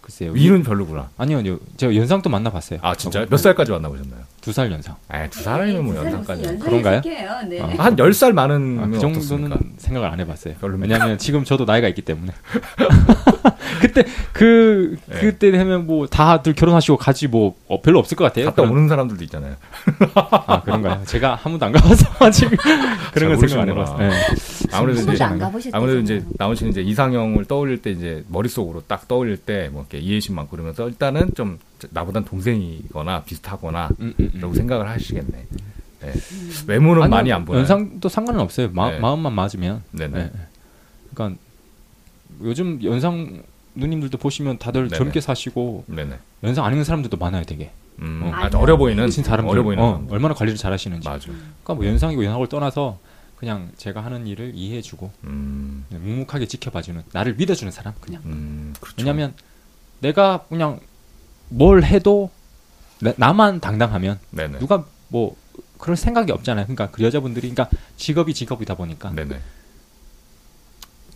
[SPEAKER 4] 글쎄요. 위-
[SPEAKER 1] 위는 별로구나.
[SPEAKER 4] 아니요, 아니요. 제가 연상도 만나봤어요.
[SPEAKER 1] 아 진짜 몇 살까지 만나보셨나요?
[SPEAKER 4] 두살 연상.
[SPEAKER 1] 아두 살이면 뭐
[SPEAKER 2] 두 사람이
[SPEAKER 1] 연상까지.
[SPEAKER 2] 네, 무슨 연상이
[SPEAKER 4] 그런가요?
[SPEAKER 2] 새끼예요. 네.
[SPEAKER 4] 아.
[SPEAKER 1] 한 열 살 많은
[SPEAKER 4] 아, 그 정도는
[SPEAKER 1] 음, 어떻습니까?
[SPEAKER 4] 생각을 안 해봤어요.
[SPEAKER 1] 별로입니다.
[SPEAKER 4] 왜냐하면 지금 저도 나이가 있기 때문에 그때 그
[SPEAKER 1] 예.
[SPEAKER 4] 그때 되면 뭐 다들 결혼하시고 가지 뭐 어, 별로 없을 것 같아요.
[SPEAKER 1] 갔다
[SPEAKER 4] 그런-
[SPEAKER 1] 오는 사람들도 있잖아요.
[SPEAKER 4] 아 그런가요? 제가 한 번도 안 가봐서 아직 그런 거 생각 안
[SPEAKER 1] 모르시는구나.
[SPEAKER 4] 해봤어요. 예.
[SPEAKER 1] 아무래도
[SPEAKER 2] 손도
[SPEAKER 1] 이제
[SPEAKER 2] 안 가보셨대잖아요.
[SPEAKER 1] 아무래도 이제 나온 씨는 이제 이상형을 떠올릴 때 이제 머릿속으로 딱 떠올릴 때 뭐 이렇게 이해심 많고 그러면서 일단은 좀 나보단 동생이거나 비슷하거나
[SPEAKER 4] 음, 음, 음.
[SPEAKER 1] 라고 생각을 하시겠네. 예. 외모는
[SPEAKER 4] 아니요,
[SPEAKER 1] 많이 안 보여요.
[SPEAKER 4] 연상도 상관은 없어요. 마,
[SPEAKER 1] 네.
[SPEAKER 4] 마음만 맞으면.
[SPEAKER 1] 네네.
[SPEAKER 4] 예, 예. 그러니까 요즘 연상 누님들도 보시면 다들
[SPEAKER 1] 네네.
[SPEAKER 4] 젊게 사시고
[SPEAKER 1] 네네.
[SPEAKER 4] 연상 안 있는 사람들도 많아요, 되게.
[SPEAKER 1] 음,
[SPEAKER 4] 어.
[SPEAKER 1] 아주 어려 보이는
[SPEAKER 4] 진짜 다른
[SPEAKER 1] 어려 보이는
[SPEAKER 4] 어,
[SPEAKER 1] 사람들.
[SPEAKER 4] 얼마나 관리를 잘하시는지.
[SPEAKER 1] 맞아.
[SPEAKER 4] 그러니까 뭐 연상이고 연하고를 떠나서 그냥 제가 하는 일을 이해해주고
[SPEAKER 1] 음,
[SPEAKER 4] 그냥 묵묵하게 지켜봐주는 나를 믿어주는 사람 그냥
[SPEAKER 1] 음, 그렇죠.
[SPEAKER 4] 왜냐하면 내가 그냥 뭘 해도 나, 나만 당당하면
[SPEAKER 1] 네네.
[SPEAKER 4] 누가 뭐 그럴 생각이 없잖아요 그러니까 그 여자분들이 그러니까 직업이 직업이다 보니까
[SPEAKER 1] 네네.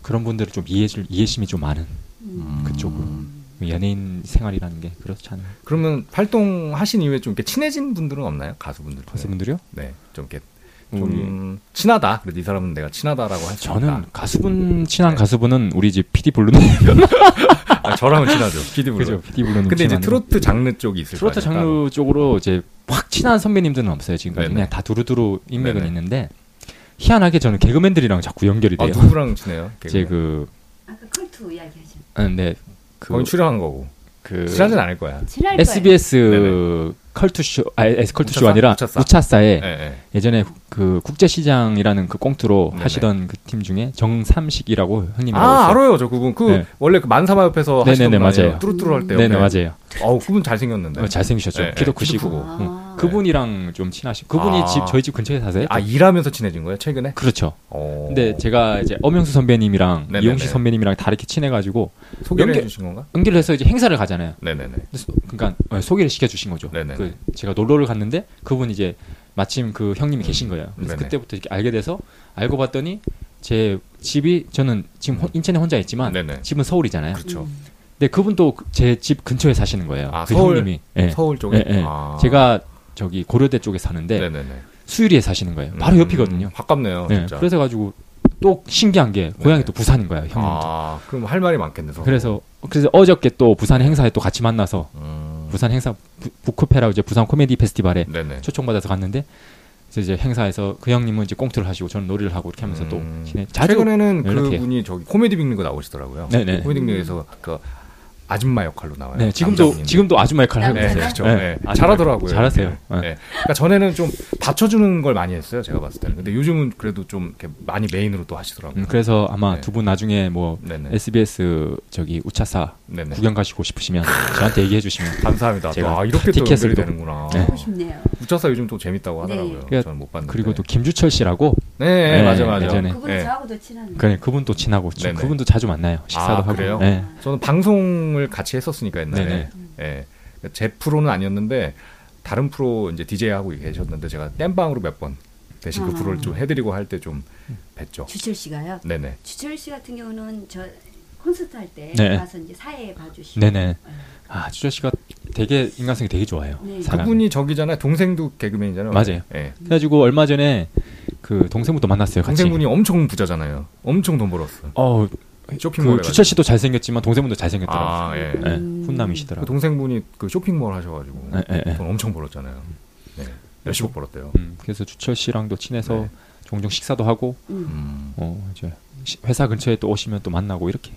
[SPEAKER 4] 그런 분들을 좀 이해줄 이해심이 좀 많은
[SPEAKER 2] 음.
[SPEAKER 4] 그쪽으로 뭐 연예인 생활이라는 게 그렇지 않아요 네.
[SPEAKER 1] 그러면 활동하신 이후에 좀 이렇게 친해진 분들은 없나요? 가수분들. 중에?
[SPEAKER 4] 가수분들이요
[SPEAKER 1] 네. 좀 이렇게
[SPEAKER 4] 우리-
[SPEAKER 1] 좀 친하다. 그래도 이 사람은 내가 친하다라고 할수
[SPEAKER 4] 저는
[SPEAKER 1] 있다.
[SPEAKER 4] 가수분 친한
[SPEAKER 1] 네.
[SPEAKER 4] 가수분은 우리 집 PD 블루님
[SPEAKER 1] 아, 저랑은 친하죠. 피디
[SPEAKER 4] 그죠
[SPEAKER 1] 블루.
[SPEAKER 4] PD 블루님
[SPEAKER 1] 근데 이제
[SPEAKER 4] 친한
[SPEAKER 1] 트로트 장르 쪽이 있을
[SPEAKER 4] 트로트
[SPEAKER 1] 거 아니에요,
[SPEAKER 4] 장르 쪽으로 이제 확 친한 선배님들은 없어요 지금까지
[SPEAKER 1] 네네.
[SPEAKER 4] 그냥 다 두루두루 인맥은
[SPEAKER 1] 네네.
[SPEAKER 4] 있는데 희한하게 저는 개그맨들이랑 자꾸 연결이
[SPEAKER 1] 따로.
[SPEAKER 4] 돼요.
[SPEAKER 1] 아, 누구랑 친해요?
[SPEAKER 4] 예. 이제
[SPEAKER 1] 개그맨?
[SPEAKER 4] 그
[SPEAKER 2] 아까 컬투 이야기 하죠
[SPEAKER 4] 근데
[SPEAKER 1] 거기 출연한 거고.
[SPEAKER 4] 그
[SPEAKER 1] 친하진 않을 거야.
[SPEAKER 2] 친할 거예요
[SPEAKER 4] SBS 컬투쇼 아 컬투쇼
[SPEAKER 1] 우차싸?
[SPEAKER 4] 아니라
[SPEAKER 1] 우차싸.
[SPEAKER 4] 우차싸에
[SPEAKER 1] 예, 예.
[SPEAKER 4] 예전에 후- 그 국제시장이라는 그 꽁트로
[SPEAKER 1] 네네.
[SPEAKER 4] 하시던 그 팀 중에 정삼식이라고 형님이
[SPEAKER 1] 아, 알아요, 저 그분. 그,
[SPEAKER 4] 네.
[SPEAKER 1] 원래 그 만사마협에서 하시던
[SPEAKER 4] 네네네,
[SPEAKER 1] 분 아니에요?
[SPEAKER 4] 맞아요.
[SPEAKER 1] 뚜루뚜루 할 때요.
[SPEAKER 4] 네네 맞아요.
[SPEAKER 1] 어우, 그분 잘생겼는데.
[SPEAKER 4] 어, 잘생기셨죠.
[SPEAKER 1] 네,
[SPEAKER 4] 키도
[SPEAKER 1] 네, 키도
[SPEAKER 4] 크시고
[SPEAKER 1] 크고.
[SPEAKER 4] 응. 그분이랑 좀 친하시. 그분이
[SPEAKER 1] 아.
[SPEAKER 4] 집 저희 집 근처에 사세요.
[SPEAKER 1] 아, 일하면서 친해진 거예요, 최근에?
[SPEAKER 4] 그렇죠.
[SPEAKER 1] 어.
[SPEAKER 4] 근데 제가 이제 엄영수 선배님이랑
[SPEAKER 1] 네네네.
[SPEAKER 4] 이용식 선배님이랑 다 이렇게 친해가지고
[SPEAKER 1] 소개를
[SPEAKER 4] 연결-
[SPEAKER 1] 해주신 건가?
[SPEAKER 4] 연기를 해서 이제 행사를 가잖아요.
[SPEAKER 1] 네네네.
[SPEAKER 4] 근데 소- 그러니까 어, 소개를 시켜주신 거죠.
[SPEAKER 1] 네네네.
[SPEAKER 4] 그 제가 놀러를 갔는데 그분 이제 마침 그 형님이 계신 거예요. 그래서
[SPEAKER 1] 음. 네네.
[SPEAKER 4] 그때부터 이렇게 알게 돼서 알고 봤더니 제 집이 저는 지금 혼- 인천에 혼자 있지만
[SPEAKER 1] 음. 네네.
[SPEAKER 4] 집은 서울이잖아요.
[SPEAKER 1] 그렇죠.
[SPEAKER 2] 음.
[SPEAKER 4] 근데 그분도 제 집 근처에 사시는 거예요.
[SPEAKER 1] 아,
[SPEAKER 4] 그
[SPEAKER 1] 서울?
[SPEAKER 4] 형님이. 예.
[SPEAKER 1] 서울 쪽에.
[SPEAKER 4] 예, 예.
[SPEAKER 1] 아.
[SPEAKER 4] 제가 저기 고려대 쪽에 사는데
[SPEAKER 1] 네네네.
[SPEAKER 4] 수유리에 사시는 거예요. 바로
[SPEAKER 1] 음,
[SPEAKER 4] 옆이거든요.
[SPEAKER 1] 가깝네요,
[SPEAKER 4] 네.
[SPEAKER 1] 진짜.
[SPEAKER 4] 그래서 가지고 또 신기한 게 고향이
[SPEAKER 1] 네네.
[SPEAKER 4] 또 부산인 거예요. 형님도.
[SPEAKER 1] 아, 그럼 할 말이 많겠네, 서로.
[SPEAKER 4] 그래서 그래서 어저께 또 부산 행사에 또 같이 만나서
[SPEAKER 1] 음.
[SPEAKER 4] 부산 행사 부- 북코페라 이제 부산 코미디 페스티벌에
[SPEAKER 1] 네네.
[SPEAKER 4] 초청받아서 갔는데 그래서 이제 행사에서 그 형님은 이제 꽁트를 하시고 저는 놀이를 하고 이렇게 하면서
[SPEAKER 1] 음.
[SPEAKER 4] 또 친해 자주
[SPEAKER 1] 최근에는
[SPEAKER 4] 연락해요.
[SPEAKER 1] 그분이 저기 코미디 빅리그 나오시더라고요.
[SPEAKER 4] 네네.
[SPEAKER 1] 코미디 빅리그에서 그 아줌마 역할로 나와요.
[SPEAKER 4] 네 지금도
[SPEAKER 1] 남자분인데.
[SPEAKER 4] 지금도 아줌마 역할을 하고
[SPEAKER 1] 네,
[SPEAKER 4] 있어요.
[SPEAKER 1] 그렇죠.
[SPEAKER 4] 네,
[SPEAKER 1] 네.
[SPEAKER 4] 아줌마
[SPEAKER 1] 잘하더라고요.
[SPEAKER 4] 잘하세요.
[SPEAKER 1] 네.
[SPEAKER 4] 네.
[SPEAKER 1] 네. 그러니까 전에는 좀 받쳐주는 걸 많이 했어요. 제가 봤을 때는. 근데 요즘은 그래도 좀 이렇게 많이 메인으로 또 하시더라고요.
[SPEAKER 4] 음, 그래서 아마
[SPEAKER 1] 네.
[SPEAKER 4] 두 분 나중에 뭐
[SPEAKER 1] 네네.
[SPEAKER 4] SBS 저기 우차사
[SPEAKER 1] 네네. 네.
[SPEAKER 4] 구경 가시고 싶으시면 저한테 얘기해 주시면
[SPEAKER 1] 감사합니다. 또,
[SPEAKER 4] 제가
[SPEAKER 1] 아 이렇게 또
[SPEAKER 4] 티켓을
[SPEAKER 1] 연결이
[SPEAKER 4] 또-
[SPEAKER 1] 되는구나.
[SPEAKER 4] 네.
[SPEAKER 2] 보고 싶네요
[SPEAKER 1] 우차사 요즘 또 재밌다고 하더라고요.
[SPEAKER 2] 네.
[SPEAKER 4] 그러니까
[SPEAKER 1] 저는 못 봤는데.
[SPEAKER 4] 그리고 또 김주철 씨라고
[SPEAKER 1] 네,
[SPEAKER 4] 네,
[SPEAKER 1] 맞아 맞아.
[SPEAKER 4] 예전에.
[SPEAKER 2] 그분은 저하고 더 친한데
[SPEAKER 4] 그냥 그분도 친하고 저-
[SPEAKER 1] 네네.
[SPEAKER 4] 그분도 자주 만나요. 식사도
[SPEAKER 1] 아,
[SPEAKER 4] 하고.
[SPEAKER 1] 그래요?
[SPEAKER 4] 네.
[SPEAKER 1] 저는 방송을 같이 했었으니까 옛날에
[SPEAKER 4] 네네.
[SPEAKER 1] 예. 제 프로는 아니었는데 다른 프로 이제 DJ 하고 계셨는데 제가 땜방으로 몇 번 대신 그
[SPEAKER 2] 아.
[SPEAKER 1] 프로를 좀 해드리고 할 때 좀 뵀죠.
[SPEAKER 2] 주철 씨가요
[SPEAKER 1] 네네.
[SPEAKER 2] 주철 씨 같은 경우는 저 콘서트 할 때
[SPEAKER 4] 네.
[SPEAKER 2] 와서 이제 사회에 봐주시고
[SPEAKER 4] 네네. 아 주철 씨가 되게 인간성이 되게 좋아요.
[SPEAKER 2] 네.
[SPEAKER 4] 사람.
[SPEAKER 1] 그분이 저기잖아요. 동생도 개그맨이잖아요.
[SPEAKER 4] 맞아요.
[SPEAKER 1] 예.
[SPEAKER 4] 그래가지고 얼마 전에 그 동생분도 만났어요. 같이.
[SPEAKER 1] 동생분이 엄청 부자잖아요. 엄청 돈 벌었어.
[SPEAKER 4] 어
[SPEAKER 1] 쇼핑몰
[SPEAKER 4] 그 주철 씨도 잘생겼지만 동생분도 잘생겼더라고요.
[SPEAKER 1] 아 예.
[SPEAKER 4] 예,
[SPEAKER 2] 음.
[SPEAKER 1] 그
[SPEAKER 4] 훈남이시더라고요.
[SPEAKER 1] 동생분이 그 쇼핑몰 하셔가지고
[SPEAKER 4] 예, 예, 예.
[SPEAKER 1] 돈 엄청 벌었잖아요. 네. 몇십억 벌었대요.
[SPEAKER 4] 음, 그래서 주철 씨랑도 친해서
[SPEAKER 1] 네.
[SPEAKER 4] 종종 식사도 하고
[SPEAKER 1] 음.
[SPEAKER 4] 어, 이제 시- 회사 근처에 또 오시면 또 만나고 이렇게.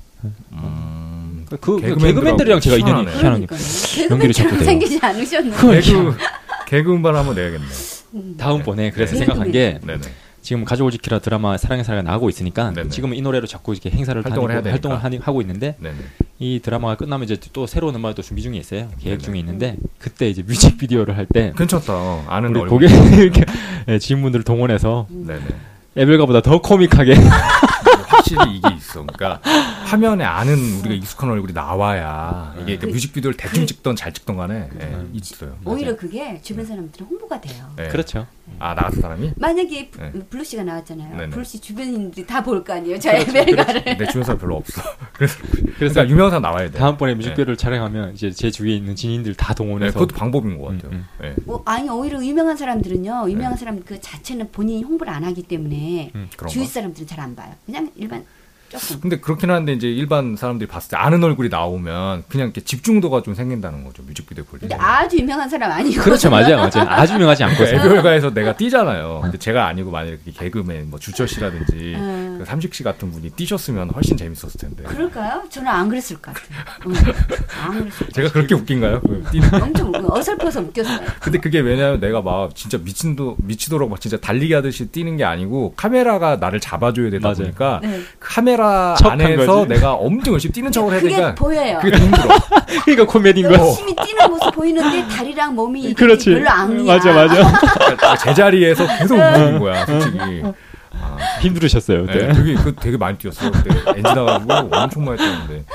[SPEAKER 1] 음.
[SPEAKER 4] 그, 그
[SPEAKER 1] 개그맨들하고
[SPEAKER 4] 개그맨들이랑 제가 인연이
[SPEAKER 1] 희한하네.
[SPEAKER 4] 희한한 게.
[SPEAKER 2] 그러니까요.
[SPEAKER 4] 연기를
[SPEAKER 2] 개그맨처럼
[SPEAKER 4] 자꾸 돼요.
[SPEAKER 2] 생기지 않으셨나요? 그렇죠.
[SPEAKER 1] 개그 개그 음반 한번 내야겠네.
[SPEAKER 4] 다음번에 그래서
[SPEAKER 2] 네.
[SPEAKER 4] 생각한 게
[SPEAKER 1] 네네.
[SPEAKER 4] 지금 가족을 지키라 드라마 사랑의 사랑이 나가고 있으니까
[SPEAKER 1] 네네.
[SPEAKER 4] 지금은 이 노래로 자꾸 이렇게 행사를
[SPEAKER 1] 활동을
[SPEAKER 4] 다니고
[SPEAKER 1] 해야 되니까.
[SPEAKER 4] 활동을 하니, 하고 있는데
[SPEAKER 1] 네네.
[SPEAKER 4] 이 드라마가 끝나면 이제 또 새로운 음악을 또 준비 중에 있어요.
[SPEAKER 1] 네네.
[SPEAKER 4] 계획 중에 있는데 그때 이제 뮤직비디오를 할 때
[SPEAKER 1] 괜찮다. 어, 아는
[SPEAKER 4] 우리
[SPEAKER 1] 얼굴.
[SPEAKER 4] 고객 이렇게 예, 지인분들을 동원해서
[SPEAKER 1] 네네.
[SPEAKER 4] 에벨가보다 더 코믹하게
[SPEAKER 1] 아, 확실히 이게 있어. 그러니까 화면에 아는 우리가 익숙한 얼굴이 나와야 이게 그러니까 뮤직비디오를 대충 찍던 잘 찍던 간에 예, 있어요.
[SPEAKER 2] 음. 오히려 그게 주변 사람들은 홍보가 돼요.
[SPEAKER 1] 예.
[SPEAKER 4] 그렇죠.
[SPEAKER 1] 아 나갔던 사람이?
[SPEAKER 2] 만약에 부-
[SPEAKER 1] 네.
[SPEAKER 2] 블루 씨가 나왔잖아요.
[SPEAKER 1] 네네.
[SPEAKER 2] 블루 씨 주변인들이 다 볼 거 아니에요. 저 에베르가를.
[SPEAKER 1] 내 주변 사람 별로 없어. 그래서
[SPEAKER 4] 그래서
[SPEAKER 1] 그러니까 유명한 사람 나와야 돼.
[SPEAKER 4] 그러니까 다음번에 뮤직비디오를 촬영하면 이제 제 주위에 있는 지인들 다
[SPEAKER 1] 네,
[SPEAKER 4] 동원해서
[SPEAKER 1] 그것도 방법인 것 같아요.
[SPEAKER 4] 음,
[SPEAKER 1] 예.
[SPEAKER 2] 어, 아니 오히려 유명한 사람들은요. 유명한 사람 그 자체는 본인이 홍보를 안 하기 때문에
[SPEAKER 4] 네. 음,
[SPEAKER 1] 그런가?
[SPEAKER 2] 주위 사람들은 잘 안 봐요. 그냥 일반 조금.
[SPEAKER 1] 근데 그렇긴 한데 이제 일반 사람들이 봤을 때 아는 얼굴이 나오면 그냥 이렇게 집중도가 좀 생긴다는 거죠 뮤직비디오 볼 때.
[SPEAKER 2] 근데 아주 유명한 사람 아니고.
[SPEAKER 4] 네. 그렇죠 맞아요 맞아요 아주 유명하지 않고
[SPEAKER 2] 네.
[SPEAKER 1] 그러니까
[SPEAKER 4] 있어요.
[SPEAKER 1] 애교가에서 내가 뛰잖아요. 근데 제가 아니고 만약에 그 개그맨 뭐 주철 씨라든지
[SPEAKER 2] 음.
[SPEAKER 1] 그 삼식 씨 같은 분이 뛰셨으면 훨씬 재밌었을 텐데.
[SPEAKER 2] 그럴까요? 저는 안 그랬을 것 같아요. 응. 안 그랬을 것
[SPEAKER 1] 제가 그렇게 웃긴가요? 그 뛰는
[SPEAKER 2] 같아요. 엄청 웃- 어설퍼서 웃겼어요.
[SPEAKER 1] 근데 그게 왜냐면 내가 막 진짜 미친도 미치도록 막 진짜 달리기 하듯이 뛰는 게 아니고 카메라가 나를 잡아줘야 되다
[SPEAKER 4] 맞아요.
[SPEAKER 1] 보니까
[SPEAKER 2] 네.
[SPEAKER 1] 카메라
[SPEAKER 4] 척한
[SPEAKER 1] 안에서
[SPEAKER 4] 거지.
[SPEAKER 1] 내가 엄청 열심히 뛰는 척을 해야
[SPEAKER 2] 그게
[SPEAKER 1] 되니까
[SPEAKER 2] 보여요. 네.
[SPEAKER 1] 그게 더 힘들어.
[SPEAKER 4] 그러니까 코미디인 거야.
[SPEAKER 2] 열심히 뛰는 모습 보이는데 다리랑 어, 몸이 이게
[SPEAKER 4] 그렇지.
[SPEAKER 2] 별로 안 가.
[SPEAKER 4] 맞아 맞아.
[SPEAKER 1] 그러니까 제자리에서 계속
[SPEAKER 2] 네.
[SPEAKER 1] 움직이는 거야, 솔직히.
[SPEAKER 4] 힘들으셨어요 그때.
[SPEAKER 1] 네, 되게 그 되게 많이 뛰었어요. 그때 엔진 나가고 엄청 많이 뛰었는데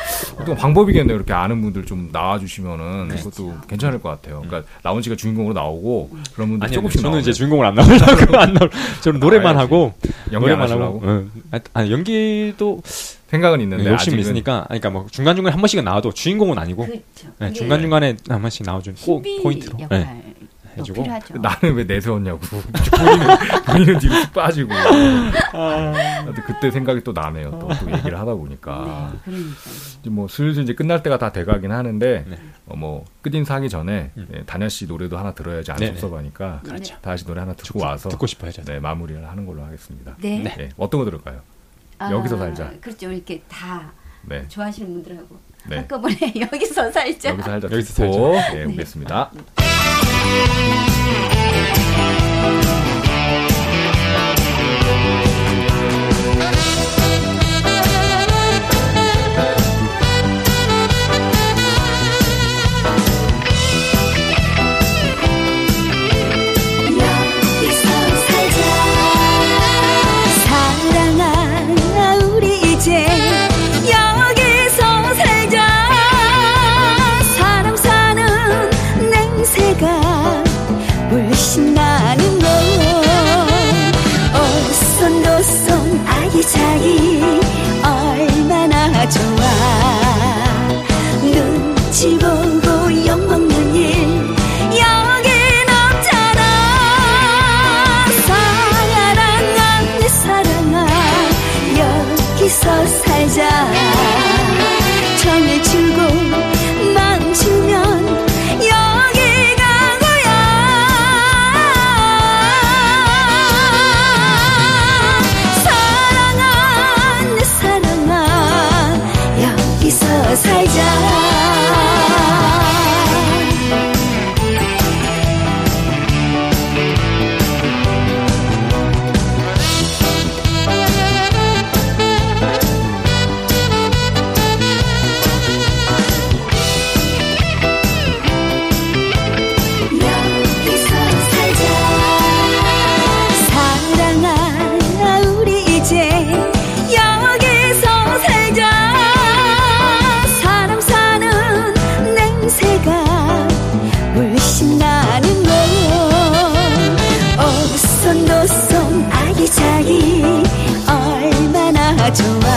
[SPEAKER 1] 또 방법이겠네요. 이렇게 아는 분들 좀 나와주시면은
[SPEAKER 4] 네.
[SPEAKER 1] 그것도 괜찮을 것 같아요. 그러니까 라운지가 주인공으로 나오고 그런 분들
[SPEAKER 4] 음. 아니
[SPEAKER 1] 조금씩
[SPEAKER 4] 저는
[SPEAKER 1] 나오면
[SPEAKER 4] 이제 주인공을 안 나오려고 안 나올. 저는 노래만
[SPEAKER 1] 아,
[SPEAKER 4] 하고
[SPEAKER 1] 연기 안
[SPEAKER 4] 노래만 하고.
[SPEAKER 1] 하시려고
[SPEAKER 4] 응. 아, 아 연기도
[SPEAKER 1] 생각은 있는데
[SPEAKER 4] 욕심이
[SPEAKER 1] 네, 아직은
[SPEAKER 4] 있으니까. 아니, 그러니까 뭐 중간 중간 한 번씩은 나와도 주인공은 아니고
[SPEAKER 2] 그렇죠.
[SPEAKER 4] 네, 중간 중간에 한 번씩 나와준 꼭 포인트로.
[SPEAKER 2] 포인트로
[SPEAKER 4] 네.
[SPEAKER 2] 역할 도
[SPEAKER 4] 해주고.
[SPEAKER 2] 필요하죠. 네,
[SPEAKER 1] 나는 왜 내세웠냐고 본인은 본인은 뒤로 쑥 빠지고
[SPEAKER 4] 아.
[SPEAKER 1] 근데 그때 생각이 또 나네요 또, 또 얘기를 하다 보니까
[SPEAKER 2] 네, 그러니까.
[SPEAKER 1] 이제 뭐 슬슬 이제 끝날 때가 다 돼가긴 하는데
[SPEAKER 4] 네.
[SPEAKER 1] 어, 뭐 끝인사 하기 전에
[SPEAKER 4] 음.
[SPEAKER 1] 예, 단야 씨 노래도 하나 들어야지 안
[SPEAKER 4] 네, 네.
[SPEAKER 1] 섭섭하니까
[SPEAKER 2] 그렇죠.
[SPEAKER 1] 다시 노래 하나 듣고 와서
[SPEAKER 4] 듣고 싶어요 저는.
[SPEAKER 1] 네, 마무리를 하는 걸로 하겠습니다
[SPEAKER 2] 네.
[SPEAKER 4] 네.
[SPEAKER 1] 예, 어떤 거 들을까요? 여기서 살자.
[SPEAKER 2] 그렇죠. 이렇게 다
[SPEAKER 1] 네,
[SPEAKER 2] 좋아하시는 분들하고
[SPEAKER 1] 네.
[SPEAKER 2] 한꺼번에 여기서 살자.
[SPEAKER 1] 여기서 살자
[SPEAKER 4] 여기서
[SPEAKER 1] 듣고 예, 오겠습니다
[SPEAKER 3] 여기서 살자 사랑아 우리 이제 여기서 살자 사람 사는 냄새가 물씬 나는 걸 오손도손 아기자기 얼마나 좋아 눈치 보고 욕먹는 일 여긴 없잖아 사랑아 내 사랑아 여기서 살자 정을 주고 마음 주면 여기가 고야 사랑아 내 사랑아 여기서 살자 여기서 살자 사랑아 우리 이제 여기서 살자 사람 사는 냄새가 물씬 나는 걸 오손도손 아기자기 얼마나 좋아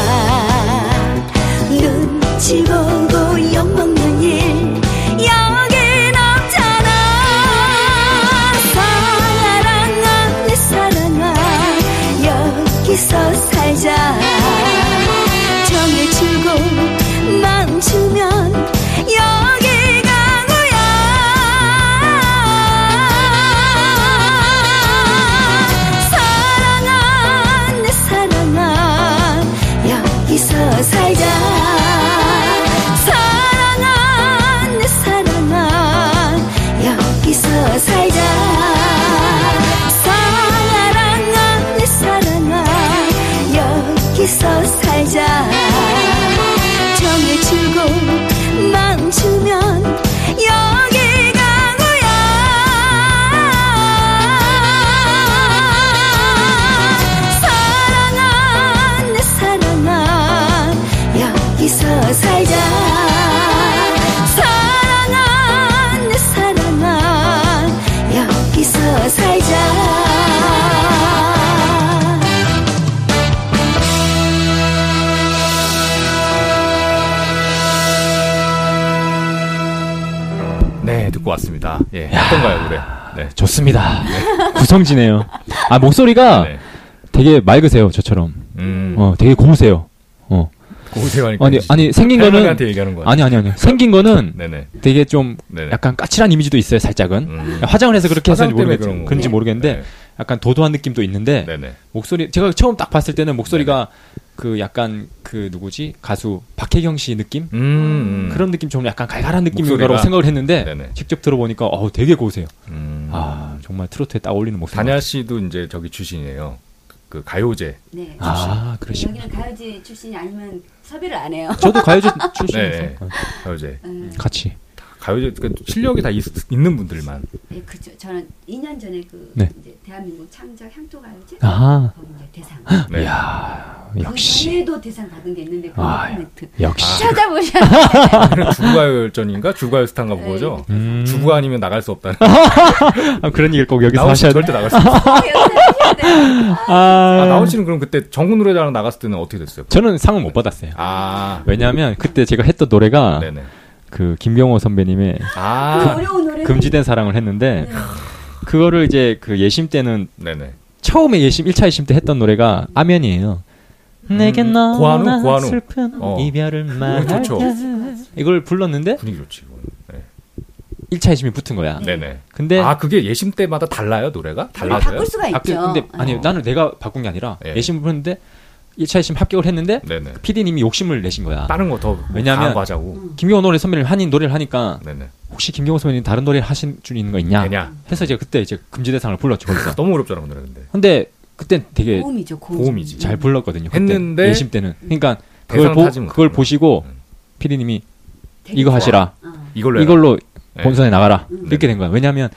[SPEAKER 3] 눈치 보고 욕먹는 일 여긴 없잖아 사랑아 내 사랑아 여기서 살자 정을 살자 사랑아 내 사랑아 여기서 살자 사랑아 내 사랑아 여기서 살자 정을 주고 마음 주면 여기가 고야 사랑아 내 사랑아 여기서 살자 사랑아 내 사랑아 여기서 살자
[SPEAKER 1] 네, 듣고 왔습니다. 예, 어떤가요, 노래? 네.
[SPEAKER 4] 좋습니다. 구성지네요. 아 목소리가
[SPEAKER 1] 네.
[SPEAKER 4] 되게 맑으세요 저처럼.
[SPEAKER 1] 음,
[SPEAKER 4] 어 되게 고우세요. 어
[SPEAKER 1] 고우세요 하니까.
[SPEAKER 4] 아니
[SPEAKER 1] 이제
[SPEAKER 4] 아니 생긴 거는
[SPEAKER 1] 할머니한테 얘기하는 거야.
[SPEAKER 4] 아니 아니 아니 생긴 거는
[SPEAKER 1] 네네.
[SPEAKER 4] 되게 좀
[SPEAKER 1] 네네.
[SPEAKER 4] 약간 까칠한 이미지도 있어요 살짝은 그러니까
[SPEAKER 1] 음.
[SPEAKER 4] 화장을 해서 그렇게 해서
[SPEAKER 1] 화장 때문에 그런
[SPEAKER 4] 모르겠
[SPEAKER 1] 거고.
[SPEAKER 4] 그런지 모르겠는데
[SPEAKER 1] 네.
[SPEAKER 4] 약간 도도한 느낌도 있는데
[SPEAKER 1] 네네. 네,
[SPEAKER 4] 목소리 제가 처음 딱 봤을 때는 목소리가 그 약간 그 누구지 가수 박혜경 씨 느낌
[SPEAKER 1] 음, 음.
[SPEAKER 4] 그런 느낌 좀 약간 갈갈한 느낌인
[SPEAKER 1] 목소리가-
[SPEAKER 4] 거라고 생각을 했는데
[SPEAKER 1] 네네.
[SPEAKER 4] 직접 들어보니까 어 되게 고우세요
[SPEAKER 1] 음.
[SPEAKER 4] 아 정말 트로트에 딱 어울리는 목소리
[SPEAKER 1] 다냐 씨도 이제 저기 출신이에요. 그- 그 가요제.
[SPEAKER 2] 네.
[SPEAKER 4] 아 그러시구나
[SPEAKER 2] 여기는 가요제 출신이 아니면 섭외를 안 해요.
[SPEAKER 4] 저도 가요제 출신이어서
[SPEAKER 1] 네.
[SPEAKER 4] 어,
[SPEAKER 1] 가요제.
[SPEAKER 2] 음,
[SPEAKER 4] 같이
[SPEAKER 1] 가요제 그러니까 실력이 다 있, 있는 분들만.
[SPEAKER 2] 네, 그죠. 저는 2년 전에 그
[SPEAKER 4] 네.
[SPEAKER 2] 이제 대한민국 창작 향토 가요제
[SPEAKER 4] 아
[SPEAKER 2] 거기 이제 대상.
[SPEAKER 1] 네.
[SPEAKER 4] 이야
[SPEAKER 2] 그
[SPEAKER 4] 역시
[SPEAKER 2] 전에도 대상 받은 게 있는데 그
[SPEAKER 4] 아,
[SPEAKER 2] 멘트.
[SPEAKER 4] 역시
[SPEAKER 2] 찾아보셔야
[SPEAKER 1] 주가요전인가 주가요스타인가 뭐 그거죠.
[SPEAKER 4] 음.
[SPEAKER 1] 주가 아니면 나갈 수 없다는.
[SPEAKER 4] 아, 그런 얘기를 꼭 여기서
[SPEAKER 1] 나온 씨
[SPEAKER 4] 하셔야 돼.
[SPEAKER 1] 절대 나갈 수 없어.
[SPEAKER 4] 아,
[SPEAKER 1] 아, 나온 씨는 그럼 그때 정국 노래자랑 나갔을 때는 어떻게 됐어요?
[SPEAKER 4] 저는 상은 못 받았어요.
[SPEAKER 1] 아,
[SPEAKER 4] 왜냐하면 그때 제가 했던 노래가
[SPEAKER 1] 네네.
[SPEAKER 4] 그 김경호 선배님의
[SPEAKER 2] 그
[SPEAKER 1] 아,
[SPEAKER 2] 어려운 노래.
[SPEAKER 4] 금지된 사랑을 했는데 그거를 이제 그 예심 때는
[SPEAKER 1] 네네.
[SPEAKER 4] 처음에 예심 1차 예심 때 했던 노래가 아면이에요. 음, 내겐 너무나
[SPEAKER 1] 고한우, 고한우.
[SPEAKER 4] 슬픈
[SPEAKER 1] 어.
[SPEAKER 4] 이별을 음. 말할
[SPEAKER 1] 좋죠.
[SPEAKER 4] 때. 이걸 불렀는데
[SPEAKER 1] 분위기 좋지 이거는. 네.
[SPEAKER 4] 1차 예심이 붙은 거야.
[SPEAKER 1] 네네.
[SPEAKER 4] 근데
[SPEAKER 1] 아 그게 예심 때마다 달라요 노래가? 달라져요?
[SPEAKER 2] 네, 바꿀 수가
[SPEAKER 4] 아, 그-
[SPEAKER 2] 있죠.
[SPEAKER 4] 근데 아니
[SPEAKER 1] 어.
[SPEAKER 4] 나는 내가 바꾼 게 아니라
[SPEAKER 1] 예.
[SPEAKER 4] 예심 부르는데 1차 예심 합격을 했는데
[SPEAKER 1] 네네.
[SPEAKER 4] PD님이 욕심을 내신 거야.
[SPEAKER 1] 다른 거더
[SPEAKER 4] 아. 왜냐면-
[SPEAKER 1] 왜냐면
[SPEAKER 2] 음.
[SPEAKER 1] 하자고.
[SPEAKER 4] 김경호 노래 선배님 한인 노래를 하니까
[SPEAKER 1] 네네.
[SPEAKER 4] 혹시 김경호 선배님 다른 노래 하신 줄 있는 거 있냐?
[SPEAKER 1] 되냐?
[SPEAKER 4] 해서 제가 그때 이제 금지대상을 불렀죠 거기서.
[SPEAKER 1] 너무 어렵잖아 그 노래 근데.
[SPEAKER 4] 근데 그때 되게
[SPEAKER 2] 고음이죠. 고음.
[SPEAKER 1] 고음이지.
[SPEAKER 4] 잘 불렀거든요. 그때
[SPEAKER 1] 했는데
[SPEAKER 4] 예심 때는. 그러니까
[SPEAKER 1] 대상을
[SPEAKER 4] 그걸 보
[SPEAKER 1] 타지 못한
[SPEAKER 4] 그걸
[SPEAKER 1] 거예요.
[SPEAKER 4] 보시고
[SPEAKER 1] 음.
[SPEAKER 4] 피디님이
[SPEAKER 2] 되게
[SPEAKER 4] 이거
[SPEAKER 2] 좋아.
[SPEAKER 4] 하시라.
[SPEAKER 2] 어.
[SPEAKER 1] 이걸로 해라.
[SPEAKER 4] 이걸로
[SPEAKER 1] 네.
[SPEAKER 4] 본선에 나가라.
[SPEAKER 2] 음.
[SPEAKER 4] 이렇게 된 거야. 왜냐하면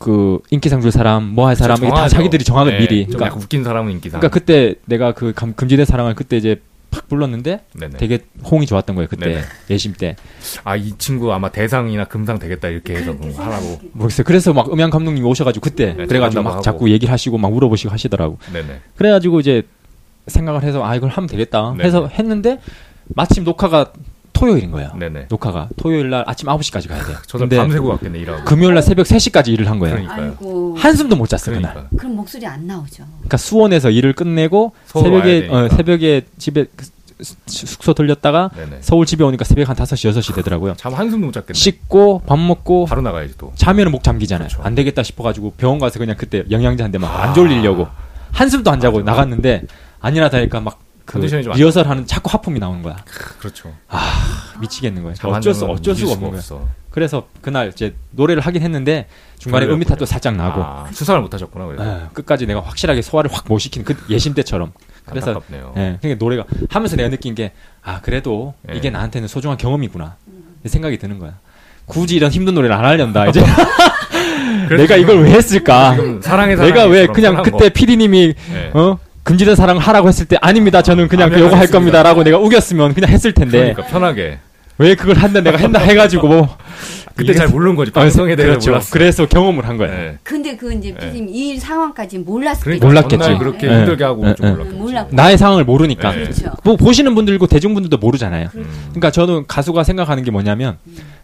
[SPEAKER 4] 그 인기상 줄 사람, 뭐 할 사람 이게 다
[SPEAKER 1] 정하죠.
[SPEAKER 4] 자기들이 정하면
[SPEAKER 1] 네,
[SPEAKER 4] 미리.
[SPEAKER 1] 좀
[SPEAKER 4] 그러니까,
[SPEAKER 1] 약간 웃긴 사람은 인기상.
[SPEAKER 4] 그러니까 그때 내가 그 감- 금지대 사랑을 그때 이제 팍 불렀는데
[SPEAKER 1] 네네.
[SPEAKER 4] 그 되게 호응이 좋았던 거예요. 그때
[SPEAKER 1] 네네.
[SPEAKER 4] 예심 때.
[SPEAKER 1] 아이 친구 아마 대상이나 금상 되겠다 이렇게 해서
[SPEAKER 2] 그렇게
[SPEAKER 1] 그런 거뭐 하라고.
[SPEAKER 2] 생각했겠지.
[SPEAKER 4] 모르겠어요. 그래서 막 음향 감독님이 오셔가지고 그때
[SPEAKER 1] 네,
[SPEAKER 4] 그래가지고 막
[SPEAKER 1] 하고.
[SPEAKER 4] 자꾸 얘기를 하시고 막 물어보시고 하시더라고.
[SPEAKER 1] 네네.
[SPEAKER 4] 그래가지고 이제 생각을 해서 아 이걸 하면 되겠다
[SPEAKER 1] 네네.
[SPEAKER 4] 해서 했는데 마침 녹화가 토요일인 거예요.
[SPEAKER 1] 네네.
[SPEAKER 4] 녹화가 토요일 날 아침 9시까지 가야 돼요.
[SPEAKER 1] 저는 밤새고 갔겠네 일하고.
[SPEAKER 4] 금요일 날 새벽 3시까지 일을 한 거예요.
[SPEAKER 1] 그러니까요.
[SPEAKER 2] 아이고.
[SPEAKER 4] 한숨도 못 잤어 그날.
[SPEAKER 1] 그러니까.
[SPEAKER 2] 그럼 목소리 안 나오죠.
[SPEAKER 4] 그러니까 수원에서 일을 끝내고
[SPEAKER 1] 서울
[SPEAKER 4] 새벽에
[SPEAKER 1] 와야
[SPEAKER 4] 어,
[SPEAKER 1] 되니까.
[SPEAKER 4] 새벽에 집에 그 수- 수- 숙소 들렸다가
[SPEAKER 1] 네네. 아, 그렇죠.
[SPEAKER 4] 서울 집에 오니까 새벽 한 5시 6시 되더라고요.
[SPEAKER 1] 잠 한숨도 못 잤겠네.
[SPEAKER 4] 씻고 밥 먹고
[SPEAKER 1] 바로 나가야지 또.
[SPEAKER 4] 자면 목 잠기잖아요.
[SPEAKER 1] 그렇죠. 아.
[SPEAKER 4] 안 되겠다 싶어가지고 병원 가서 그냥 그때 영양제 한 대 막 안 졸리려고 한숨도 안 자고 나갔는데 아니라 다니까 막 그
[SPEAKER 1] 컨디션이 좀안
[SPEAKER 4] 리허설 하는 자꾸 하품이 나오는 거야.
[SPEAKER 1] 그렇죠.
[SPEAKER 4] 미치겠는 거야. 어쩔 수 어쩔 수가 없는 거야.
[SPEAKER 1] 없어.
[SPEAKER 4] 그래서 그날 이제 노래를 하긴 했는데 중간에
[SPEAKER 1] 졸려요,
[SPEAKER 4] 음이 탓도 살짝 나고
[SPEAKER 1] 그러니까 아, 수상을 못 하셨구나 그래서.
[SPEAKER 4] 예, 끝까지 내가 확실하게 소화를 확 못 시킨 그 예심 때처럼. 그래서
[SPEAKER 1] 안타깝네요.
[SPEAKER 4] 예, 그러니까 노래가 하면서 내가 느낀 게 아 그래도
[SPEAKER 1] 예.
[SPEAKER 4] 이게 나한테는 소중한 경험이구나 생각이 드는 거야. 굳이 이런 힘든 노래를 안 하려다 이제
[SPEAKER 1] 그래서
[SPEAKER 4] 내가 이걸 왜 했을까?
[SPEAKER 1] 지금 사랑의 사랑.
[SPEAKER 4] 내가 왜 그냥 그때 PD님이
[SPEAKER 1] 네.
[SPEAKER 4] 어? 금지된 사랑 하라고 했을 때 아닙니다. 저는 그냥
[SPEAKER 1] 아니요, 네,
[SPEAKER 4] 요거 할
[SPEAKER 1] 알겠습니다.
[SPEAKER 4] 겁니다라고 내가 우겼으면 그냥 했을 텐데
[SPEAKER 1] 그러니까 편하게
[SPEAKER 4] 왜 그걸 한다 내가 했나 해가지고 뭐
[SPEAKER 1] 그때 잘 모르는 거지. 방송에 대해서
[SPEAKER 4] 그렇죠.
[SPEAKER 1] 몰랐어.
[SPEAKER 4] 그래서 경험을 한 거예요.
[SPEAKER 1] 네.
[SPEAKER 2] 근데 그 이제 피디님 이 상황까지 몰랐을
[SPEAKER 1] 그러니까
[SPEAKER 2] 거잖아요.
[SPEAKER 4] 몰랐겠지.
[SPEAKER 1] 전날 그렇게
[SPEAKER 4] 네.
[SPEAKER 1] 힘들게 하고
[SPEAKER 4] 네.
[SPEAKER 1] 좀
[SPEAKER 4] 네.
[SPEAKER 1] 몰랐겠지.
[SPEAKER 2] 몰랐고.
[SPEAKER 4] 나의 상황을 모르니까
[SPEAKER 1] 네.
[SPEAKER 2] 그렇죠.
[SPEAKER 4] 뭐 보시는 분들고 대중분들도 모르잖아요.
[SPEAKER 1] 음.
[SPEAKER 4] 그러니까 저는 가수가 생각하는 게 뭐냐면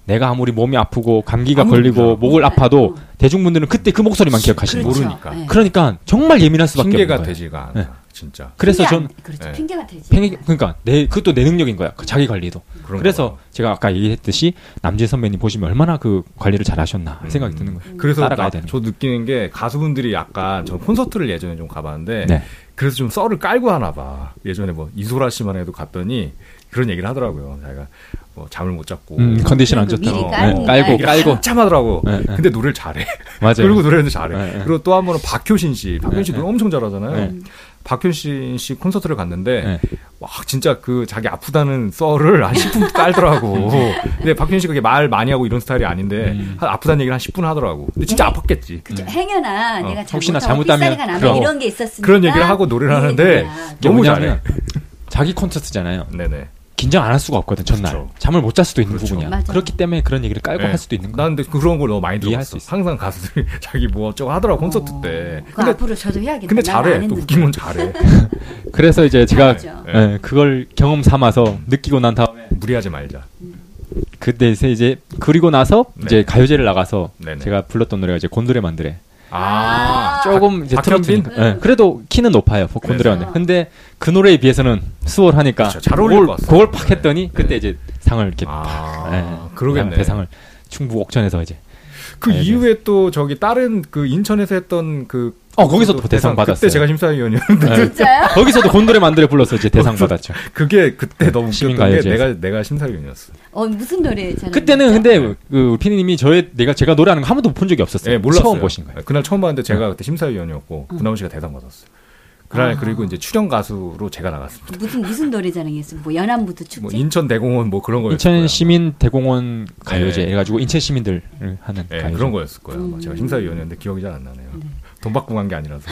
[SPEAKER 4] 내가 아무리 몸이 아프고 감기가
[SPEAKER 1] 아무리
[SPEAKER 4] 걸리고
[SPEAKER 1] 몰라.
[SPEAKER 4] 목을 아파도
[SPEAKER 2] 음.
[SPEAKER 4] 대중분들은 그때 그 목소리만 기억하시는 거예요.
[SPEAKER 1] 모르니까.
[SPEAKER 2] 예.
[SPEAKER 4] 그러니까 정말 예민할 수밖에 없는
[SPEAKER 1] 핑계가
[SPEAKER 4] 거예요.
[SPEAKER 1] 되지가 않아.
[SPEAKER 4] 네.
[SPEAKER 1] 진짜.
[SPEAKER 4] 그래서
[SPEAKER 2] 핑계
[SPEAKER 4] 전
[SPEAKER 2] 안- 그렇죠.
[SPEAKER 1] 예.
[SPEAKER 2] 핑계가 되지.
[SPEAKER 4] 팽이 그러니까 내 그것도 내 능력인 거야. 그 자기 관리도.
[SPEAKER 1] 그런
[SPEAKER 4] 그래서 제가 아까 얘기했듯이 남재 선배님 보시면 얼마나 그 관리를 잘하셨나
[SPEAKER 1] 음.
[SPEAKER 4] 생각이 드는 거예요.
[SPEAKER 1] 그래서
[SPEAKER 4] 따라가야
[SPEAKER 1] 나-
[SPEAKER 4] 되는
[SPEAKER 1] 저 느끼는 게 가수분들이 약간 저 콘서트를 예전에 좀 가봤는데
[SPEAKER 4] 네.
[SPEAKER 1] 그래서 좀 썰을 깔고 하나 봐. 예전에 뭐 이소라 씨만 해도 갔더니 그런 얘기를 하더라고요. 자기가 뭐 잠을 못 잤고
[SPEAKER 4] 음, 컨디션 안
[SPEAKER 2] 그리고
[SPEAKER 4] 좋다고.
[SPEAKER 2] 미리 깔고
[SPEAKER 4] 네, 깔고
[SPEAKER 2] 가야지.
[SPEAKER 4] 깔고.
[SPEAKER 1] 참 하더라고.
[SPEAKER 4] 네, 네.
[SPEAKER 1] 근데 노래를 잘해.
[SPEAKER 4] 맞아요.
[SPEAKER 1] 그러니까. 그리고 노래는 잘해.
[SPEAKER 4] 네, 네.
[SPEAKER 1] 그리고 또 한 번은 박효신 씨. 박효신 씨
[SPEAKER 4] 네,
[SPEAKER 1] 노래 엄청 잘하잖아요.
[SPEAKER 4] 네.
[SPEAKER 1] 박효신 씨 콘서트를 갔는데
[SPEAKER 4] 네.
[SPEAKER 1] 와 진짜 그 자기 아프다는 썰을 한 10분 깔더라고. 근데 박효신 씨가 그게 말 많이 하고 이런 스타일이 아닌데
[SPEAKER 4] 음.
[SPEAKER 1] 한 아프다는 얘기를 한 10분 하더라고. 근데 진짜 아팠겠지.
[SPEAKER 2] 네. 그죠. 행여나
[SPEAKER 1] 어.
[SPEAKER 2] 내가
[SPEAKER 4] 혹시나
[SPEAKER 2] 잘못하고
[SPEAKER 4] 잘못하면
[SPEAKER 2] 삐싸리가 나면 뭐
[SPEAKER 4] 그럼.
[SPEAKER 2] 이런 게 있었으니까 네,
[SPEAKER 1] 그런 얘기를 하고 노래를 하는데
[SPEAKER 2] 얘기구나.
[SPEAKER 4] 이게
[SPEAKER 1] 너무
[SPEAKER 4] 뭐냐면
[SPEAKER 1] 잘해.
[SPEAKER 4] 자기 콘서트잖아요.
[SPEAKER 1] 음. 네네.
[SPEAKER 4] 긴장 안 할 수가 없거든 전날.
[SPEAKER 1] 그렇죠.
[SPEAKER 4] 잠을 못 잘 수도 있는
[SPEAKER 1] 그렇죠.
[SPEAKER 4] 부분이야.
[SPEAKER 2] 맞아요.
[SPEAKER 4] 그렇기 때문에 그런 얘기를 깔고
[SPEAKER 1] 네.
[SPEAKER 4] 할 수도 있는 거야.
[SPEAKER 1] 난 근데 그런 걸 너무 많이
[SPEAKER 4] 이해할 수
[SPEAKER 1] 들었어.
[SPEAKER 4] 있어.
[SPEAKER 1] 항상 가수들이 자기 뭐 어쩌고 하더라고 콘서트 때.
[SPEAKER 2] 그
[SPEAKER 1] 근데
[SPEAKER 2] 앞으로 저도 해야겠다.
[SPEAKER 1] 근데
[SPEAKER 2] 나는 안
[SPEAKER 1] 잘해. 또
[SPEAKER 2] 했는데. 네.
[SPEAKER 1] 웃긴 건 잘해.
[SPEAKER 4] 그래서 이제 제가
[SPEAKER 2] 맞아.
[SPEAKER 1] 네.
[SPEAKER 4] 예, 그걸 경험 삼아서 느끼고 난 다음에
[SPEAKER 1] 무리하지 말자.
[SPEAKER 4] 그때서 이제 그리고 나서
[SPEAKER 1] 네.
[SPEAKER 4] 이제 가요제를 나가서
[SPEAKER 1] 네네.
[SPEAKER 4] 제가 불렀던 노래가 이제 곤드레 만드레.
[SPEAKER 1] 아,
[SPEAKER 4] 조금 이제
[SPEAKER 1] 박현빈?
[SPEAKER 4] 트로트니까. 예, 그래도 키는 높아요. 곤드레는. 근데 그 노래에 비해서는 수월하니까
[SPEAKER 1] 그렇죠. 잘 어울릴
[SPEAKER 4] 그걸-
[SPEAKER 1] 것 같아요.
[SPEAKER 4] 그걸 팍
[SPEAKER 1] 네.
[SPEAKER 4] 했더니 그때 이제 상을 이렇게
[SPEAKER 1] 아,
[SPEAKER 4] 예,
[SPEAKER 1] 그러겠네.
[SPEAKER 4] 대상을 충북 옥천에서 이제
[SPEAKER 1] 그
[SPEAKER 4] 알겠어요.
[SPEAKER 1] 이후에 또 저기 다른 그 인천에서 했던 그
[SPEAKER 4] 어 거기서도 대상 받았어요.
[SPEAKER 1] 그때 제가
[SPEAKER 4] 아,
[SPEAKER 1] 심사위원이었는데
[SPEAKER 2] 진짜요?
[SPEAKER 4] 네. 거기서도 곤드레 만드레 불러서 이제 대상
[SPEAKER 1] 어,
[SPEAKER 4] 받았죠.
[SPEAKER 1] 그게
[SPEAKER 4] 네.
[SPEAKER 1] 그때 너무 웃겼던 게
[SPEAKER 4] 시민가요제에서.
[SPEAKER 1] 내가 내가 심사위원이었어.
[SPEAKER 2] 어 무슨 노래 잘
[SPEAKER 4] 그때는 근데 그 피디님이 저의 내가 제가 노래하는 거 한 번도 못 본 적이 없었어요.
[SPEAKER 1] 예, 몰랐어요.
[SPEAKER 4] 처음 보신 거예요. 네.
[SPEAKER 1] 예, 그날 처음 봤는데 제가 그때 심사위원이었고
[SPEAKER 2] 음.
[SPEAKER 1] 구나무 씨가 대상 받았어요. 그날
[SPEAKER 2] 아.
[SPEAKER 1] 그리고 이제 출연 가수로 제가 나갔습니다.
[SPEAKER 2] 무슨 무슨 노래 자랑했어요? 뭐 연안부터
[SPEAKER 1] 뭐
[SPEAKER 2] 축제.
[SPEAKER 1] 인천 대공원 뭐 그런 거였어요.
[SPEAKER 4] 인천 시민 대공원은 가요제
[SPEAKER 1] 네.
[SPEAKER 4] 해가지고 인천 시민들 을 하는
[SPEAKER 1] 예,
[SPEAKER 2] 그렇죠.
[SPEAKER 4] 가요제.
[SPEAKER 1] 그런 거였을 거예요. 아마.
[SPEAKER 2] 음.
[SPEAKER 1] 제가 심사위원이었는데 기억이 잘 안 나네요. 돈 받고 간 게 아니라서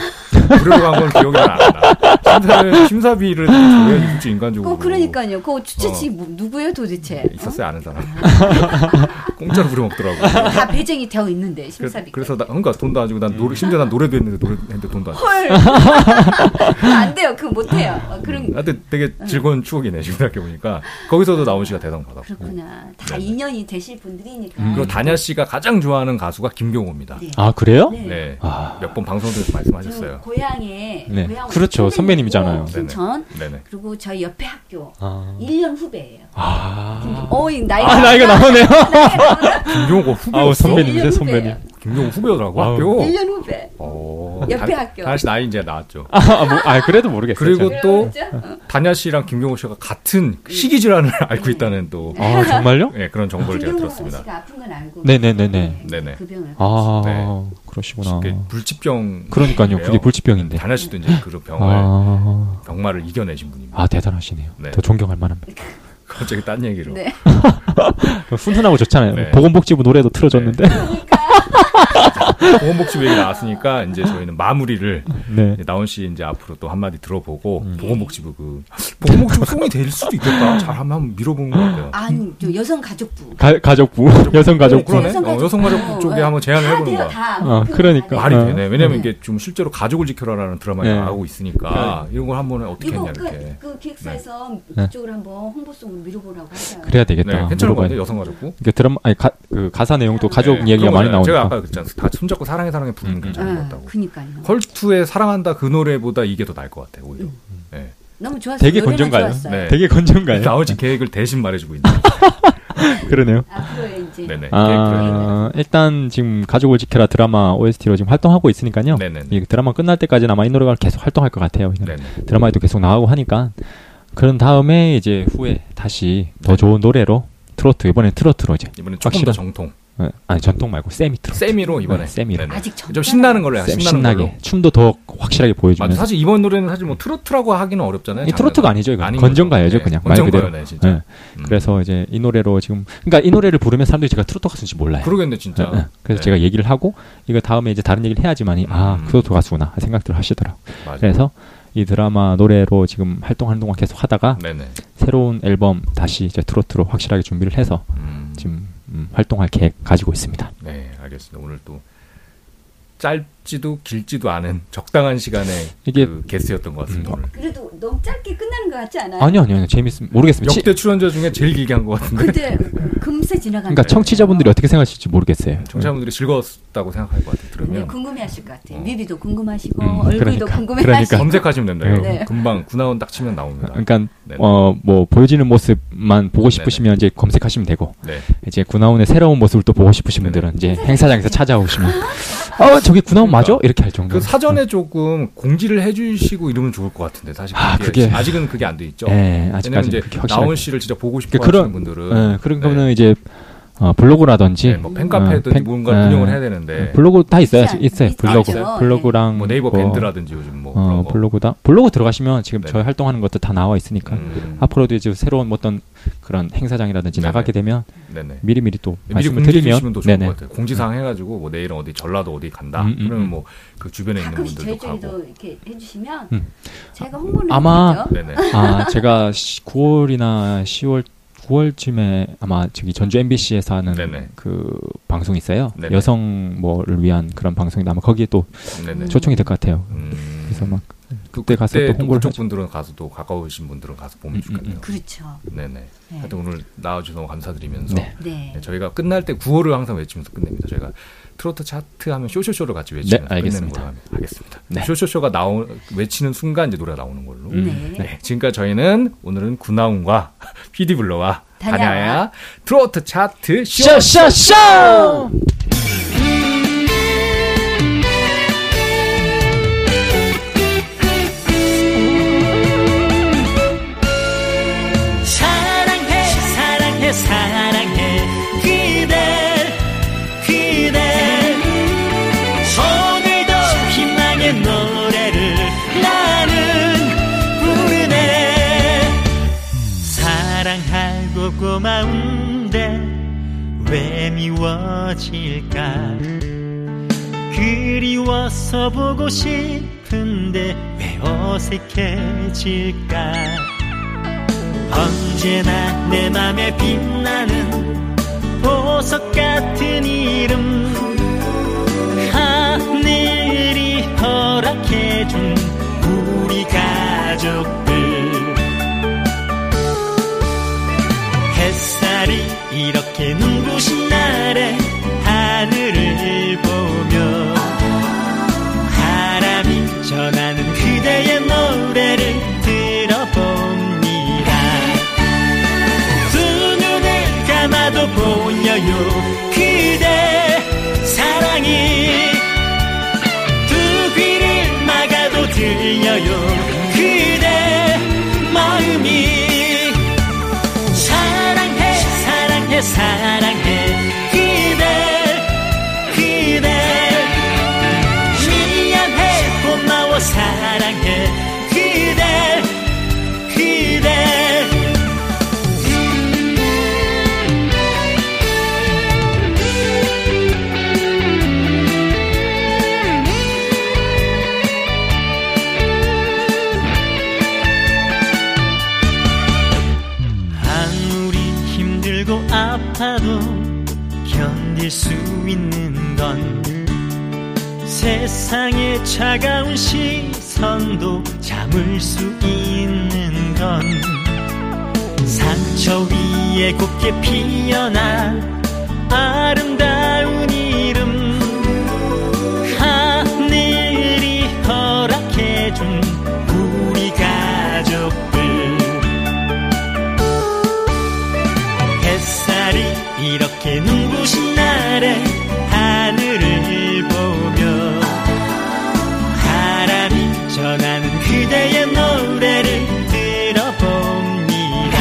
[SPEAKER 1] 무료로 간 건 기억이 잘 안 나. 심사, 심사비를 줘야지 솔직히 인간적으로.
[SPEAKER 2] 어 그러니까요. 그거
[SPEAKER 1] 어. 네,
[SPEAKER 2] 주최지 뭐, 누구예요 도대체?
[SPEAKER 1] 있었어요 아는 사람. 공짜로 부려 먹더라고.
[SPEAKER 2] 어? 다 배정이 되어 있는데
[SPEAKER 1] 그래서,
[SPEAKER 2] 심사비.
[SPEAKER 1] 그래서 나 그러니까 돈도 안 주고 난
[SPEAKER 2] 음.
[SPEAKER 1] 노래 심지어 난 노래도 했는데 노래 했는데 돈도 안 줘.
[SPEAKER 2] 헐. 안 돼요. 그거 못 해요. 어, 그런
[SPEAKER 1] 하여튼 되게 즐거운 추억이네 지금 생각해 보니까 거기서도 나온 씨가 대상 받았고
[SPEAKER 2] 그렇구나. 다
[SPEAKER 1] 네, 그렇죠. 네.
[SPEAKER 2] 인연이 되실 분들이니까.
[SPEAKER 1] 그리고 다냐 씨가 가장 좋아하는 가수가 김경호입니다.
[SPEAKER 2] 네.
[SPEAKER 4] 아 그래요?
[SPEAKER 2] 네.
[SPEAKER 1] 네,
[SPEAKER 4] 아.
[SPEAKER 1] 몇 번 방송에서
[SPEAKER 2] 저
[SPEAKER 1] 말씀하셨어요.
[SPEAKER 2] 고향에
[SPEAKER 4] 네.
[SPEAKER 2] 고향
[SPEAKER 4] 그렇죠. 선배님이잖아요.
[SPEAKER 2] 순천
[SPEAKER 1] 네네.
[SPEAKER 2] 그리고 저희 옆에 학교
[SPEAKER 4] 아.
[SPEAKER 2] 1년 후배예요.
[SPEAKER 4] 아.
[SPEAKER 2] 어이 나이가
[SPEAKER 4] 아 나이가 나오네요.
[SPEAKER 1] 김경호 후배
[SPEAKER 4] 아우
[SPEAKER 2] 일
[SPEAKER 4] 선배님이세요
[SPEAKER 2] 년
[SPEAKER 4] 선배님.
[SPEAKER 2] 후배예요.
[SPEAKER 1] 김경호 후배더라고
[SPEAKER 4] 아우.
[SPEAKER 1] 학교.
[SPEAKER 2] 1년 후배.
[SPEAKER 1] 어,
[SPEAKER 2] 옆에
[SPEAKER 1] 다-
[SPEAKER 2] 학교.
[SPEAKER 1] 다시 나이 이제 나왔죠.
[SPEAKER 4] 아, 뭐, 아 그래도 모르겠어요.
[SPEAKER 1] 그리고
[SPEAKER 4] 저는.
[SPEAKER 1] 또
[SPEAKER 2] 그죠? 어.
[SPEAKER 1] 다냐 씨랑 김경호 씨가 같은
[SPEAKER 2] 네.
[SPEAKER 1] 시기 질환을 앓고 있다는 또
[SPEAKER 4] 아 정말요?
[SPEAKER 1] 예, 그런 정보를 제가
[SPEAKER 2] 김경호
[SPEAKER 1] 들었습니다.
[SPEAKER 2] 씨가 아픈 건 알고.
[SPEAKER 4] 네네네네.
[SPEAKER 1] 네네.
[SPEAKER 2] 그 병을.
[SPEAKER 4] 아
[SPEAKER 1] 네.
[SPEAKER 4] 그러시구나.
[SPEAKER 1] 그게 불치병.
[SPEAKER 4] 아. 그러니까요. 그게 불치병인데.
[SPEAKER 1] 다냐 씨도 이제 그 병을
[SPEAKER 4] 아,
[SPEAKER 1] 병마를 이겨내신 분입니다.
[SPEAKER 4] 아 대단하시네요.
[SPEAKER 1] 네.
[SPEAKER 4] 더 존경할 만합니다.
[SPEAKER 1] 갑자기 딴 얘기로.
[SPEAKER 2] 네.
[SPEAKER 4] 훈훈하고 좋잖아요.
[SPEAKER 1] 네.
[SPEAKER 4] 보건복지부 노래도 틀어줬는데.
[SPEAKER 1] 보건복지부 얘기 나왔으니까 이제 저희는 마무리를
[SPEAKER 4] 네. 음.
[SPEAKER 1] 이제 나온 씨 이제 앞으로 또 한마디 들어보고 보건복지부 그 보건복지부 송이 될 수도
[SPEAKER 4] 아.
[SPEAKER 1] 있겠다. 잘 한번 한번 밀어보는 것 같아요.
[SPEAKER 2] 아니 저 여성가족부.
[SPEAKER 4] 가, 가족부, 여성 가족부.
[SPEAKER 1] 그러네. 어, 여성가족부 쪽에 한번 제안을
[SPEAKER 2] 다
[SPEAKER 1] 해보는
[SPEAKER 2] 돼요,
[SPEAKER 1] 거야.
[SPEAKER 2] 다.
[SPEAKER 4] 어, 그러니까.
[SPEAKER 1] 말이
[SPEAKER 4] 어.
[SPEAKER 1] 되네. 왜냐면 이게 좀 실제로 가족을 지켜라라는 드라마에
[SPEAKER 4] 네.
[SPEAKER 1] 나오고 있으니까 이런 걸 한번 어떻게
[SPEAKER 2] 이거
[SPEAKER 1] 했냐 이렇게.
[SPEAKER 2] 그, 그 기획사에서
[SPEAKER 4] 네.
[SPEAKER 2] 그쪽으로 한번 홍보송을 밀어보라고 하잖아요.
[SPEAKER 4] 그래야 되겠다.
[SPEAKER 1] 네, 괜찮은 거
[SPEAKER 4] 물어봐야
[SPEAKER 1] 아니에요? 여성가족부?
[SPEAKER 4] 이게 드라마 아니 가, 그 가사 내용도 가족
[SPEAKER 1] 네,
[SPEAKER 4] 얘기가
[SPEAKER 1] 그런
[SPEAKER 4] 많이
[SPEAKER 1] 거잖아요.
[SPEAKER 4] 나오니까.
[SPEAKER 1] 제가 아까 그랬잖아요. 다 손잡고 사랑해 사랑해 부르는 게 괜찮은 것
[SPEAKER 2] 아,
[SPEAKER 1] 같다고.
[SPEAKER 2] 그니까요.
[SPEAKER 1] 컬투의 사랑한다 그 노래보다 이게 더 나을 것 같아요 오히려
[SPEAKER 2] 음.
[SPEAKER 1] 네.
[SPEAKER 2] 너무 좋았어요.
[SPEAKER 4] 되게
[SPEAKER 2] 노래만
[SPEAKER 4] 건전가요?
[SPEAKER 2] 좋았어요.
[SPEAKER 1] 네.
[SPEAKER 4] 되게 건전가요?
[SPEAKER 1] 나머지 계획을 대신 말해주고 있는
[SPEAKER 4] 그러네요.
[SPEAKER 2] 앞으로 이제
[SPEAKER 1] 네네 계획을
[SPEAKER 4] 아, 일단 지금 가족을 지켜라 드라마 OST로 지금 활동하고 있으니까요.
[SPEAKER 1] 네네네.
[SPEAKER 4] 이 드라마 끝날 때까지는 아마 이 노래가 계속 활동할 것 같아요.
[SPEAKER 1] 네네
[SPEAKER 4] 드라마에도 계속 나가고 하니까 그런 다음에 이제 후에 다시 더
[SPEAKER 1] 네.
[SPEAKER 4] 좋은 노래로 트로트 이번에 트로트로 이제
[SPEAKER 1] 이번엔 조금
[SPEAKER 4] 확실히
[SPEAKER 1] 더 정통
[SPEAKER 4] 어, 아니 전통 말고 세미 트로트
[SPEAKER 1] 세미로 이번에
[SPEAKER 4] 네, 세미로.
[SPEAKER 1] 네네.
[SPEAKER 2] 아직 정
[SPEAKER 1] 좀 신나는 걸로 해요
[SPEAKER 4] 세미
[SPEAKER 1] 신나는
[SPEAKER 4] 신나게
[SPEAKER 1] 걸로
[SPEAKER 4] 춤도 더 확실하게
[SPEAKER 1] 맞아
[SPEAKER 4] 보여주면서
[SPEAKER 1] 사실 이번 노래는 사실 뭐 트로트라고 하기는 어렵잖아요
[SPEAKER 4] 이 트로트가 아니죠 이거
[SPEAKER 1] 아닌
[SPEAKER 4] 건전가요죠
[SPEAKER 1] 거죠.
[SPEAKER 4] 그냥
[SPEAKER 1] 네,
[SPEAKER 4] 말 그대로
[SPEAKER 1] 건전가요네, 진짜.
[SPEAKER 4] 네.
[SPEAKER 1] 음.
[SPEAKER 4] 그래서 이제 이 노래로 지금 그러니까 이 노래를 부르면 사람들이 제가 트로트 가수인지 몰라요
[SPEAKER 1] 그렇죠. 그러겠네
[SPEAKER 4] 네, 네.
[SPEAKER 1] 진짜
[SPEAKER 4] 그래서 제가 얘기를 하고 이거 다음에 이제 다른 얘기를 해야지만이 아
[SPEAKER 1] 음.
[SPEAKER 4] 트로트 가수구나 생각들을 하시더라고
[SPEAKER 1] 맞아요.
[SPEAKER 4] 그래서 이 드라마 노래로 지금 활동하는 동안 계속 하다가
[SPEAKER 1] 네네
[SPEAKER 4] 새로운 앨범 다시 이제 트로트로 확실하게 준비를 해서
[SPEAKER 1] 음,
[SPEAKER 4] 지금 음, 활동할 계획 가지고 있습니다.
[SPEAKER 1] 네 알겠습니다 오늘 또 짧지도 길지도 않은 적당한 시간에
[SPEAKER 4] 이게- 음.
[SPEAKER 1] 그 게스트였던 것 같습니다. 오늘.
[SPEAKER 2] 그래도 너무 짧게 끝나는 것 같지 않아요?
[SPEAKER 4] 아니요, 아니요, 아니요. 재밌습니다. 모르겠습니다. 치-
[SPEAKER 1] 역대 출연자 중에 제일 길게 한 것 같은데
[SPEAKER 2] 그때 금세 지나간
[SPEAKER 4] 그러니까 청취자분들이 어떻게 생각하실지
[SPEAKER 1] 네,
[SPEAKER 4] 모르겠어요.
[SPEAKER 1] 청취자분들이 즐거웠다고 생각할 것 같아요.
[SPEAKER 2] 네,
[SPEAKER 1] 들으면
[SPEAKER 2] 궁금해하실 것 같아요. 뮤비도 궁금하시고
[SPEAKER 4] 어. 음,
[SPEAKER 2] 얼굴도
[SPEAKER 4] 그러니까,
[SPEAKER 2] 궁금해하시고
[SPEAKER 1] 검색하시면 됩니다. 이거.
[SPEAKER 2] 네.
[SPEAKER 1] 금방 구나원 딱 치면 나옵니다.
[SPEAKER 4] 그러니까
[SPEAKER 1] 네네.
[SPEAKER 4] 어 뭐 보여지는 모습만 보고 싶으시면 이제 검색하시면 되고
[SPEAKER 1] 네.
[SPEAKER 4] 이제 구나운의 새로운 모습을 또 보고 싶으신
[SPEAKER 1] 네네.
[SPEAKER 4] 분들은 이제 행사장에서 찾아오시면 아 저기 구나운 맞아? 이렇게 할 정도.
[SPEAKER 1] 그 사전에 조금 공지를 해주시고 이러면 좋을 것 같은데 사실
[SPEAKER 4] 아,
[SPEAKER 1] 그게,
[SPEAKER 4] 그게-
[SPEAKER 1] 아직은 그게 안 돼 있죠.
[SPEAKER 4] 예,
[SPEAKER 1] 왜냐면
[SPEAKER 4] 아직까지
[SPEAKER 1] 이제
[SPEAKER 4] 그게 확실하게.
[SPEAKER 1] 나온 씨를 진짜 보고 싶어
[SPEAKER 4] 그러니까
[SPEAKER 1] 하시는 분들은
[SPEAKER 4] 예, 그런 거는 이제 어, 블로그라든지
[SPEAKER 1] 네, 뭐 팬카페든
[SPEAKER 4] 어, 팬-
[SPEAKER 1] 뭔가
[SPEAKER 4] 예.
[SPEAKER 1] 운영을 해야 되는데
[SPEAKER 4] 블로그 다 있어요.
[SPEAKER 2] 있지 않-
[SPEAKER 4] 있어요.
[SPEAKER 2] 있죠.
[SPEAKER 4] 블로그,
[SPEAKER 2] 있어요?
[SPEAKER 4] 블로그랑
[SPEAKER 1] 뭐 네이버
[SPEAKER 4] 뭐,
[SPEAKER 1] 밴드라든지 요즘 뭐 그런
[SPEAKER 4] 어,
[SPEAKER 1] 거.
[SPEAKER 4] 블로그다. 블로그 들어가시면 지금
[SPEAKER 1] 네네.
[SPEAKER 4] 저희 활동하는 것도 다 나와 있으니까
[SPEAKER 1] 음,
[SPEAKER 4] 앞으로도 이제 새로운 뭐 어떤 그런 행사장이라든지
[SPEAKER 1] 네네.
[SPEAKER 4] 나가게 되면
[SPEAKER 1] 네네.
[SPEAKER 4] 미리 미리 또
[SPEAKER 1] 미리
[SPEAKER 4] 말씀을
[SPEAKER 1] 공지해
[SPEAKER 4] 드리면 네.
[SPEAKER 1] 주시면 더 좋을 것 같아요. 공지사항 해가지고 뭐 내일은 어디 전라도 어디 간다.
[SPEAKER 4] 음, 음,
[SPEAKER 1] 그러면
[SPEAKER 4] 음.
[SPEAKER 1] 뭐 그 주변에 있는
[SPEAKER 2] 가끔씩 저희
[SPEAKER 1] 분들도 가고.
[SPEAKER 2] 쪽에도 이렇게 해주시면
[SPEAKER 4] 음.
[SPEAKER 2] 제가 홍보를
[SPEAKER 4] 아마-
[SPEAKER 2] 해드리죠.
[SPEAKER 1] 네네.
[SPEAKER 4] 아 제가 9월이나 10월 9월쯤에 아마 저기 전주 MBC에서 하는
[SPEAKER 1] 네네.
[SPEAKER 4] 그 방송이 있어요.
[SPEAKER 1] 네네.
[SPEAKER 4] 여성 뭐를 위한 그런 방송이 아마 거기에 또
[SPEAKER 1] 네네.
[SPEAKER 4] 초청이 될 것 같아요.
[SPEAKER 1] 음,
[SPEAKER 4] 그래서 막
[SPEAKER 1] 그때
[SPEAKER 4] 가서 또 홍보를
[SPEAKER 1] 그쪽
[SPEAKER 4] 하죠.
[SPEAKER 1] 분들은 가서 또 가까우신 분들은 가서 보면
[SPEAKER 4] 음,
[SPEAKER 1] 좋겠네요.
[SPEAKER 2] 그렇죠.
[SPEAKER 1] 네네.
[SPEAKER 2] 네.
[SPEAKER 1] 하여튼 오늘 나와주셔서 너무 감사드리면서
[SPEAKER 4] 네.
[SPEAKER 2] 네.
[SPEAKER 1] 네, 저희가 끝날 때 구호를 항상 외치면서 끝냅니다. 저희가 트로트 차트 하면 쇼쇼쇼를 같이 외치면서
[SPEAKER 4] 네,
[SPEAKER 1] 끝내는
[SPEAKER 4] 알겠습니다.
[SPEAKER 1] 걸로 하면- 하겠습니다.
[SPEAKER 4] 네.
[SPEAKER 1] 쇼쇼쇼가 나오, 외치는 순간 이제 노래 가 나오는 걸로.
[SPEAKER 4] 음,
[SPEAKER 2] 네.
[SPEAKER 1] 네, 지금까지 저희는 오늘은 구나운과 피디블러와
[SPEAKER 2] 다냐와
[SPEAKER 1] 다냐야 트로트 차트 쇼
[SPEAKER 4] 쇼쇼쇼!
[SPEAKER 5] 사랑해 사랑해 사랑해 그댈 그댈 오늘도 희망의 노래를 나는 부르네 사랑하고 고마운데 왜 미워질까 그리워서 보고 싶은데 왜 어색해질까 언제나 내 맘에 빛나는 보석 같은 이름 하늘이 허락해준 우리 가족들 햇살이 이렇게 눈부신 날에 하늘을 보며 바람이 전하는 그대의 노래를 들어봅니다 두 눈을 감아도 보여요 그대 사랑이 두 귀를 막아도 들려요 그대 마음이 사랑해 사랑해 사랑해 그대 그대 미안해 고마워 사랑해 그대 그대 아무리 힘들고 아파도 견딜 수 있는 건 세상의 차가운 시선도 참을 수 있는 건 상처 위에 곱게 피어난 아름다운 이름 하늘이 허락해준 우리 가족들 햇살이 이렇게 눈부신 날에 하늘을 보며 바람이 전하는 그대의 노래를 들어봅니다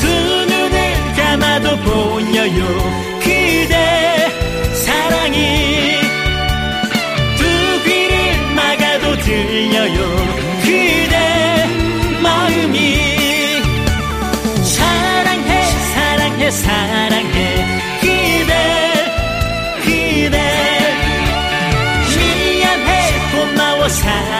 [SPEAKER 5] 두 눈을 감아도 보여요 그대 사랑이 두 귀를 막아도 들려요 그대 마음이 사랑해 사랑해 사랑해 그대 그대 미안해 고마워 사랑해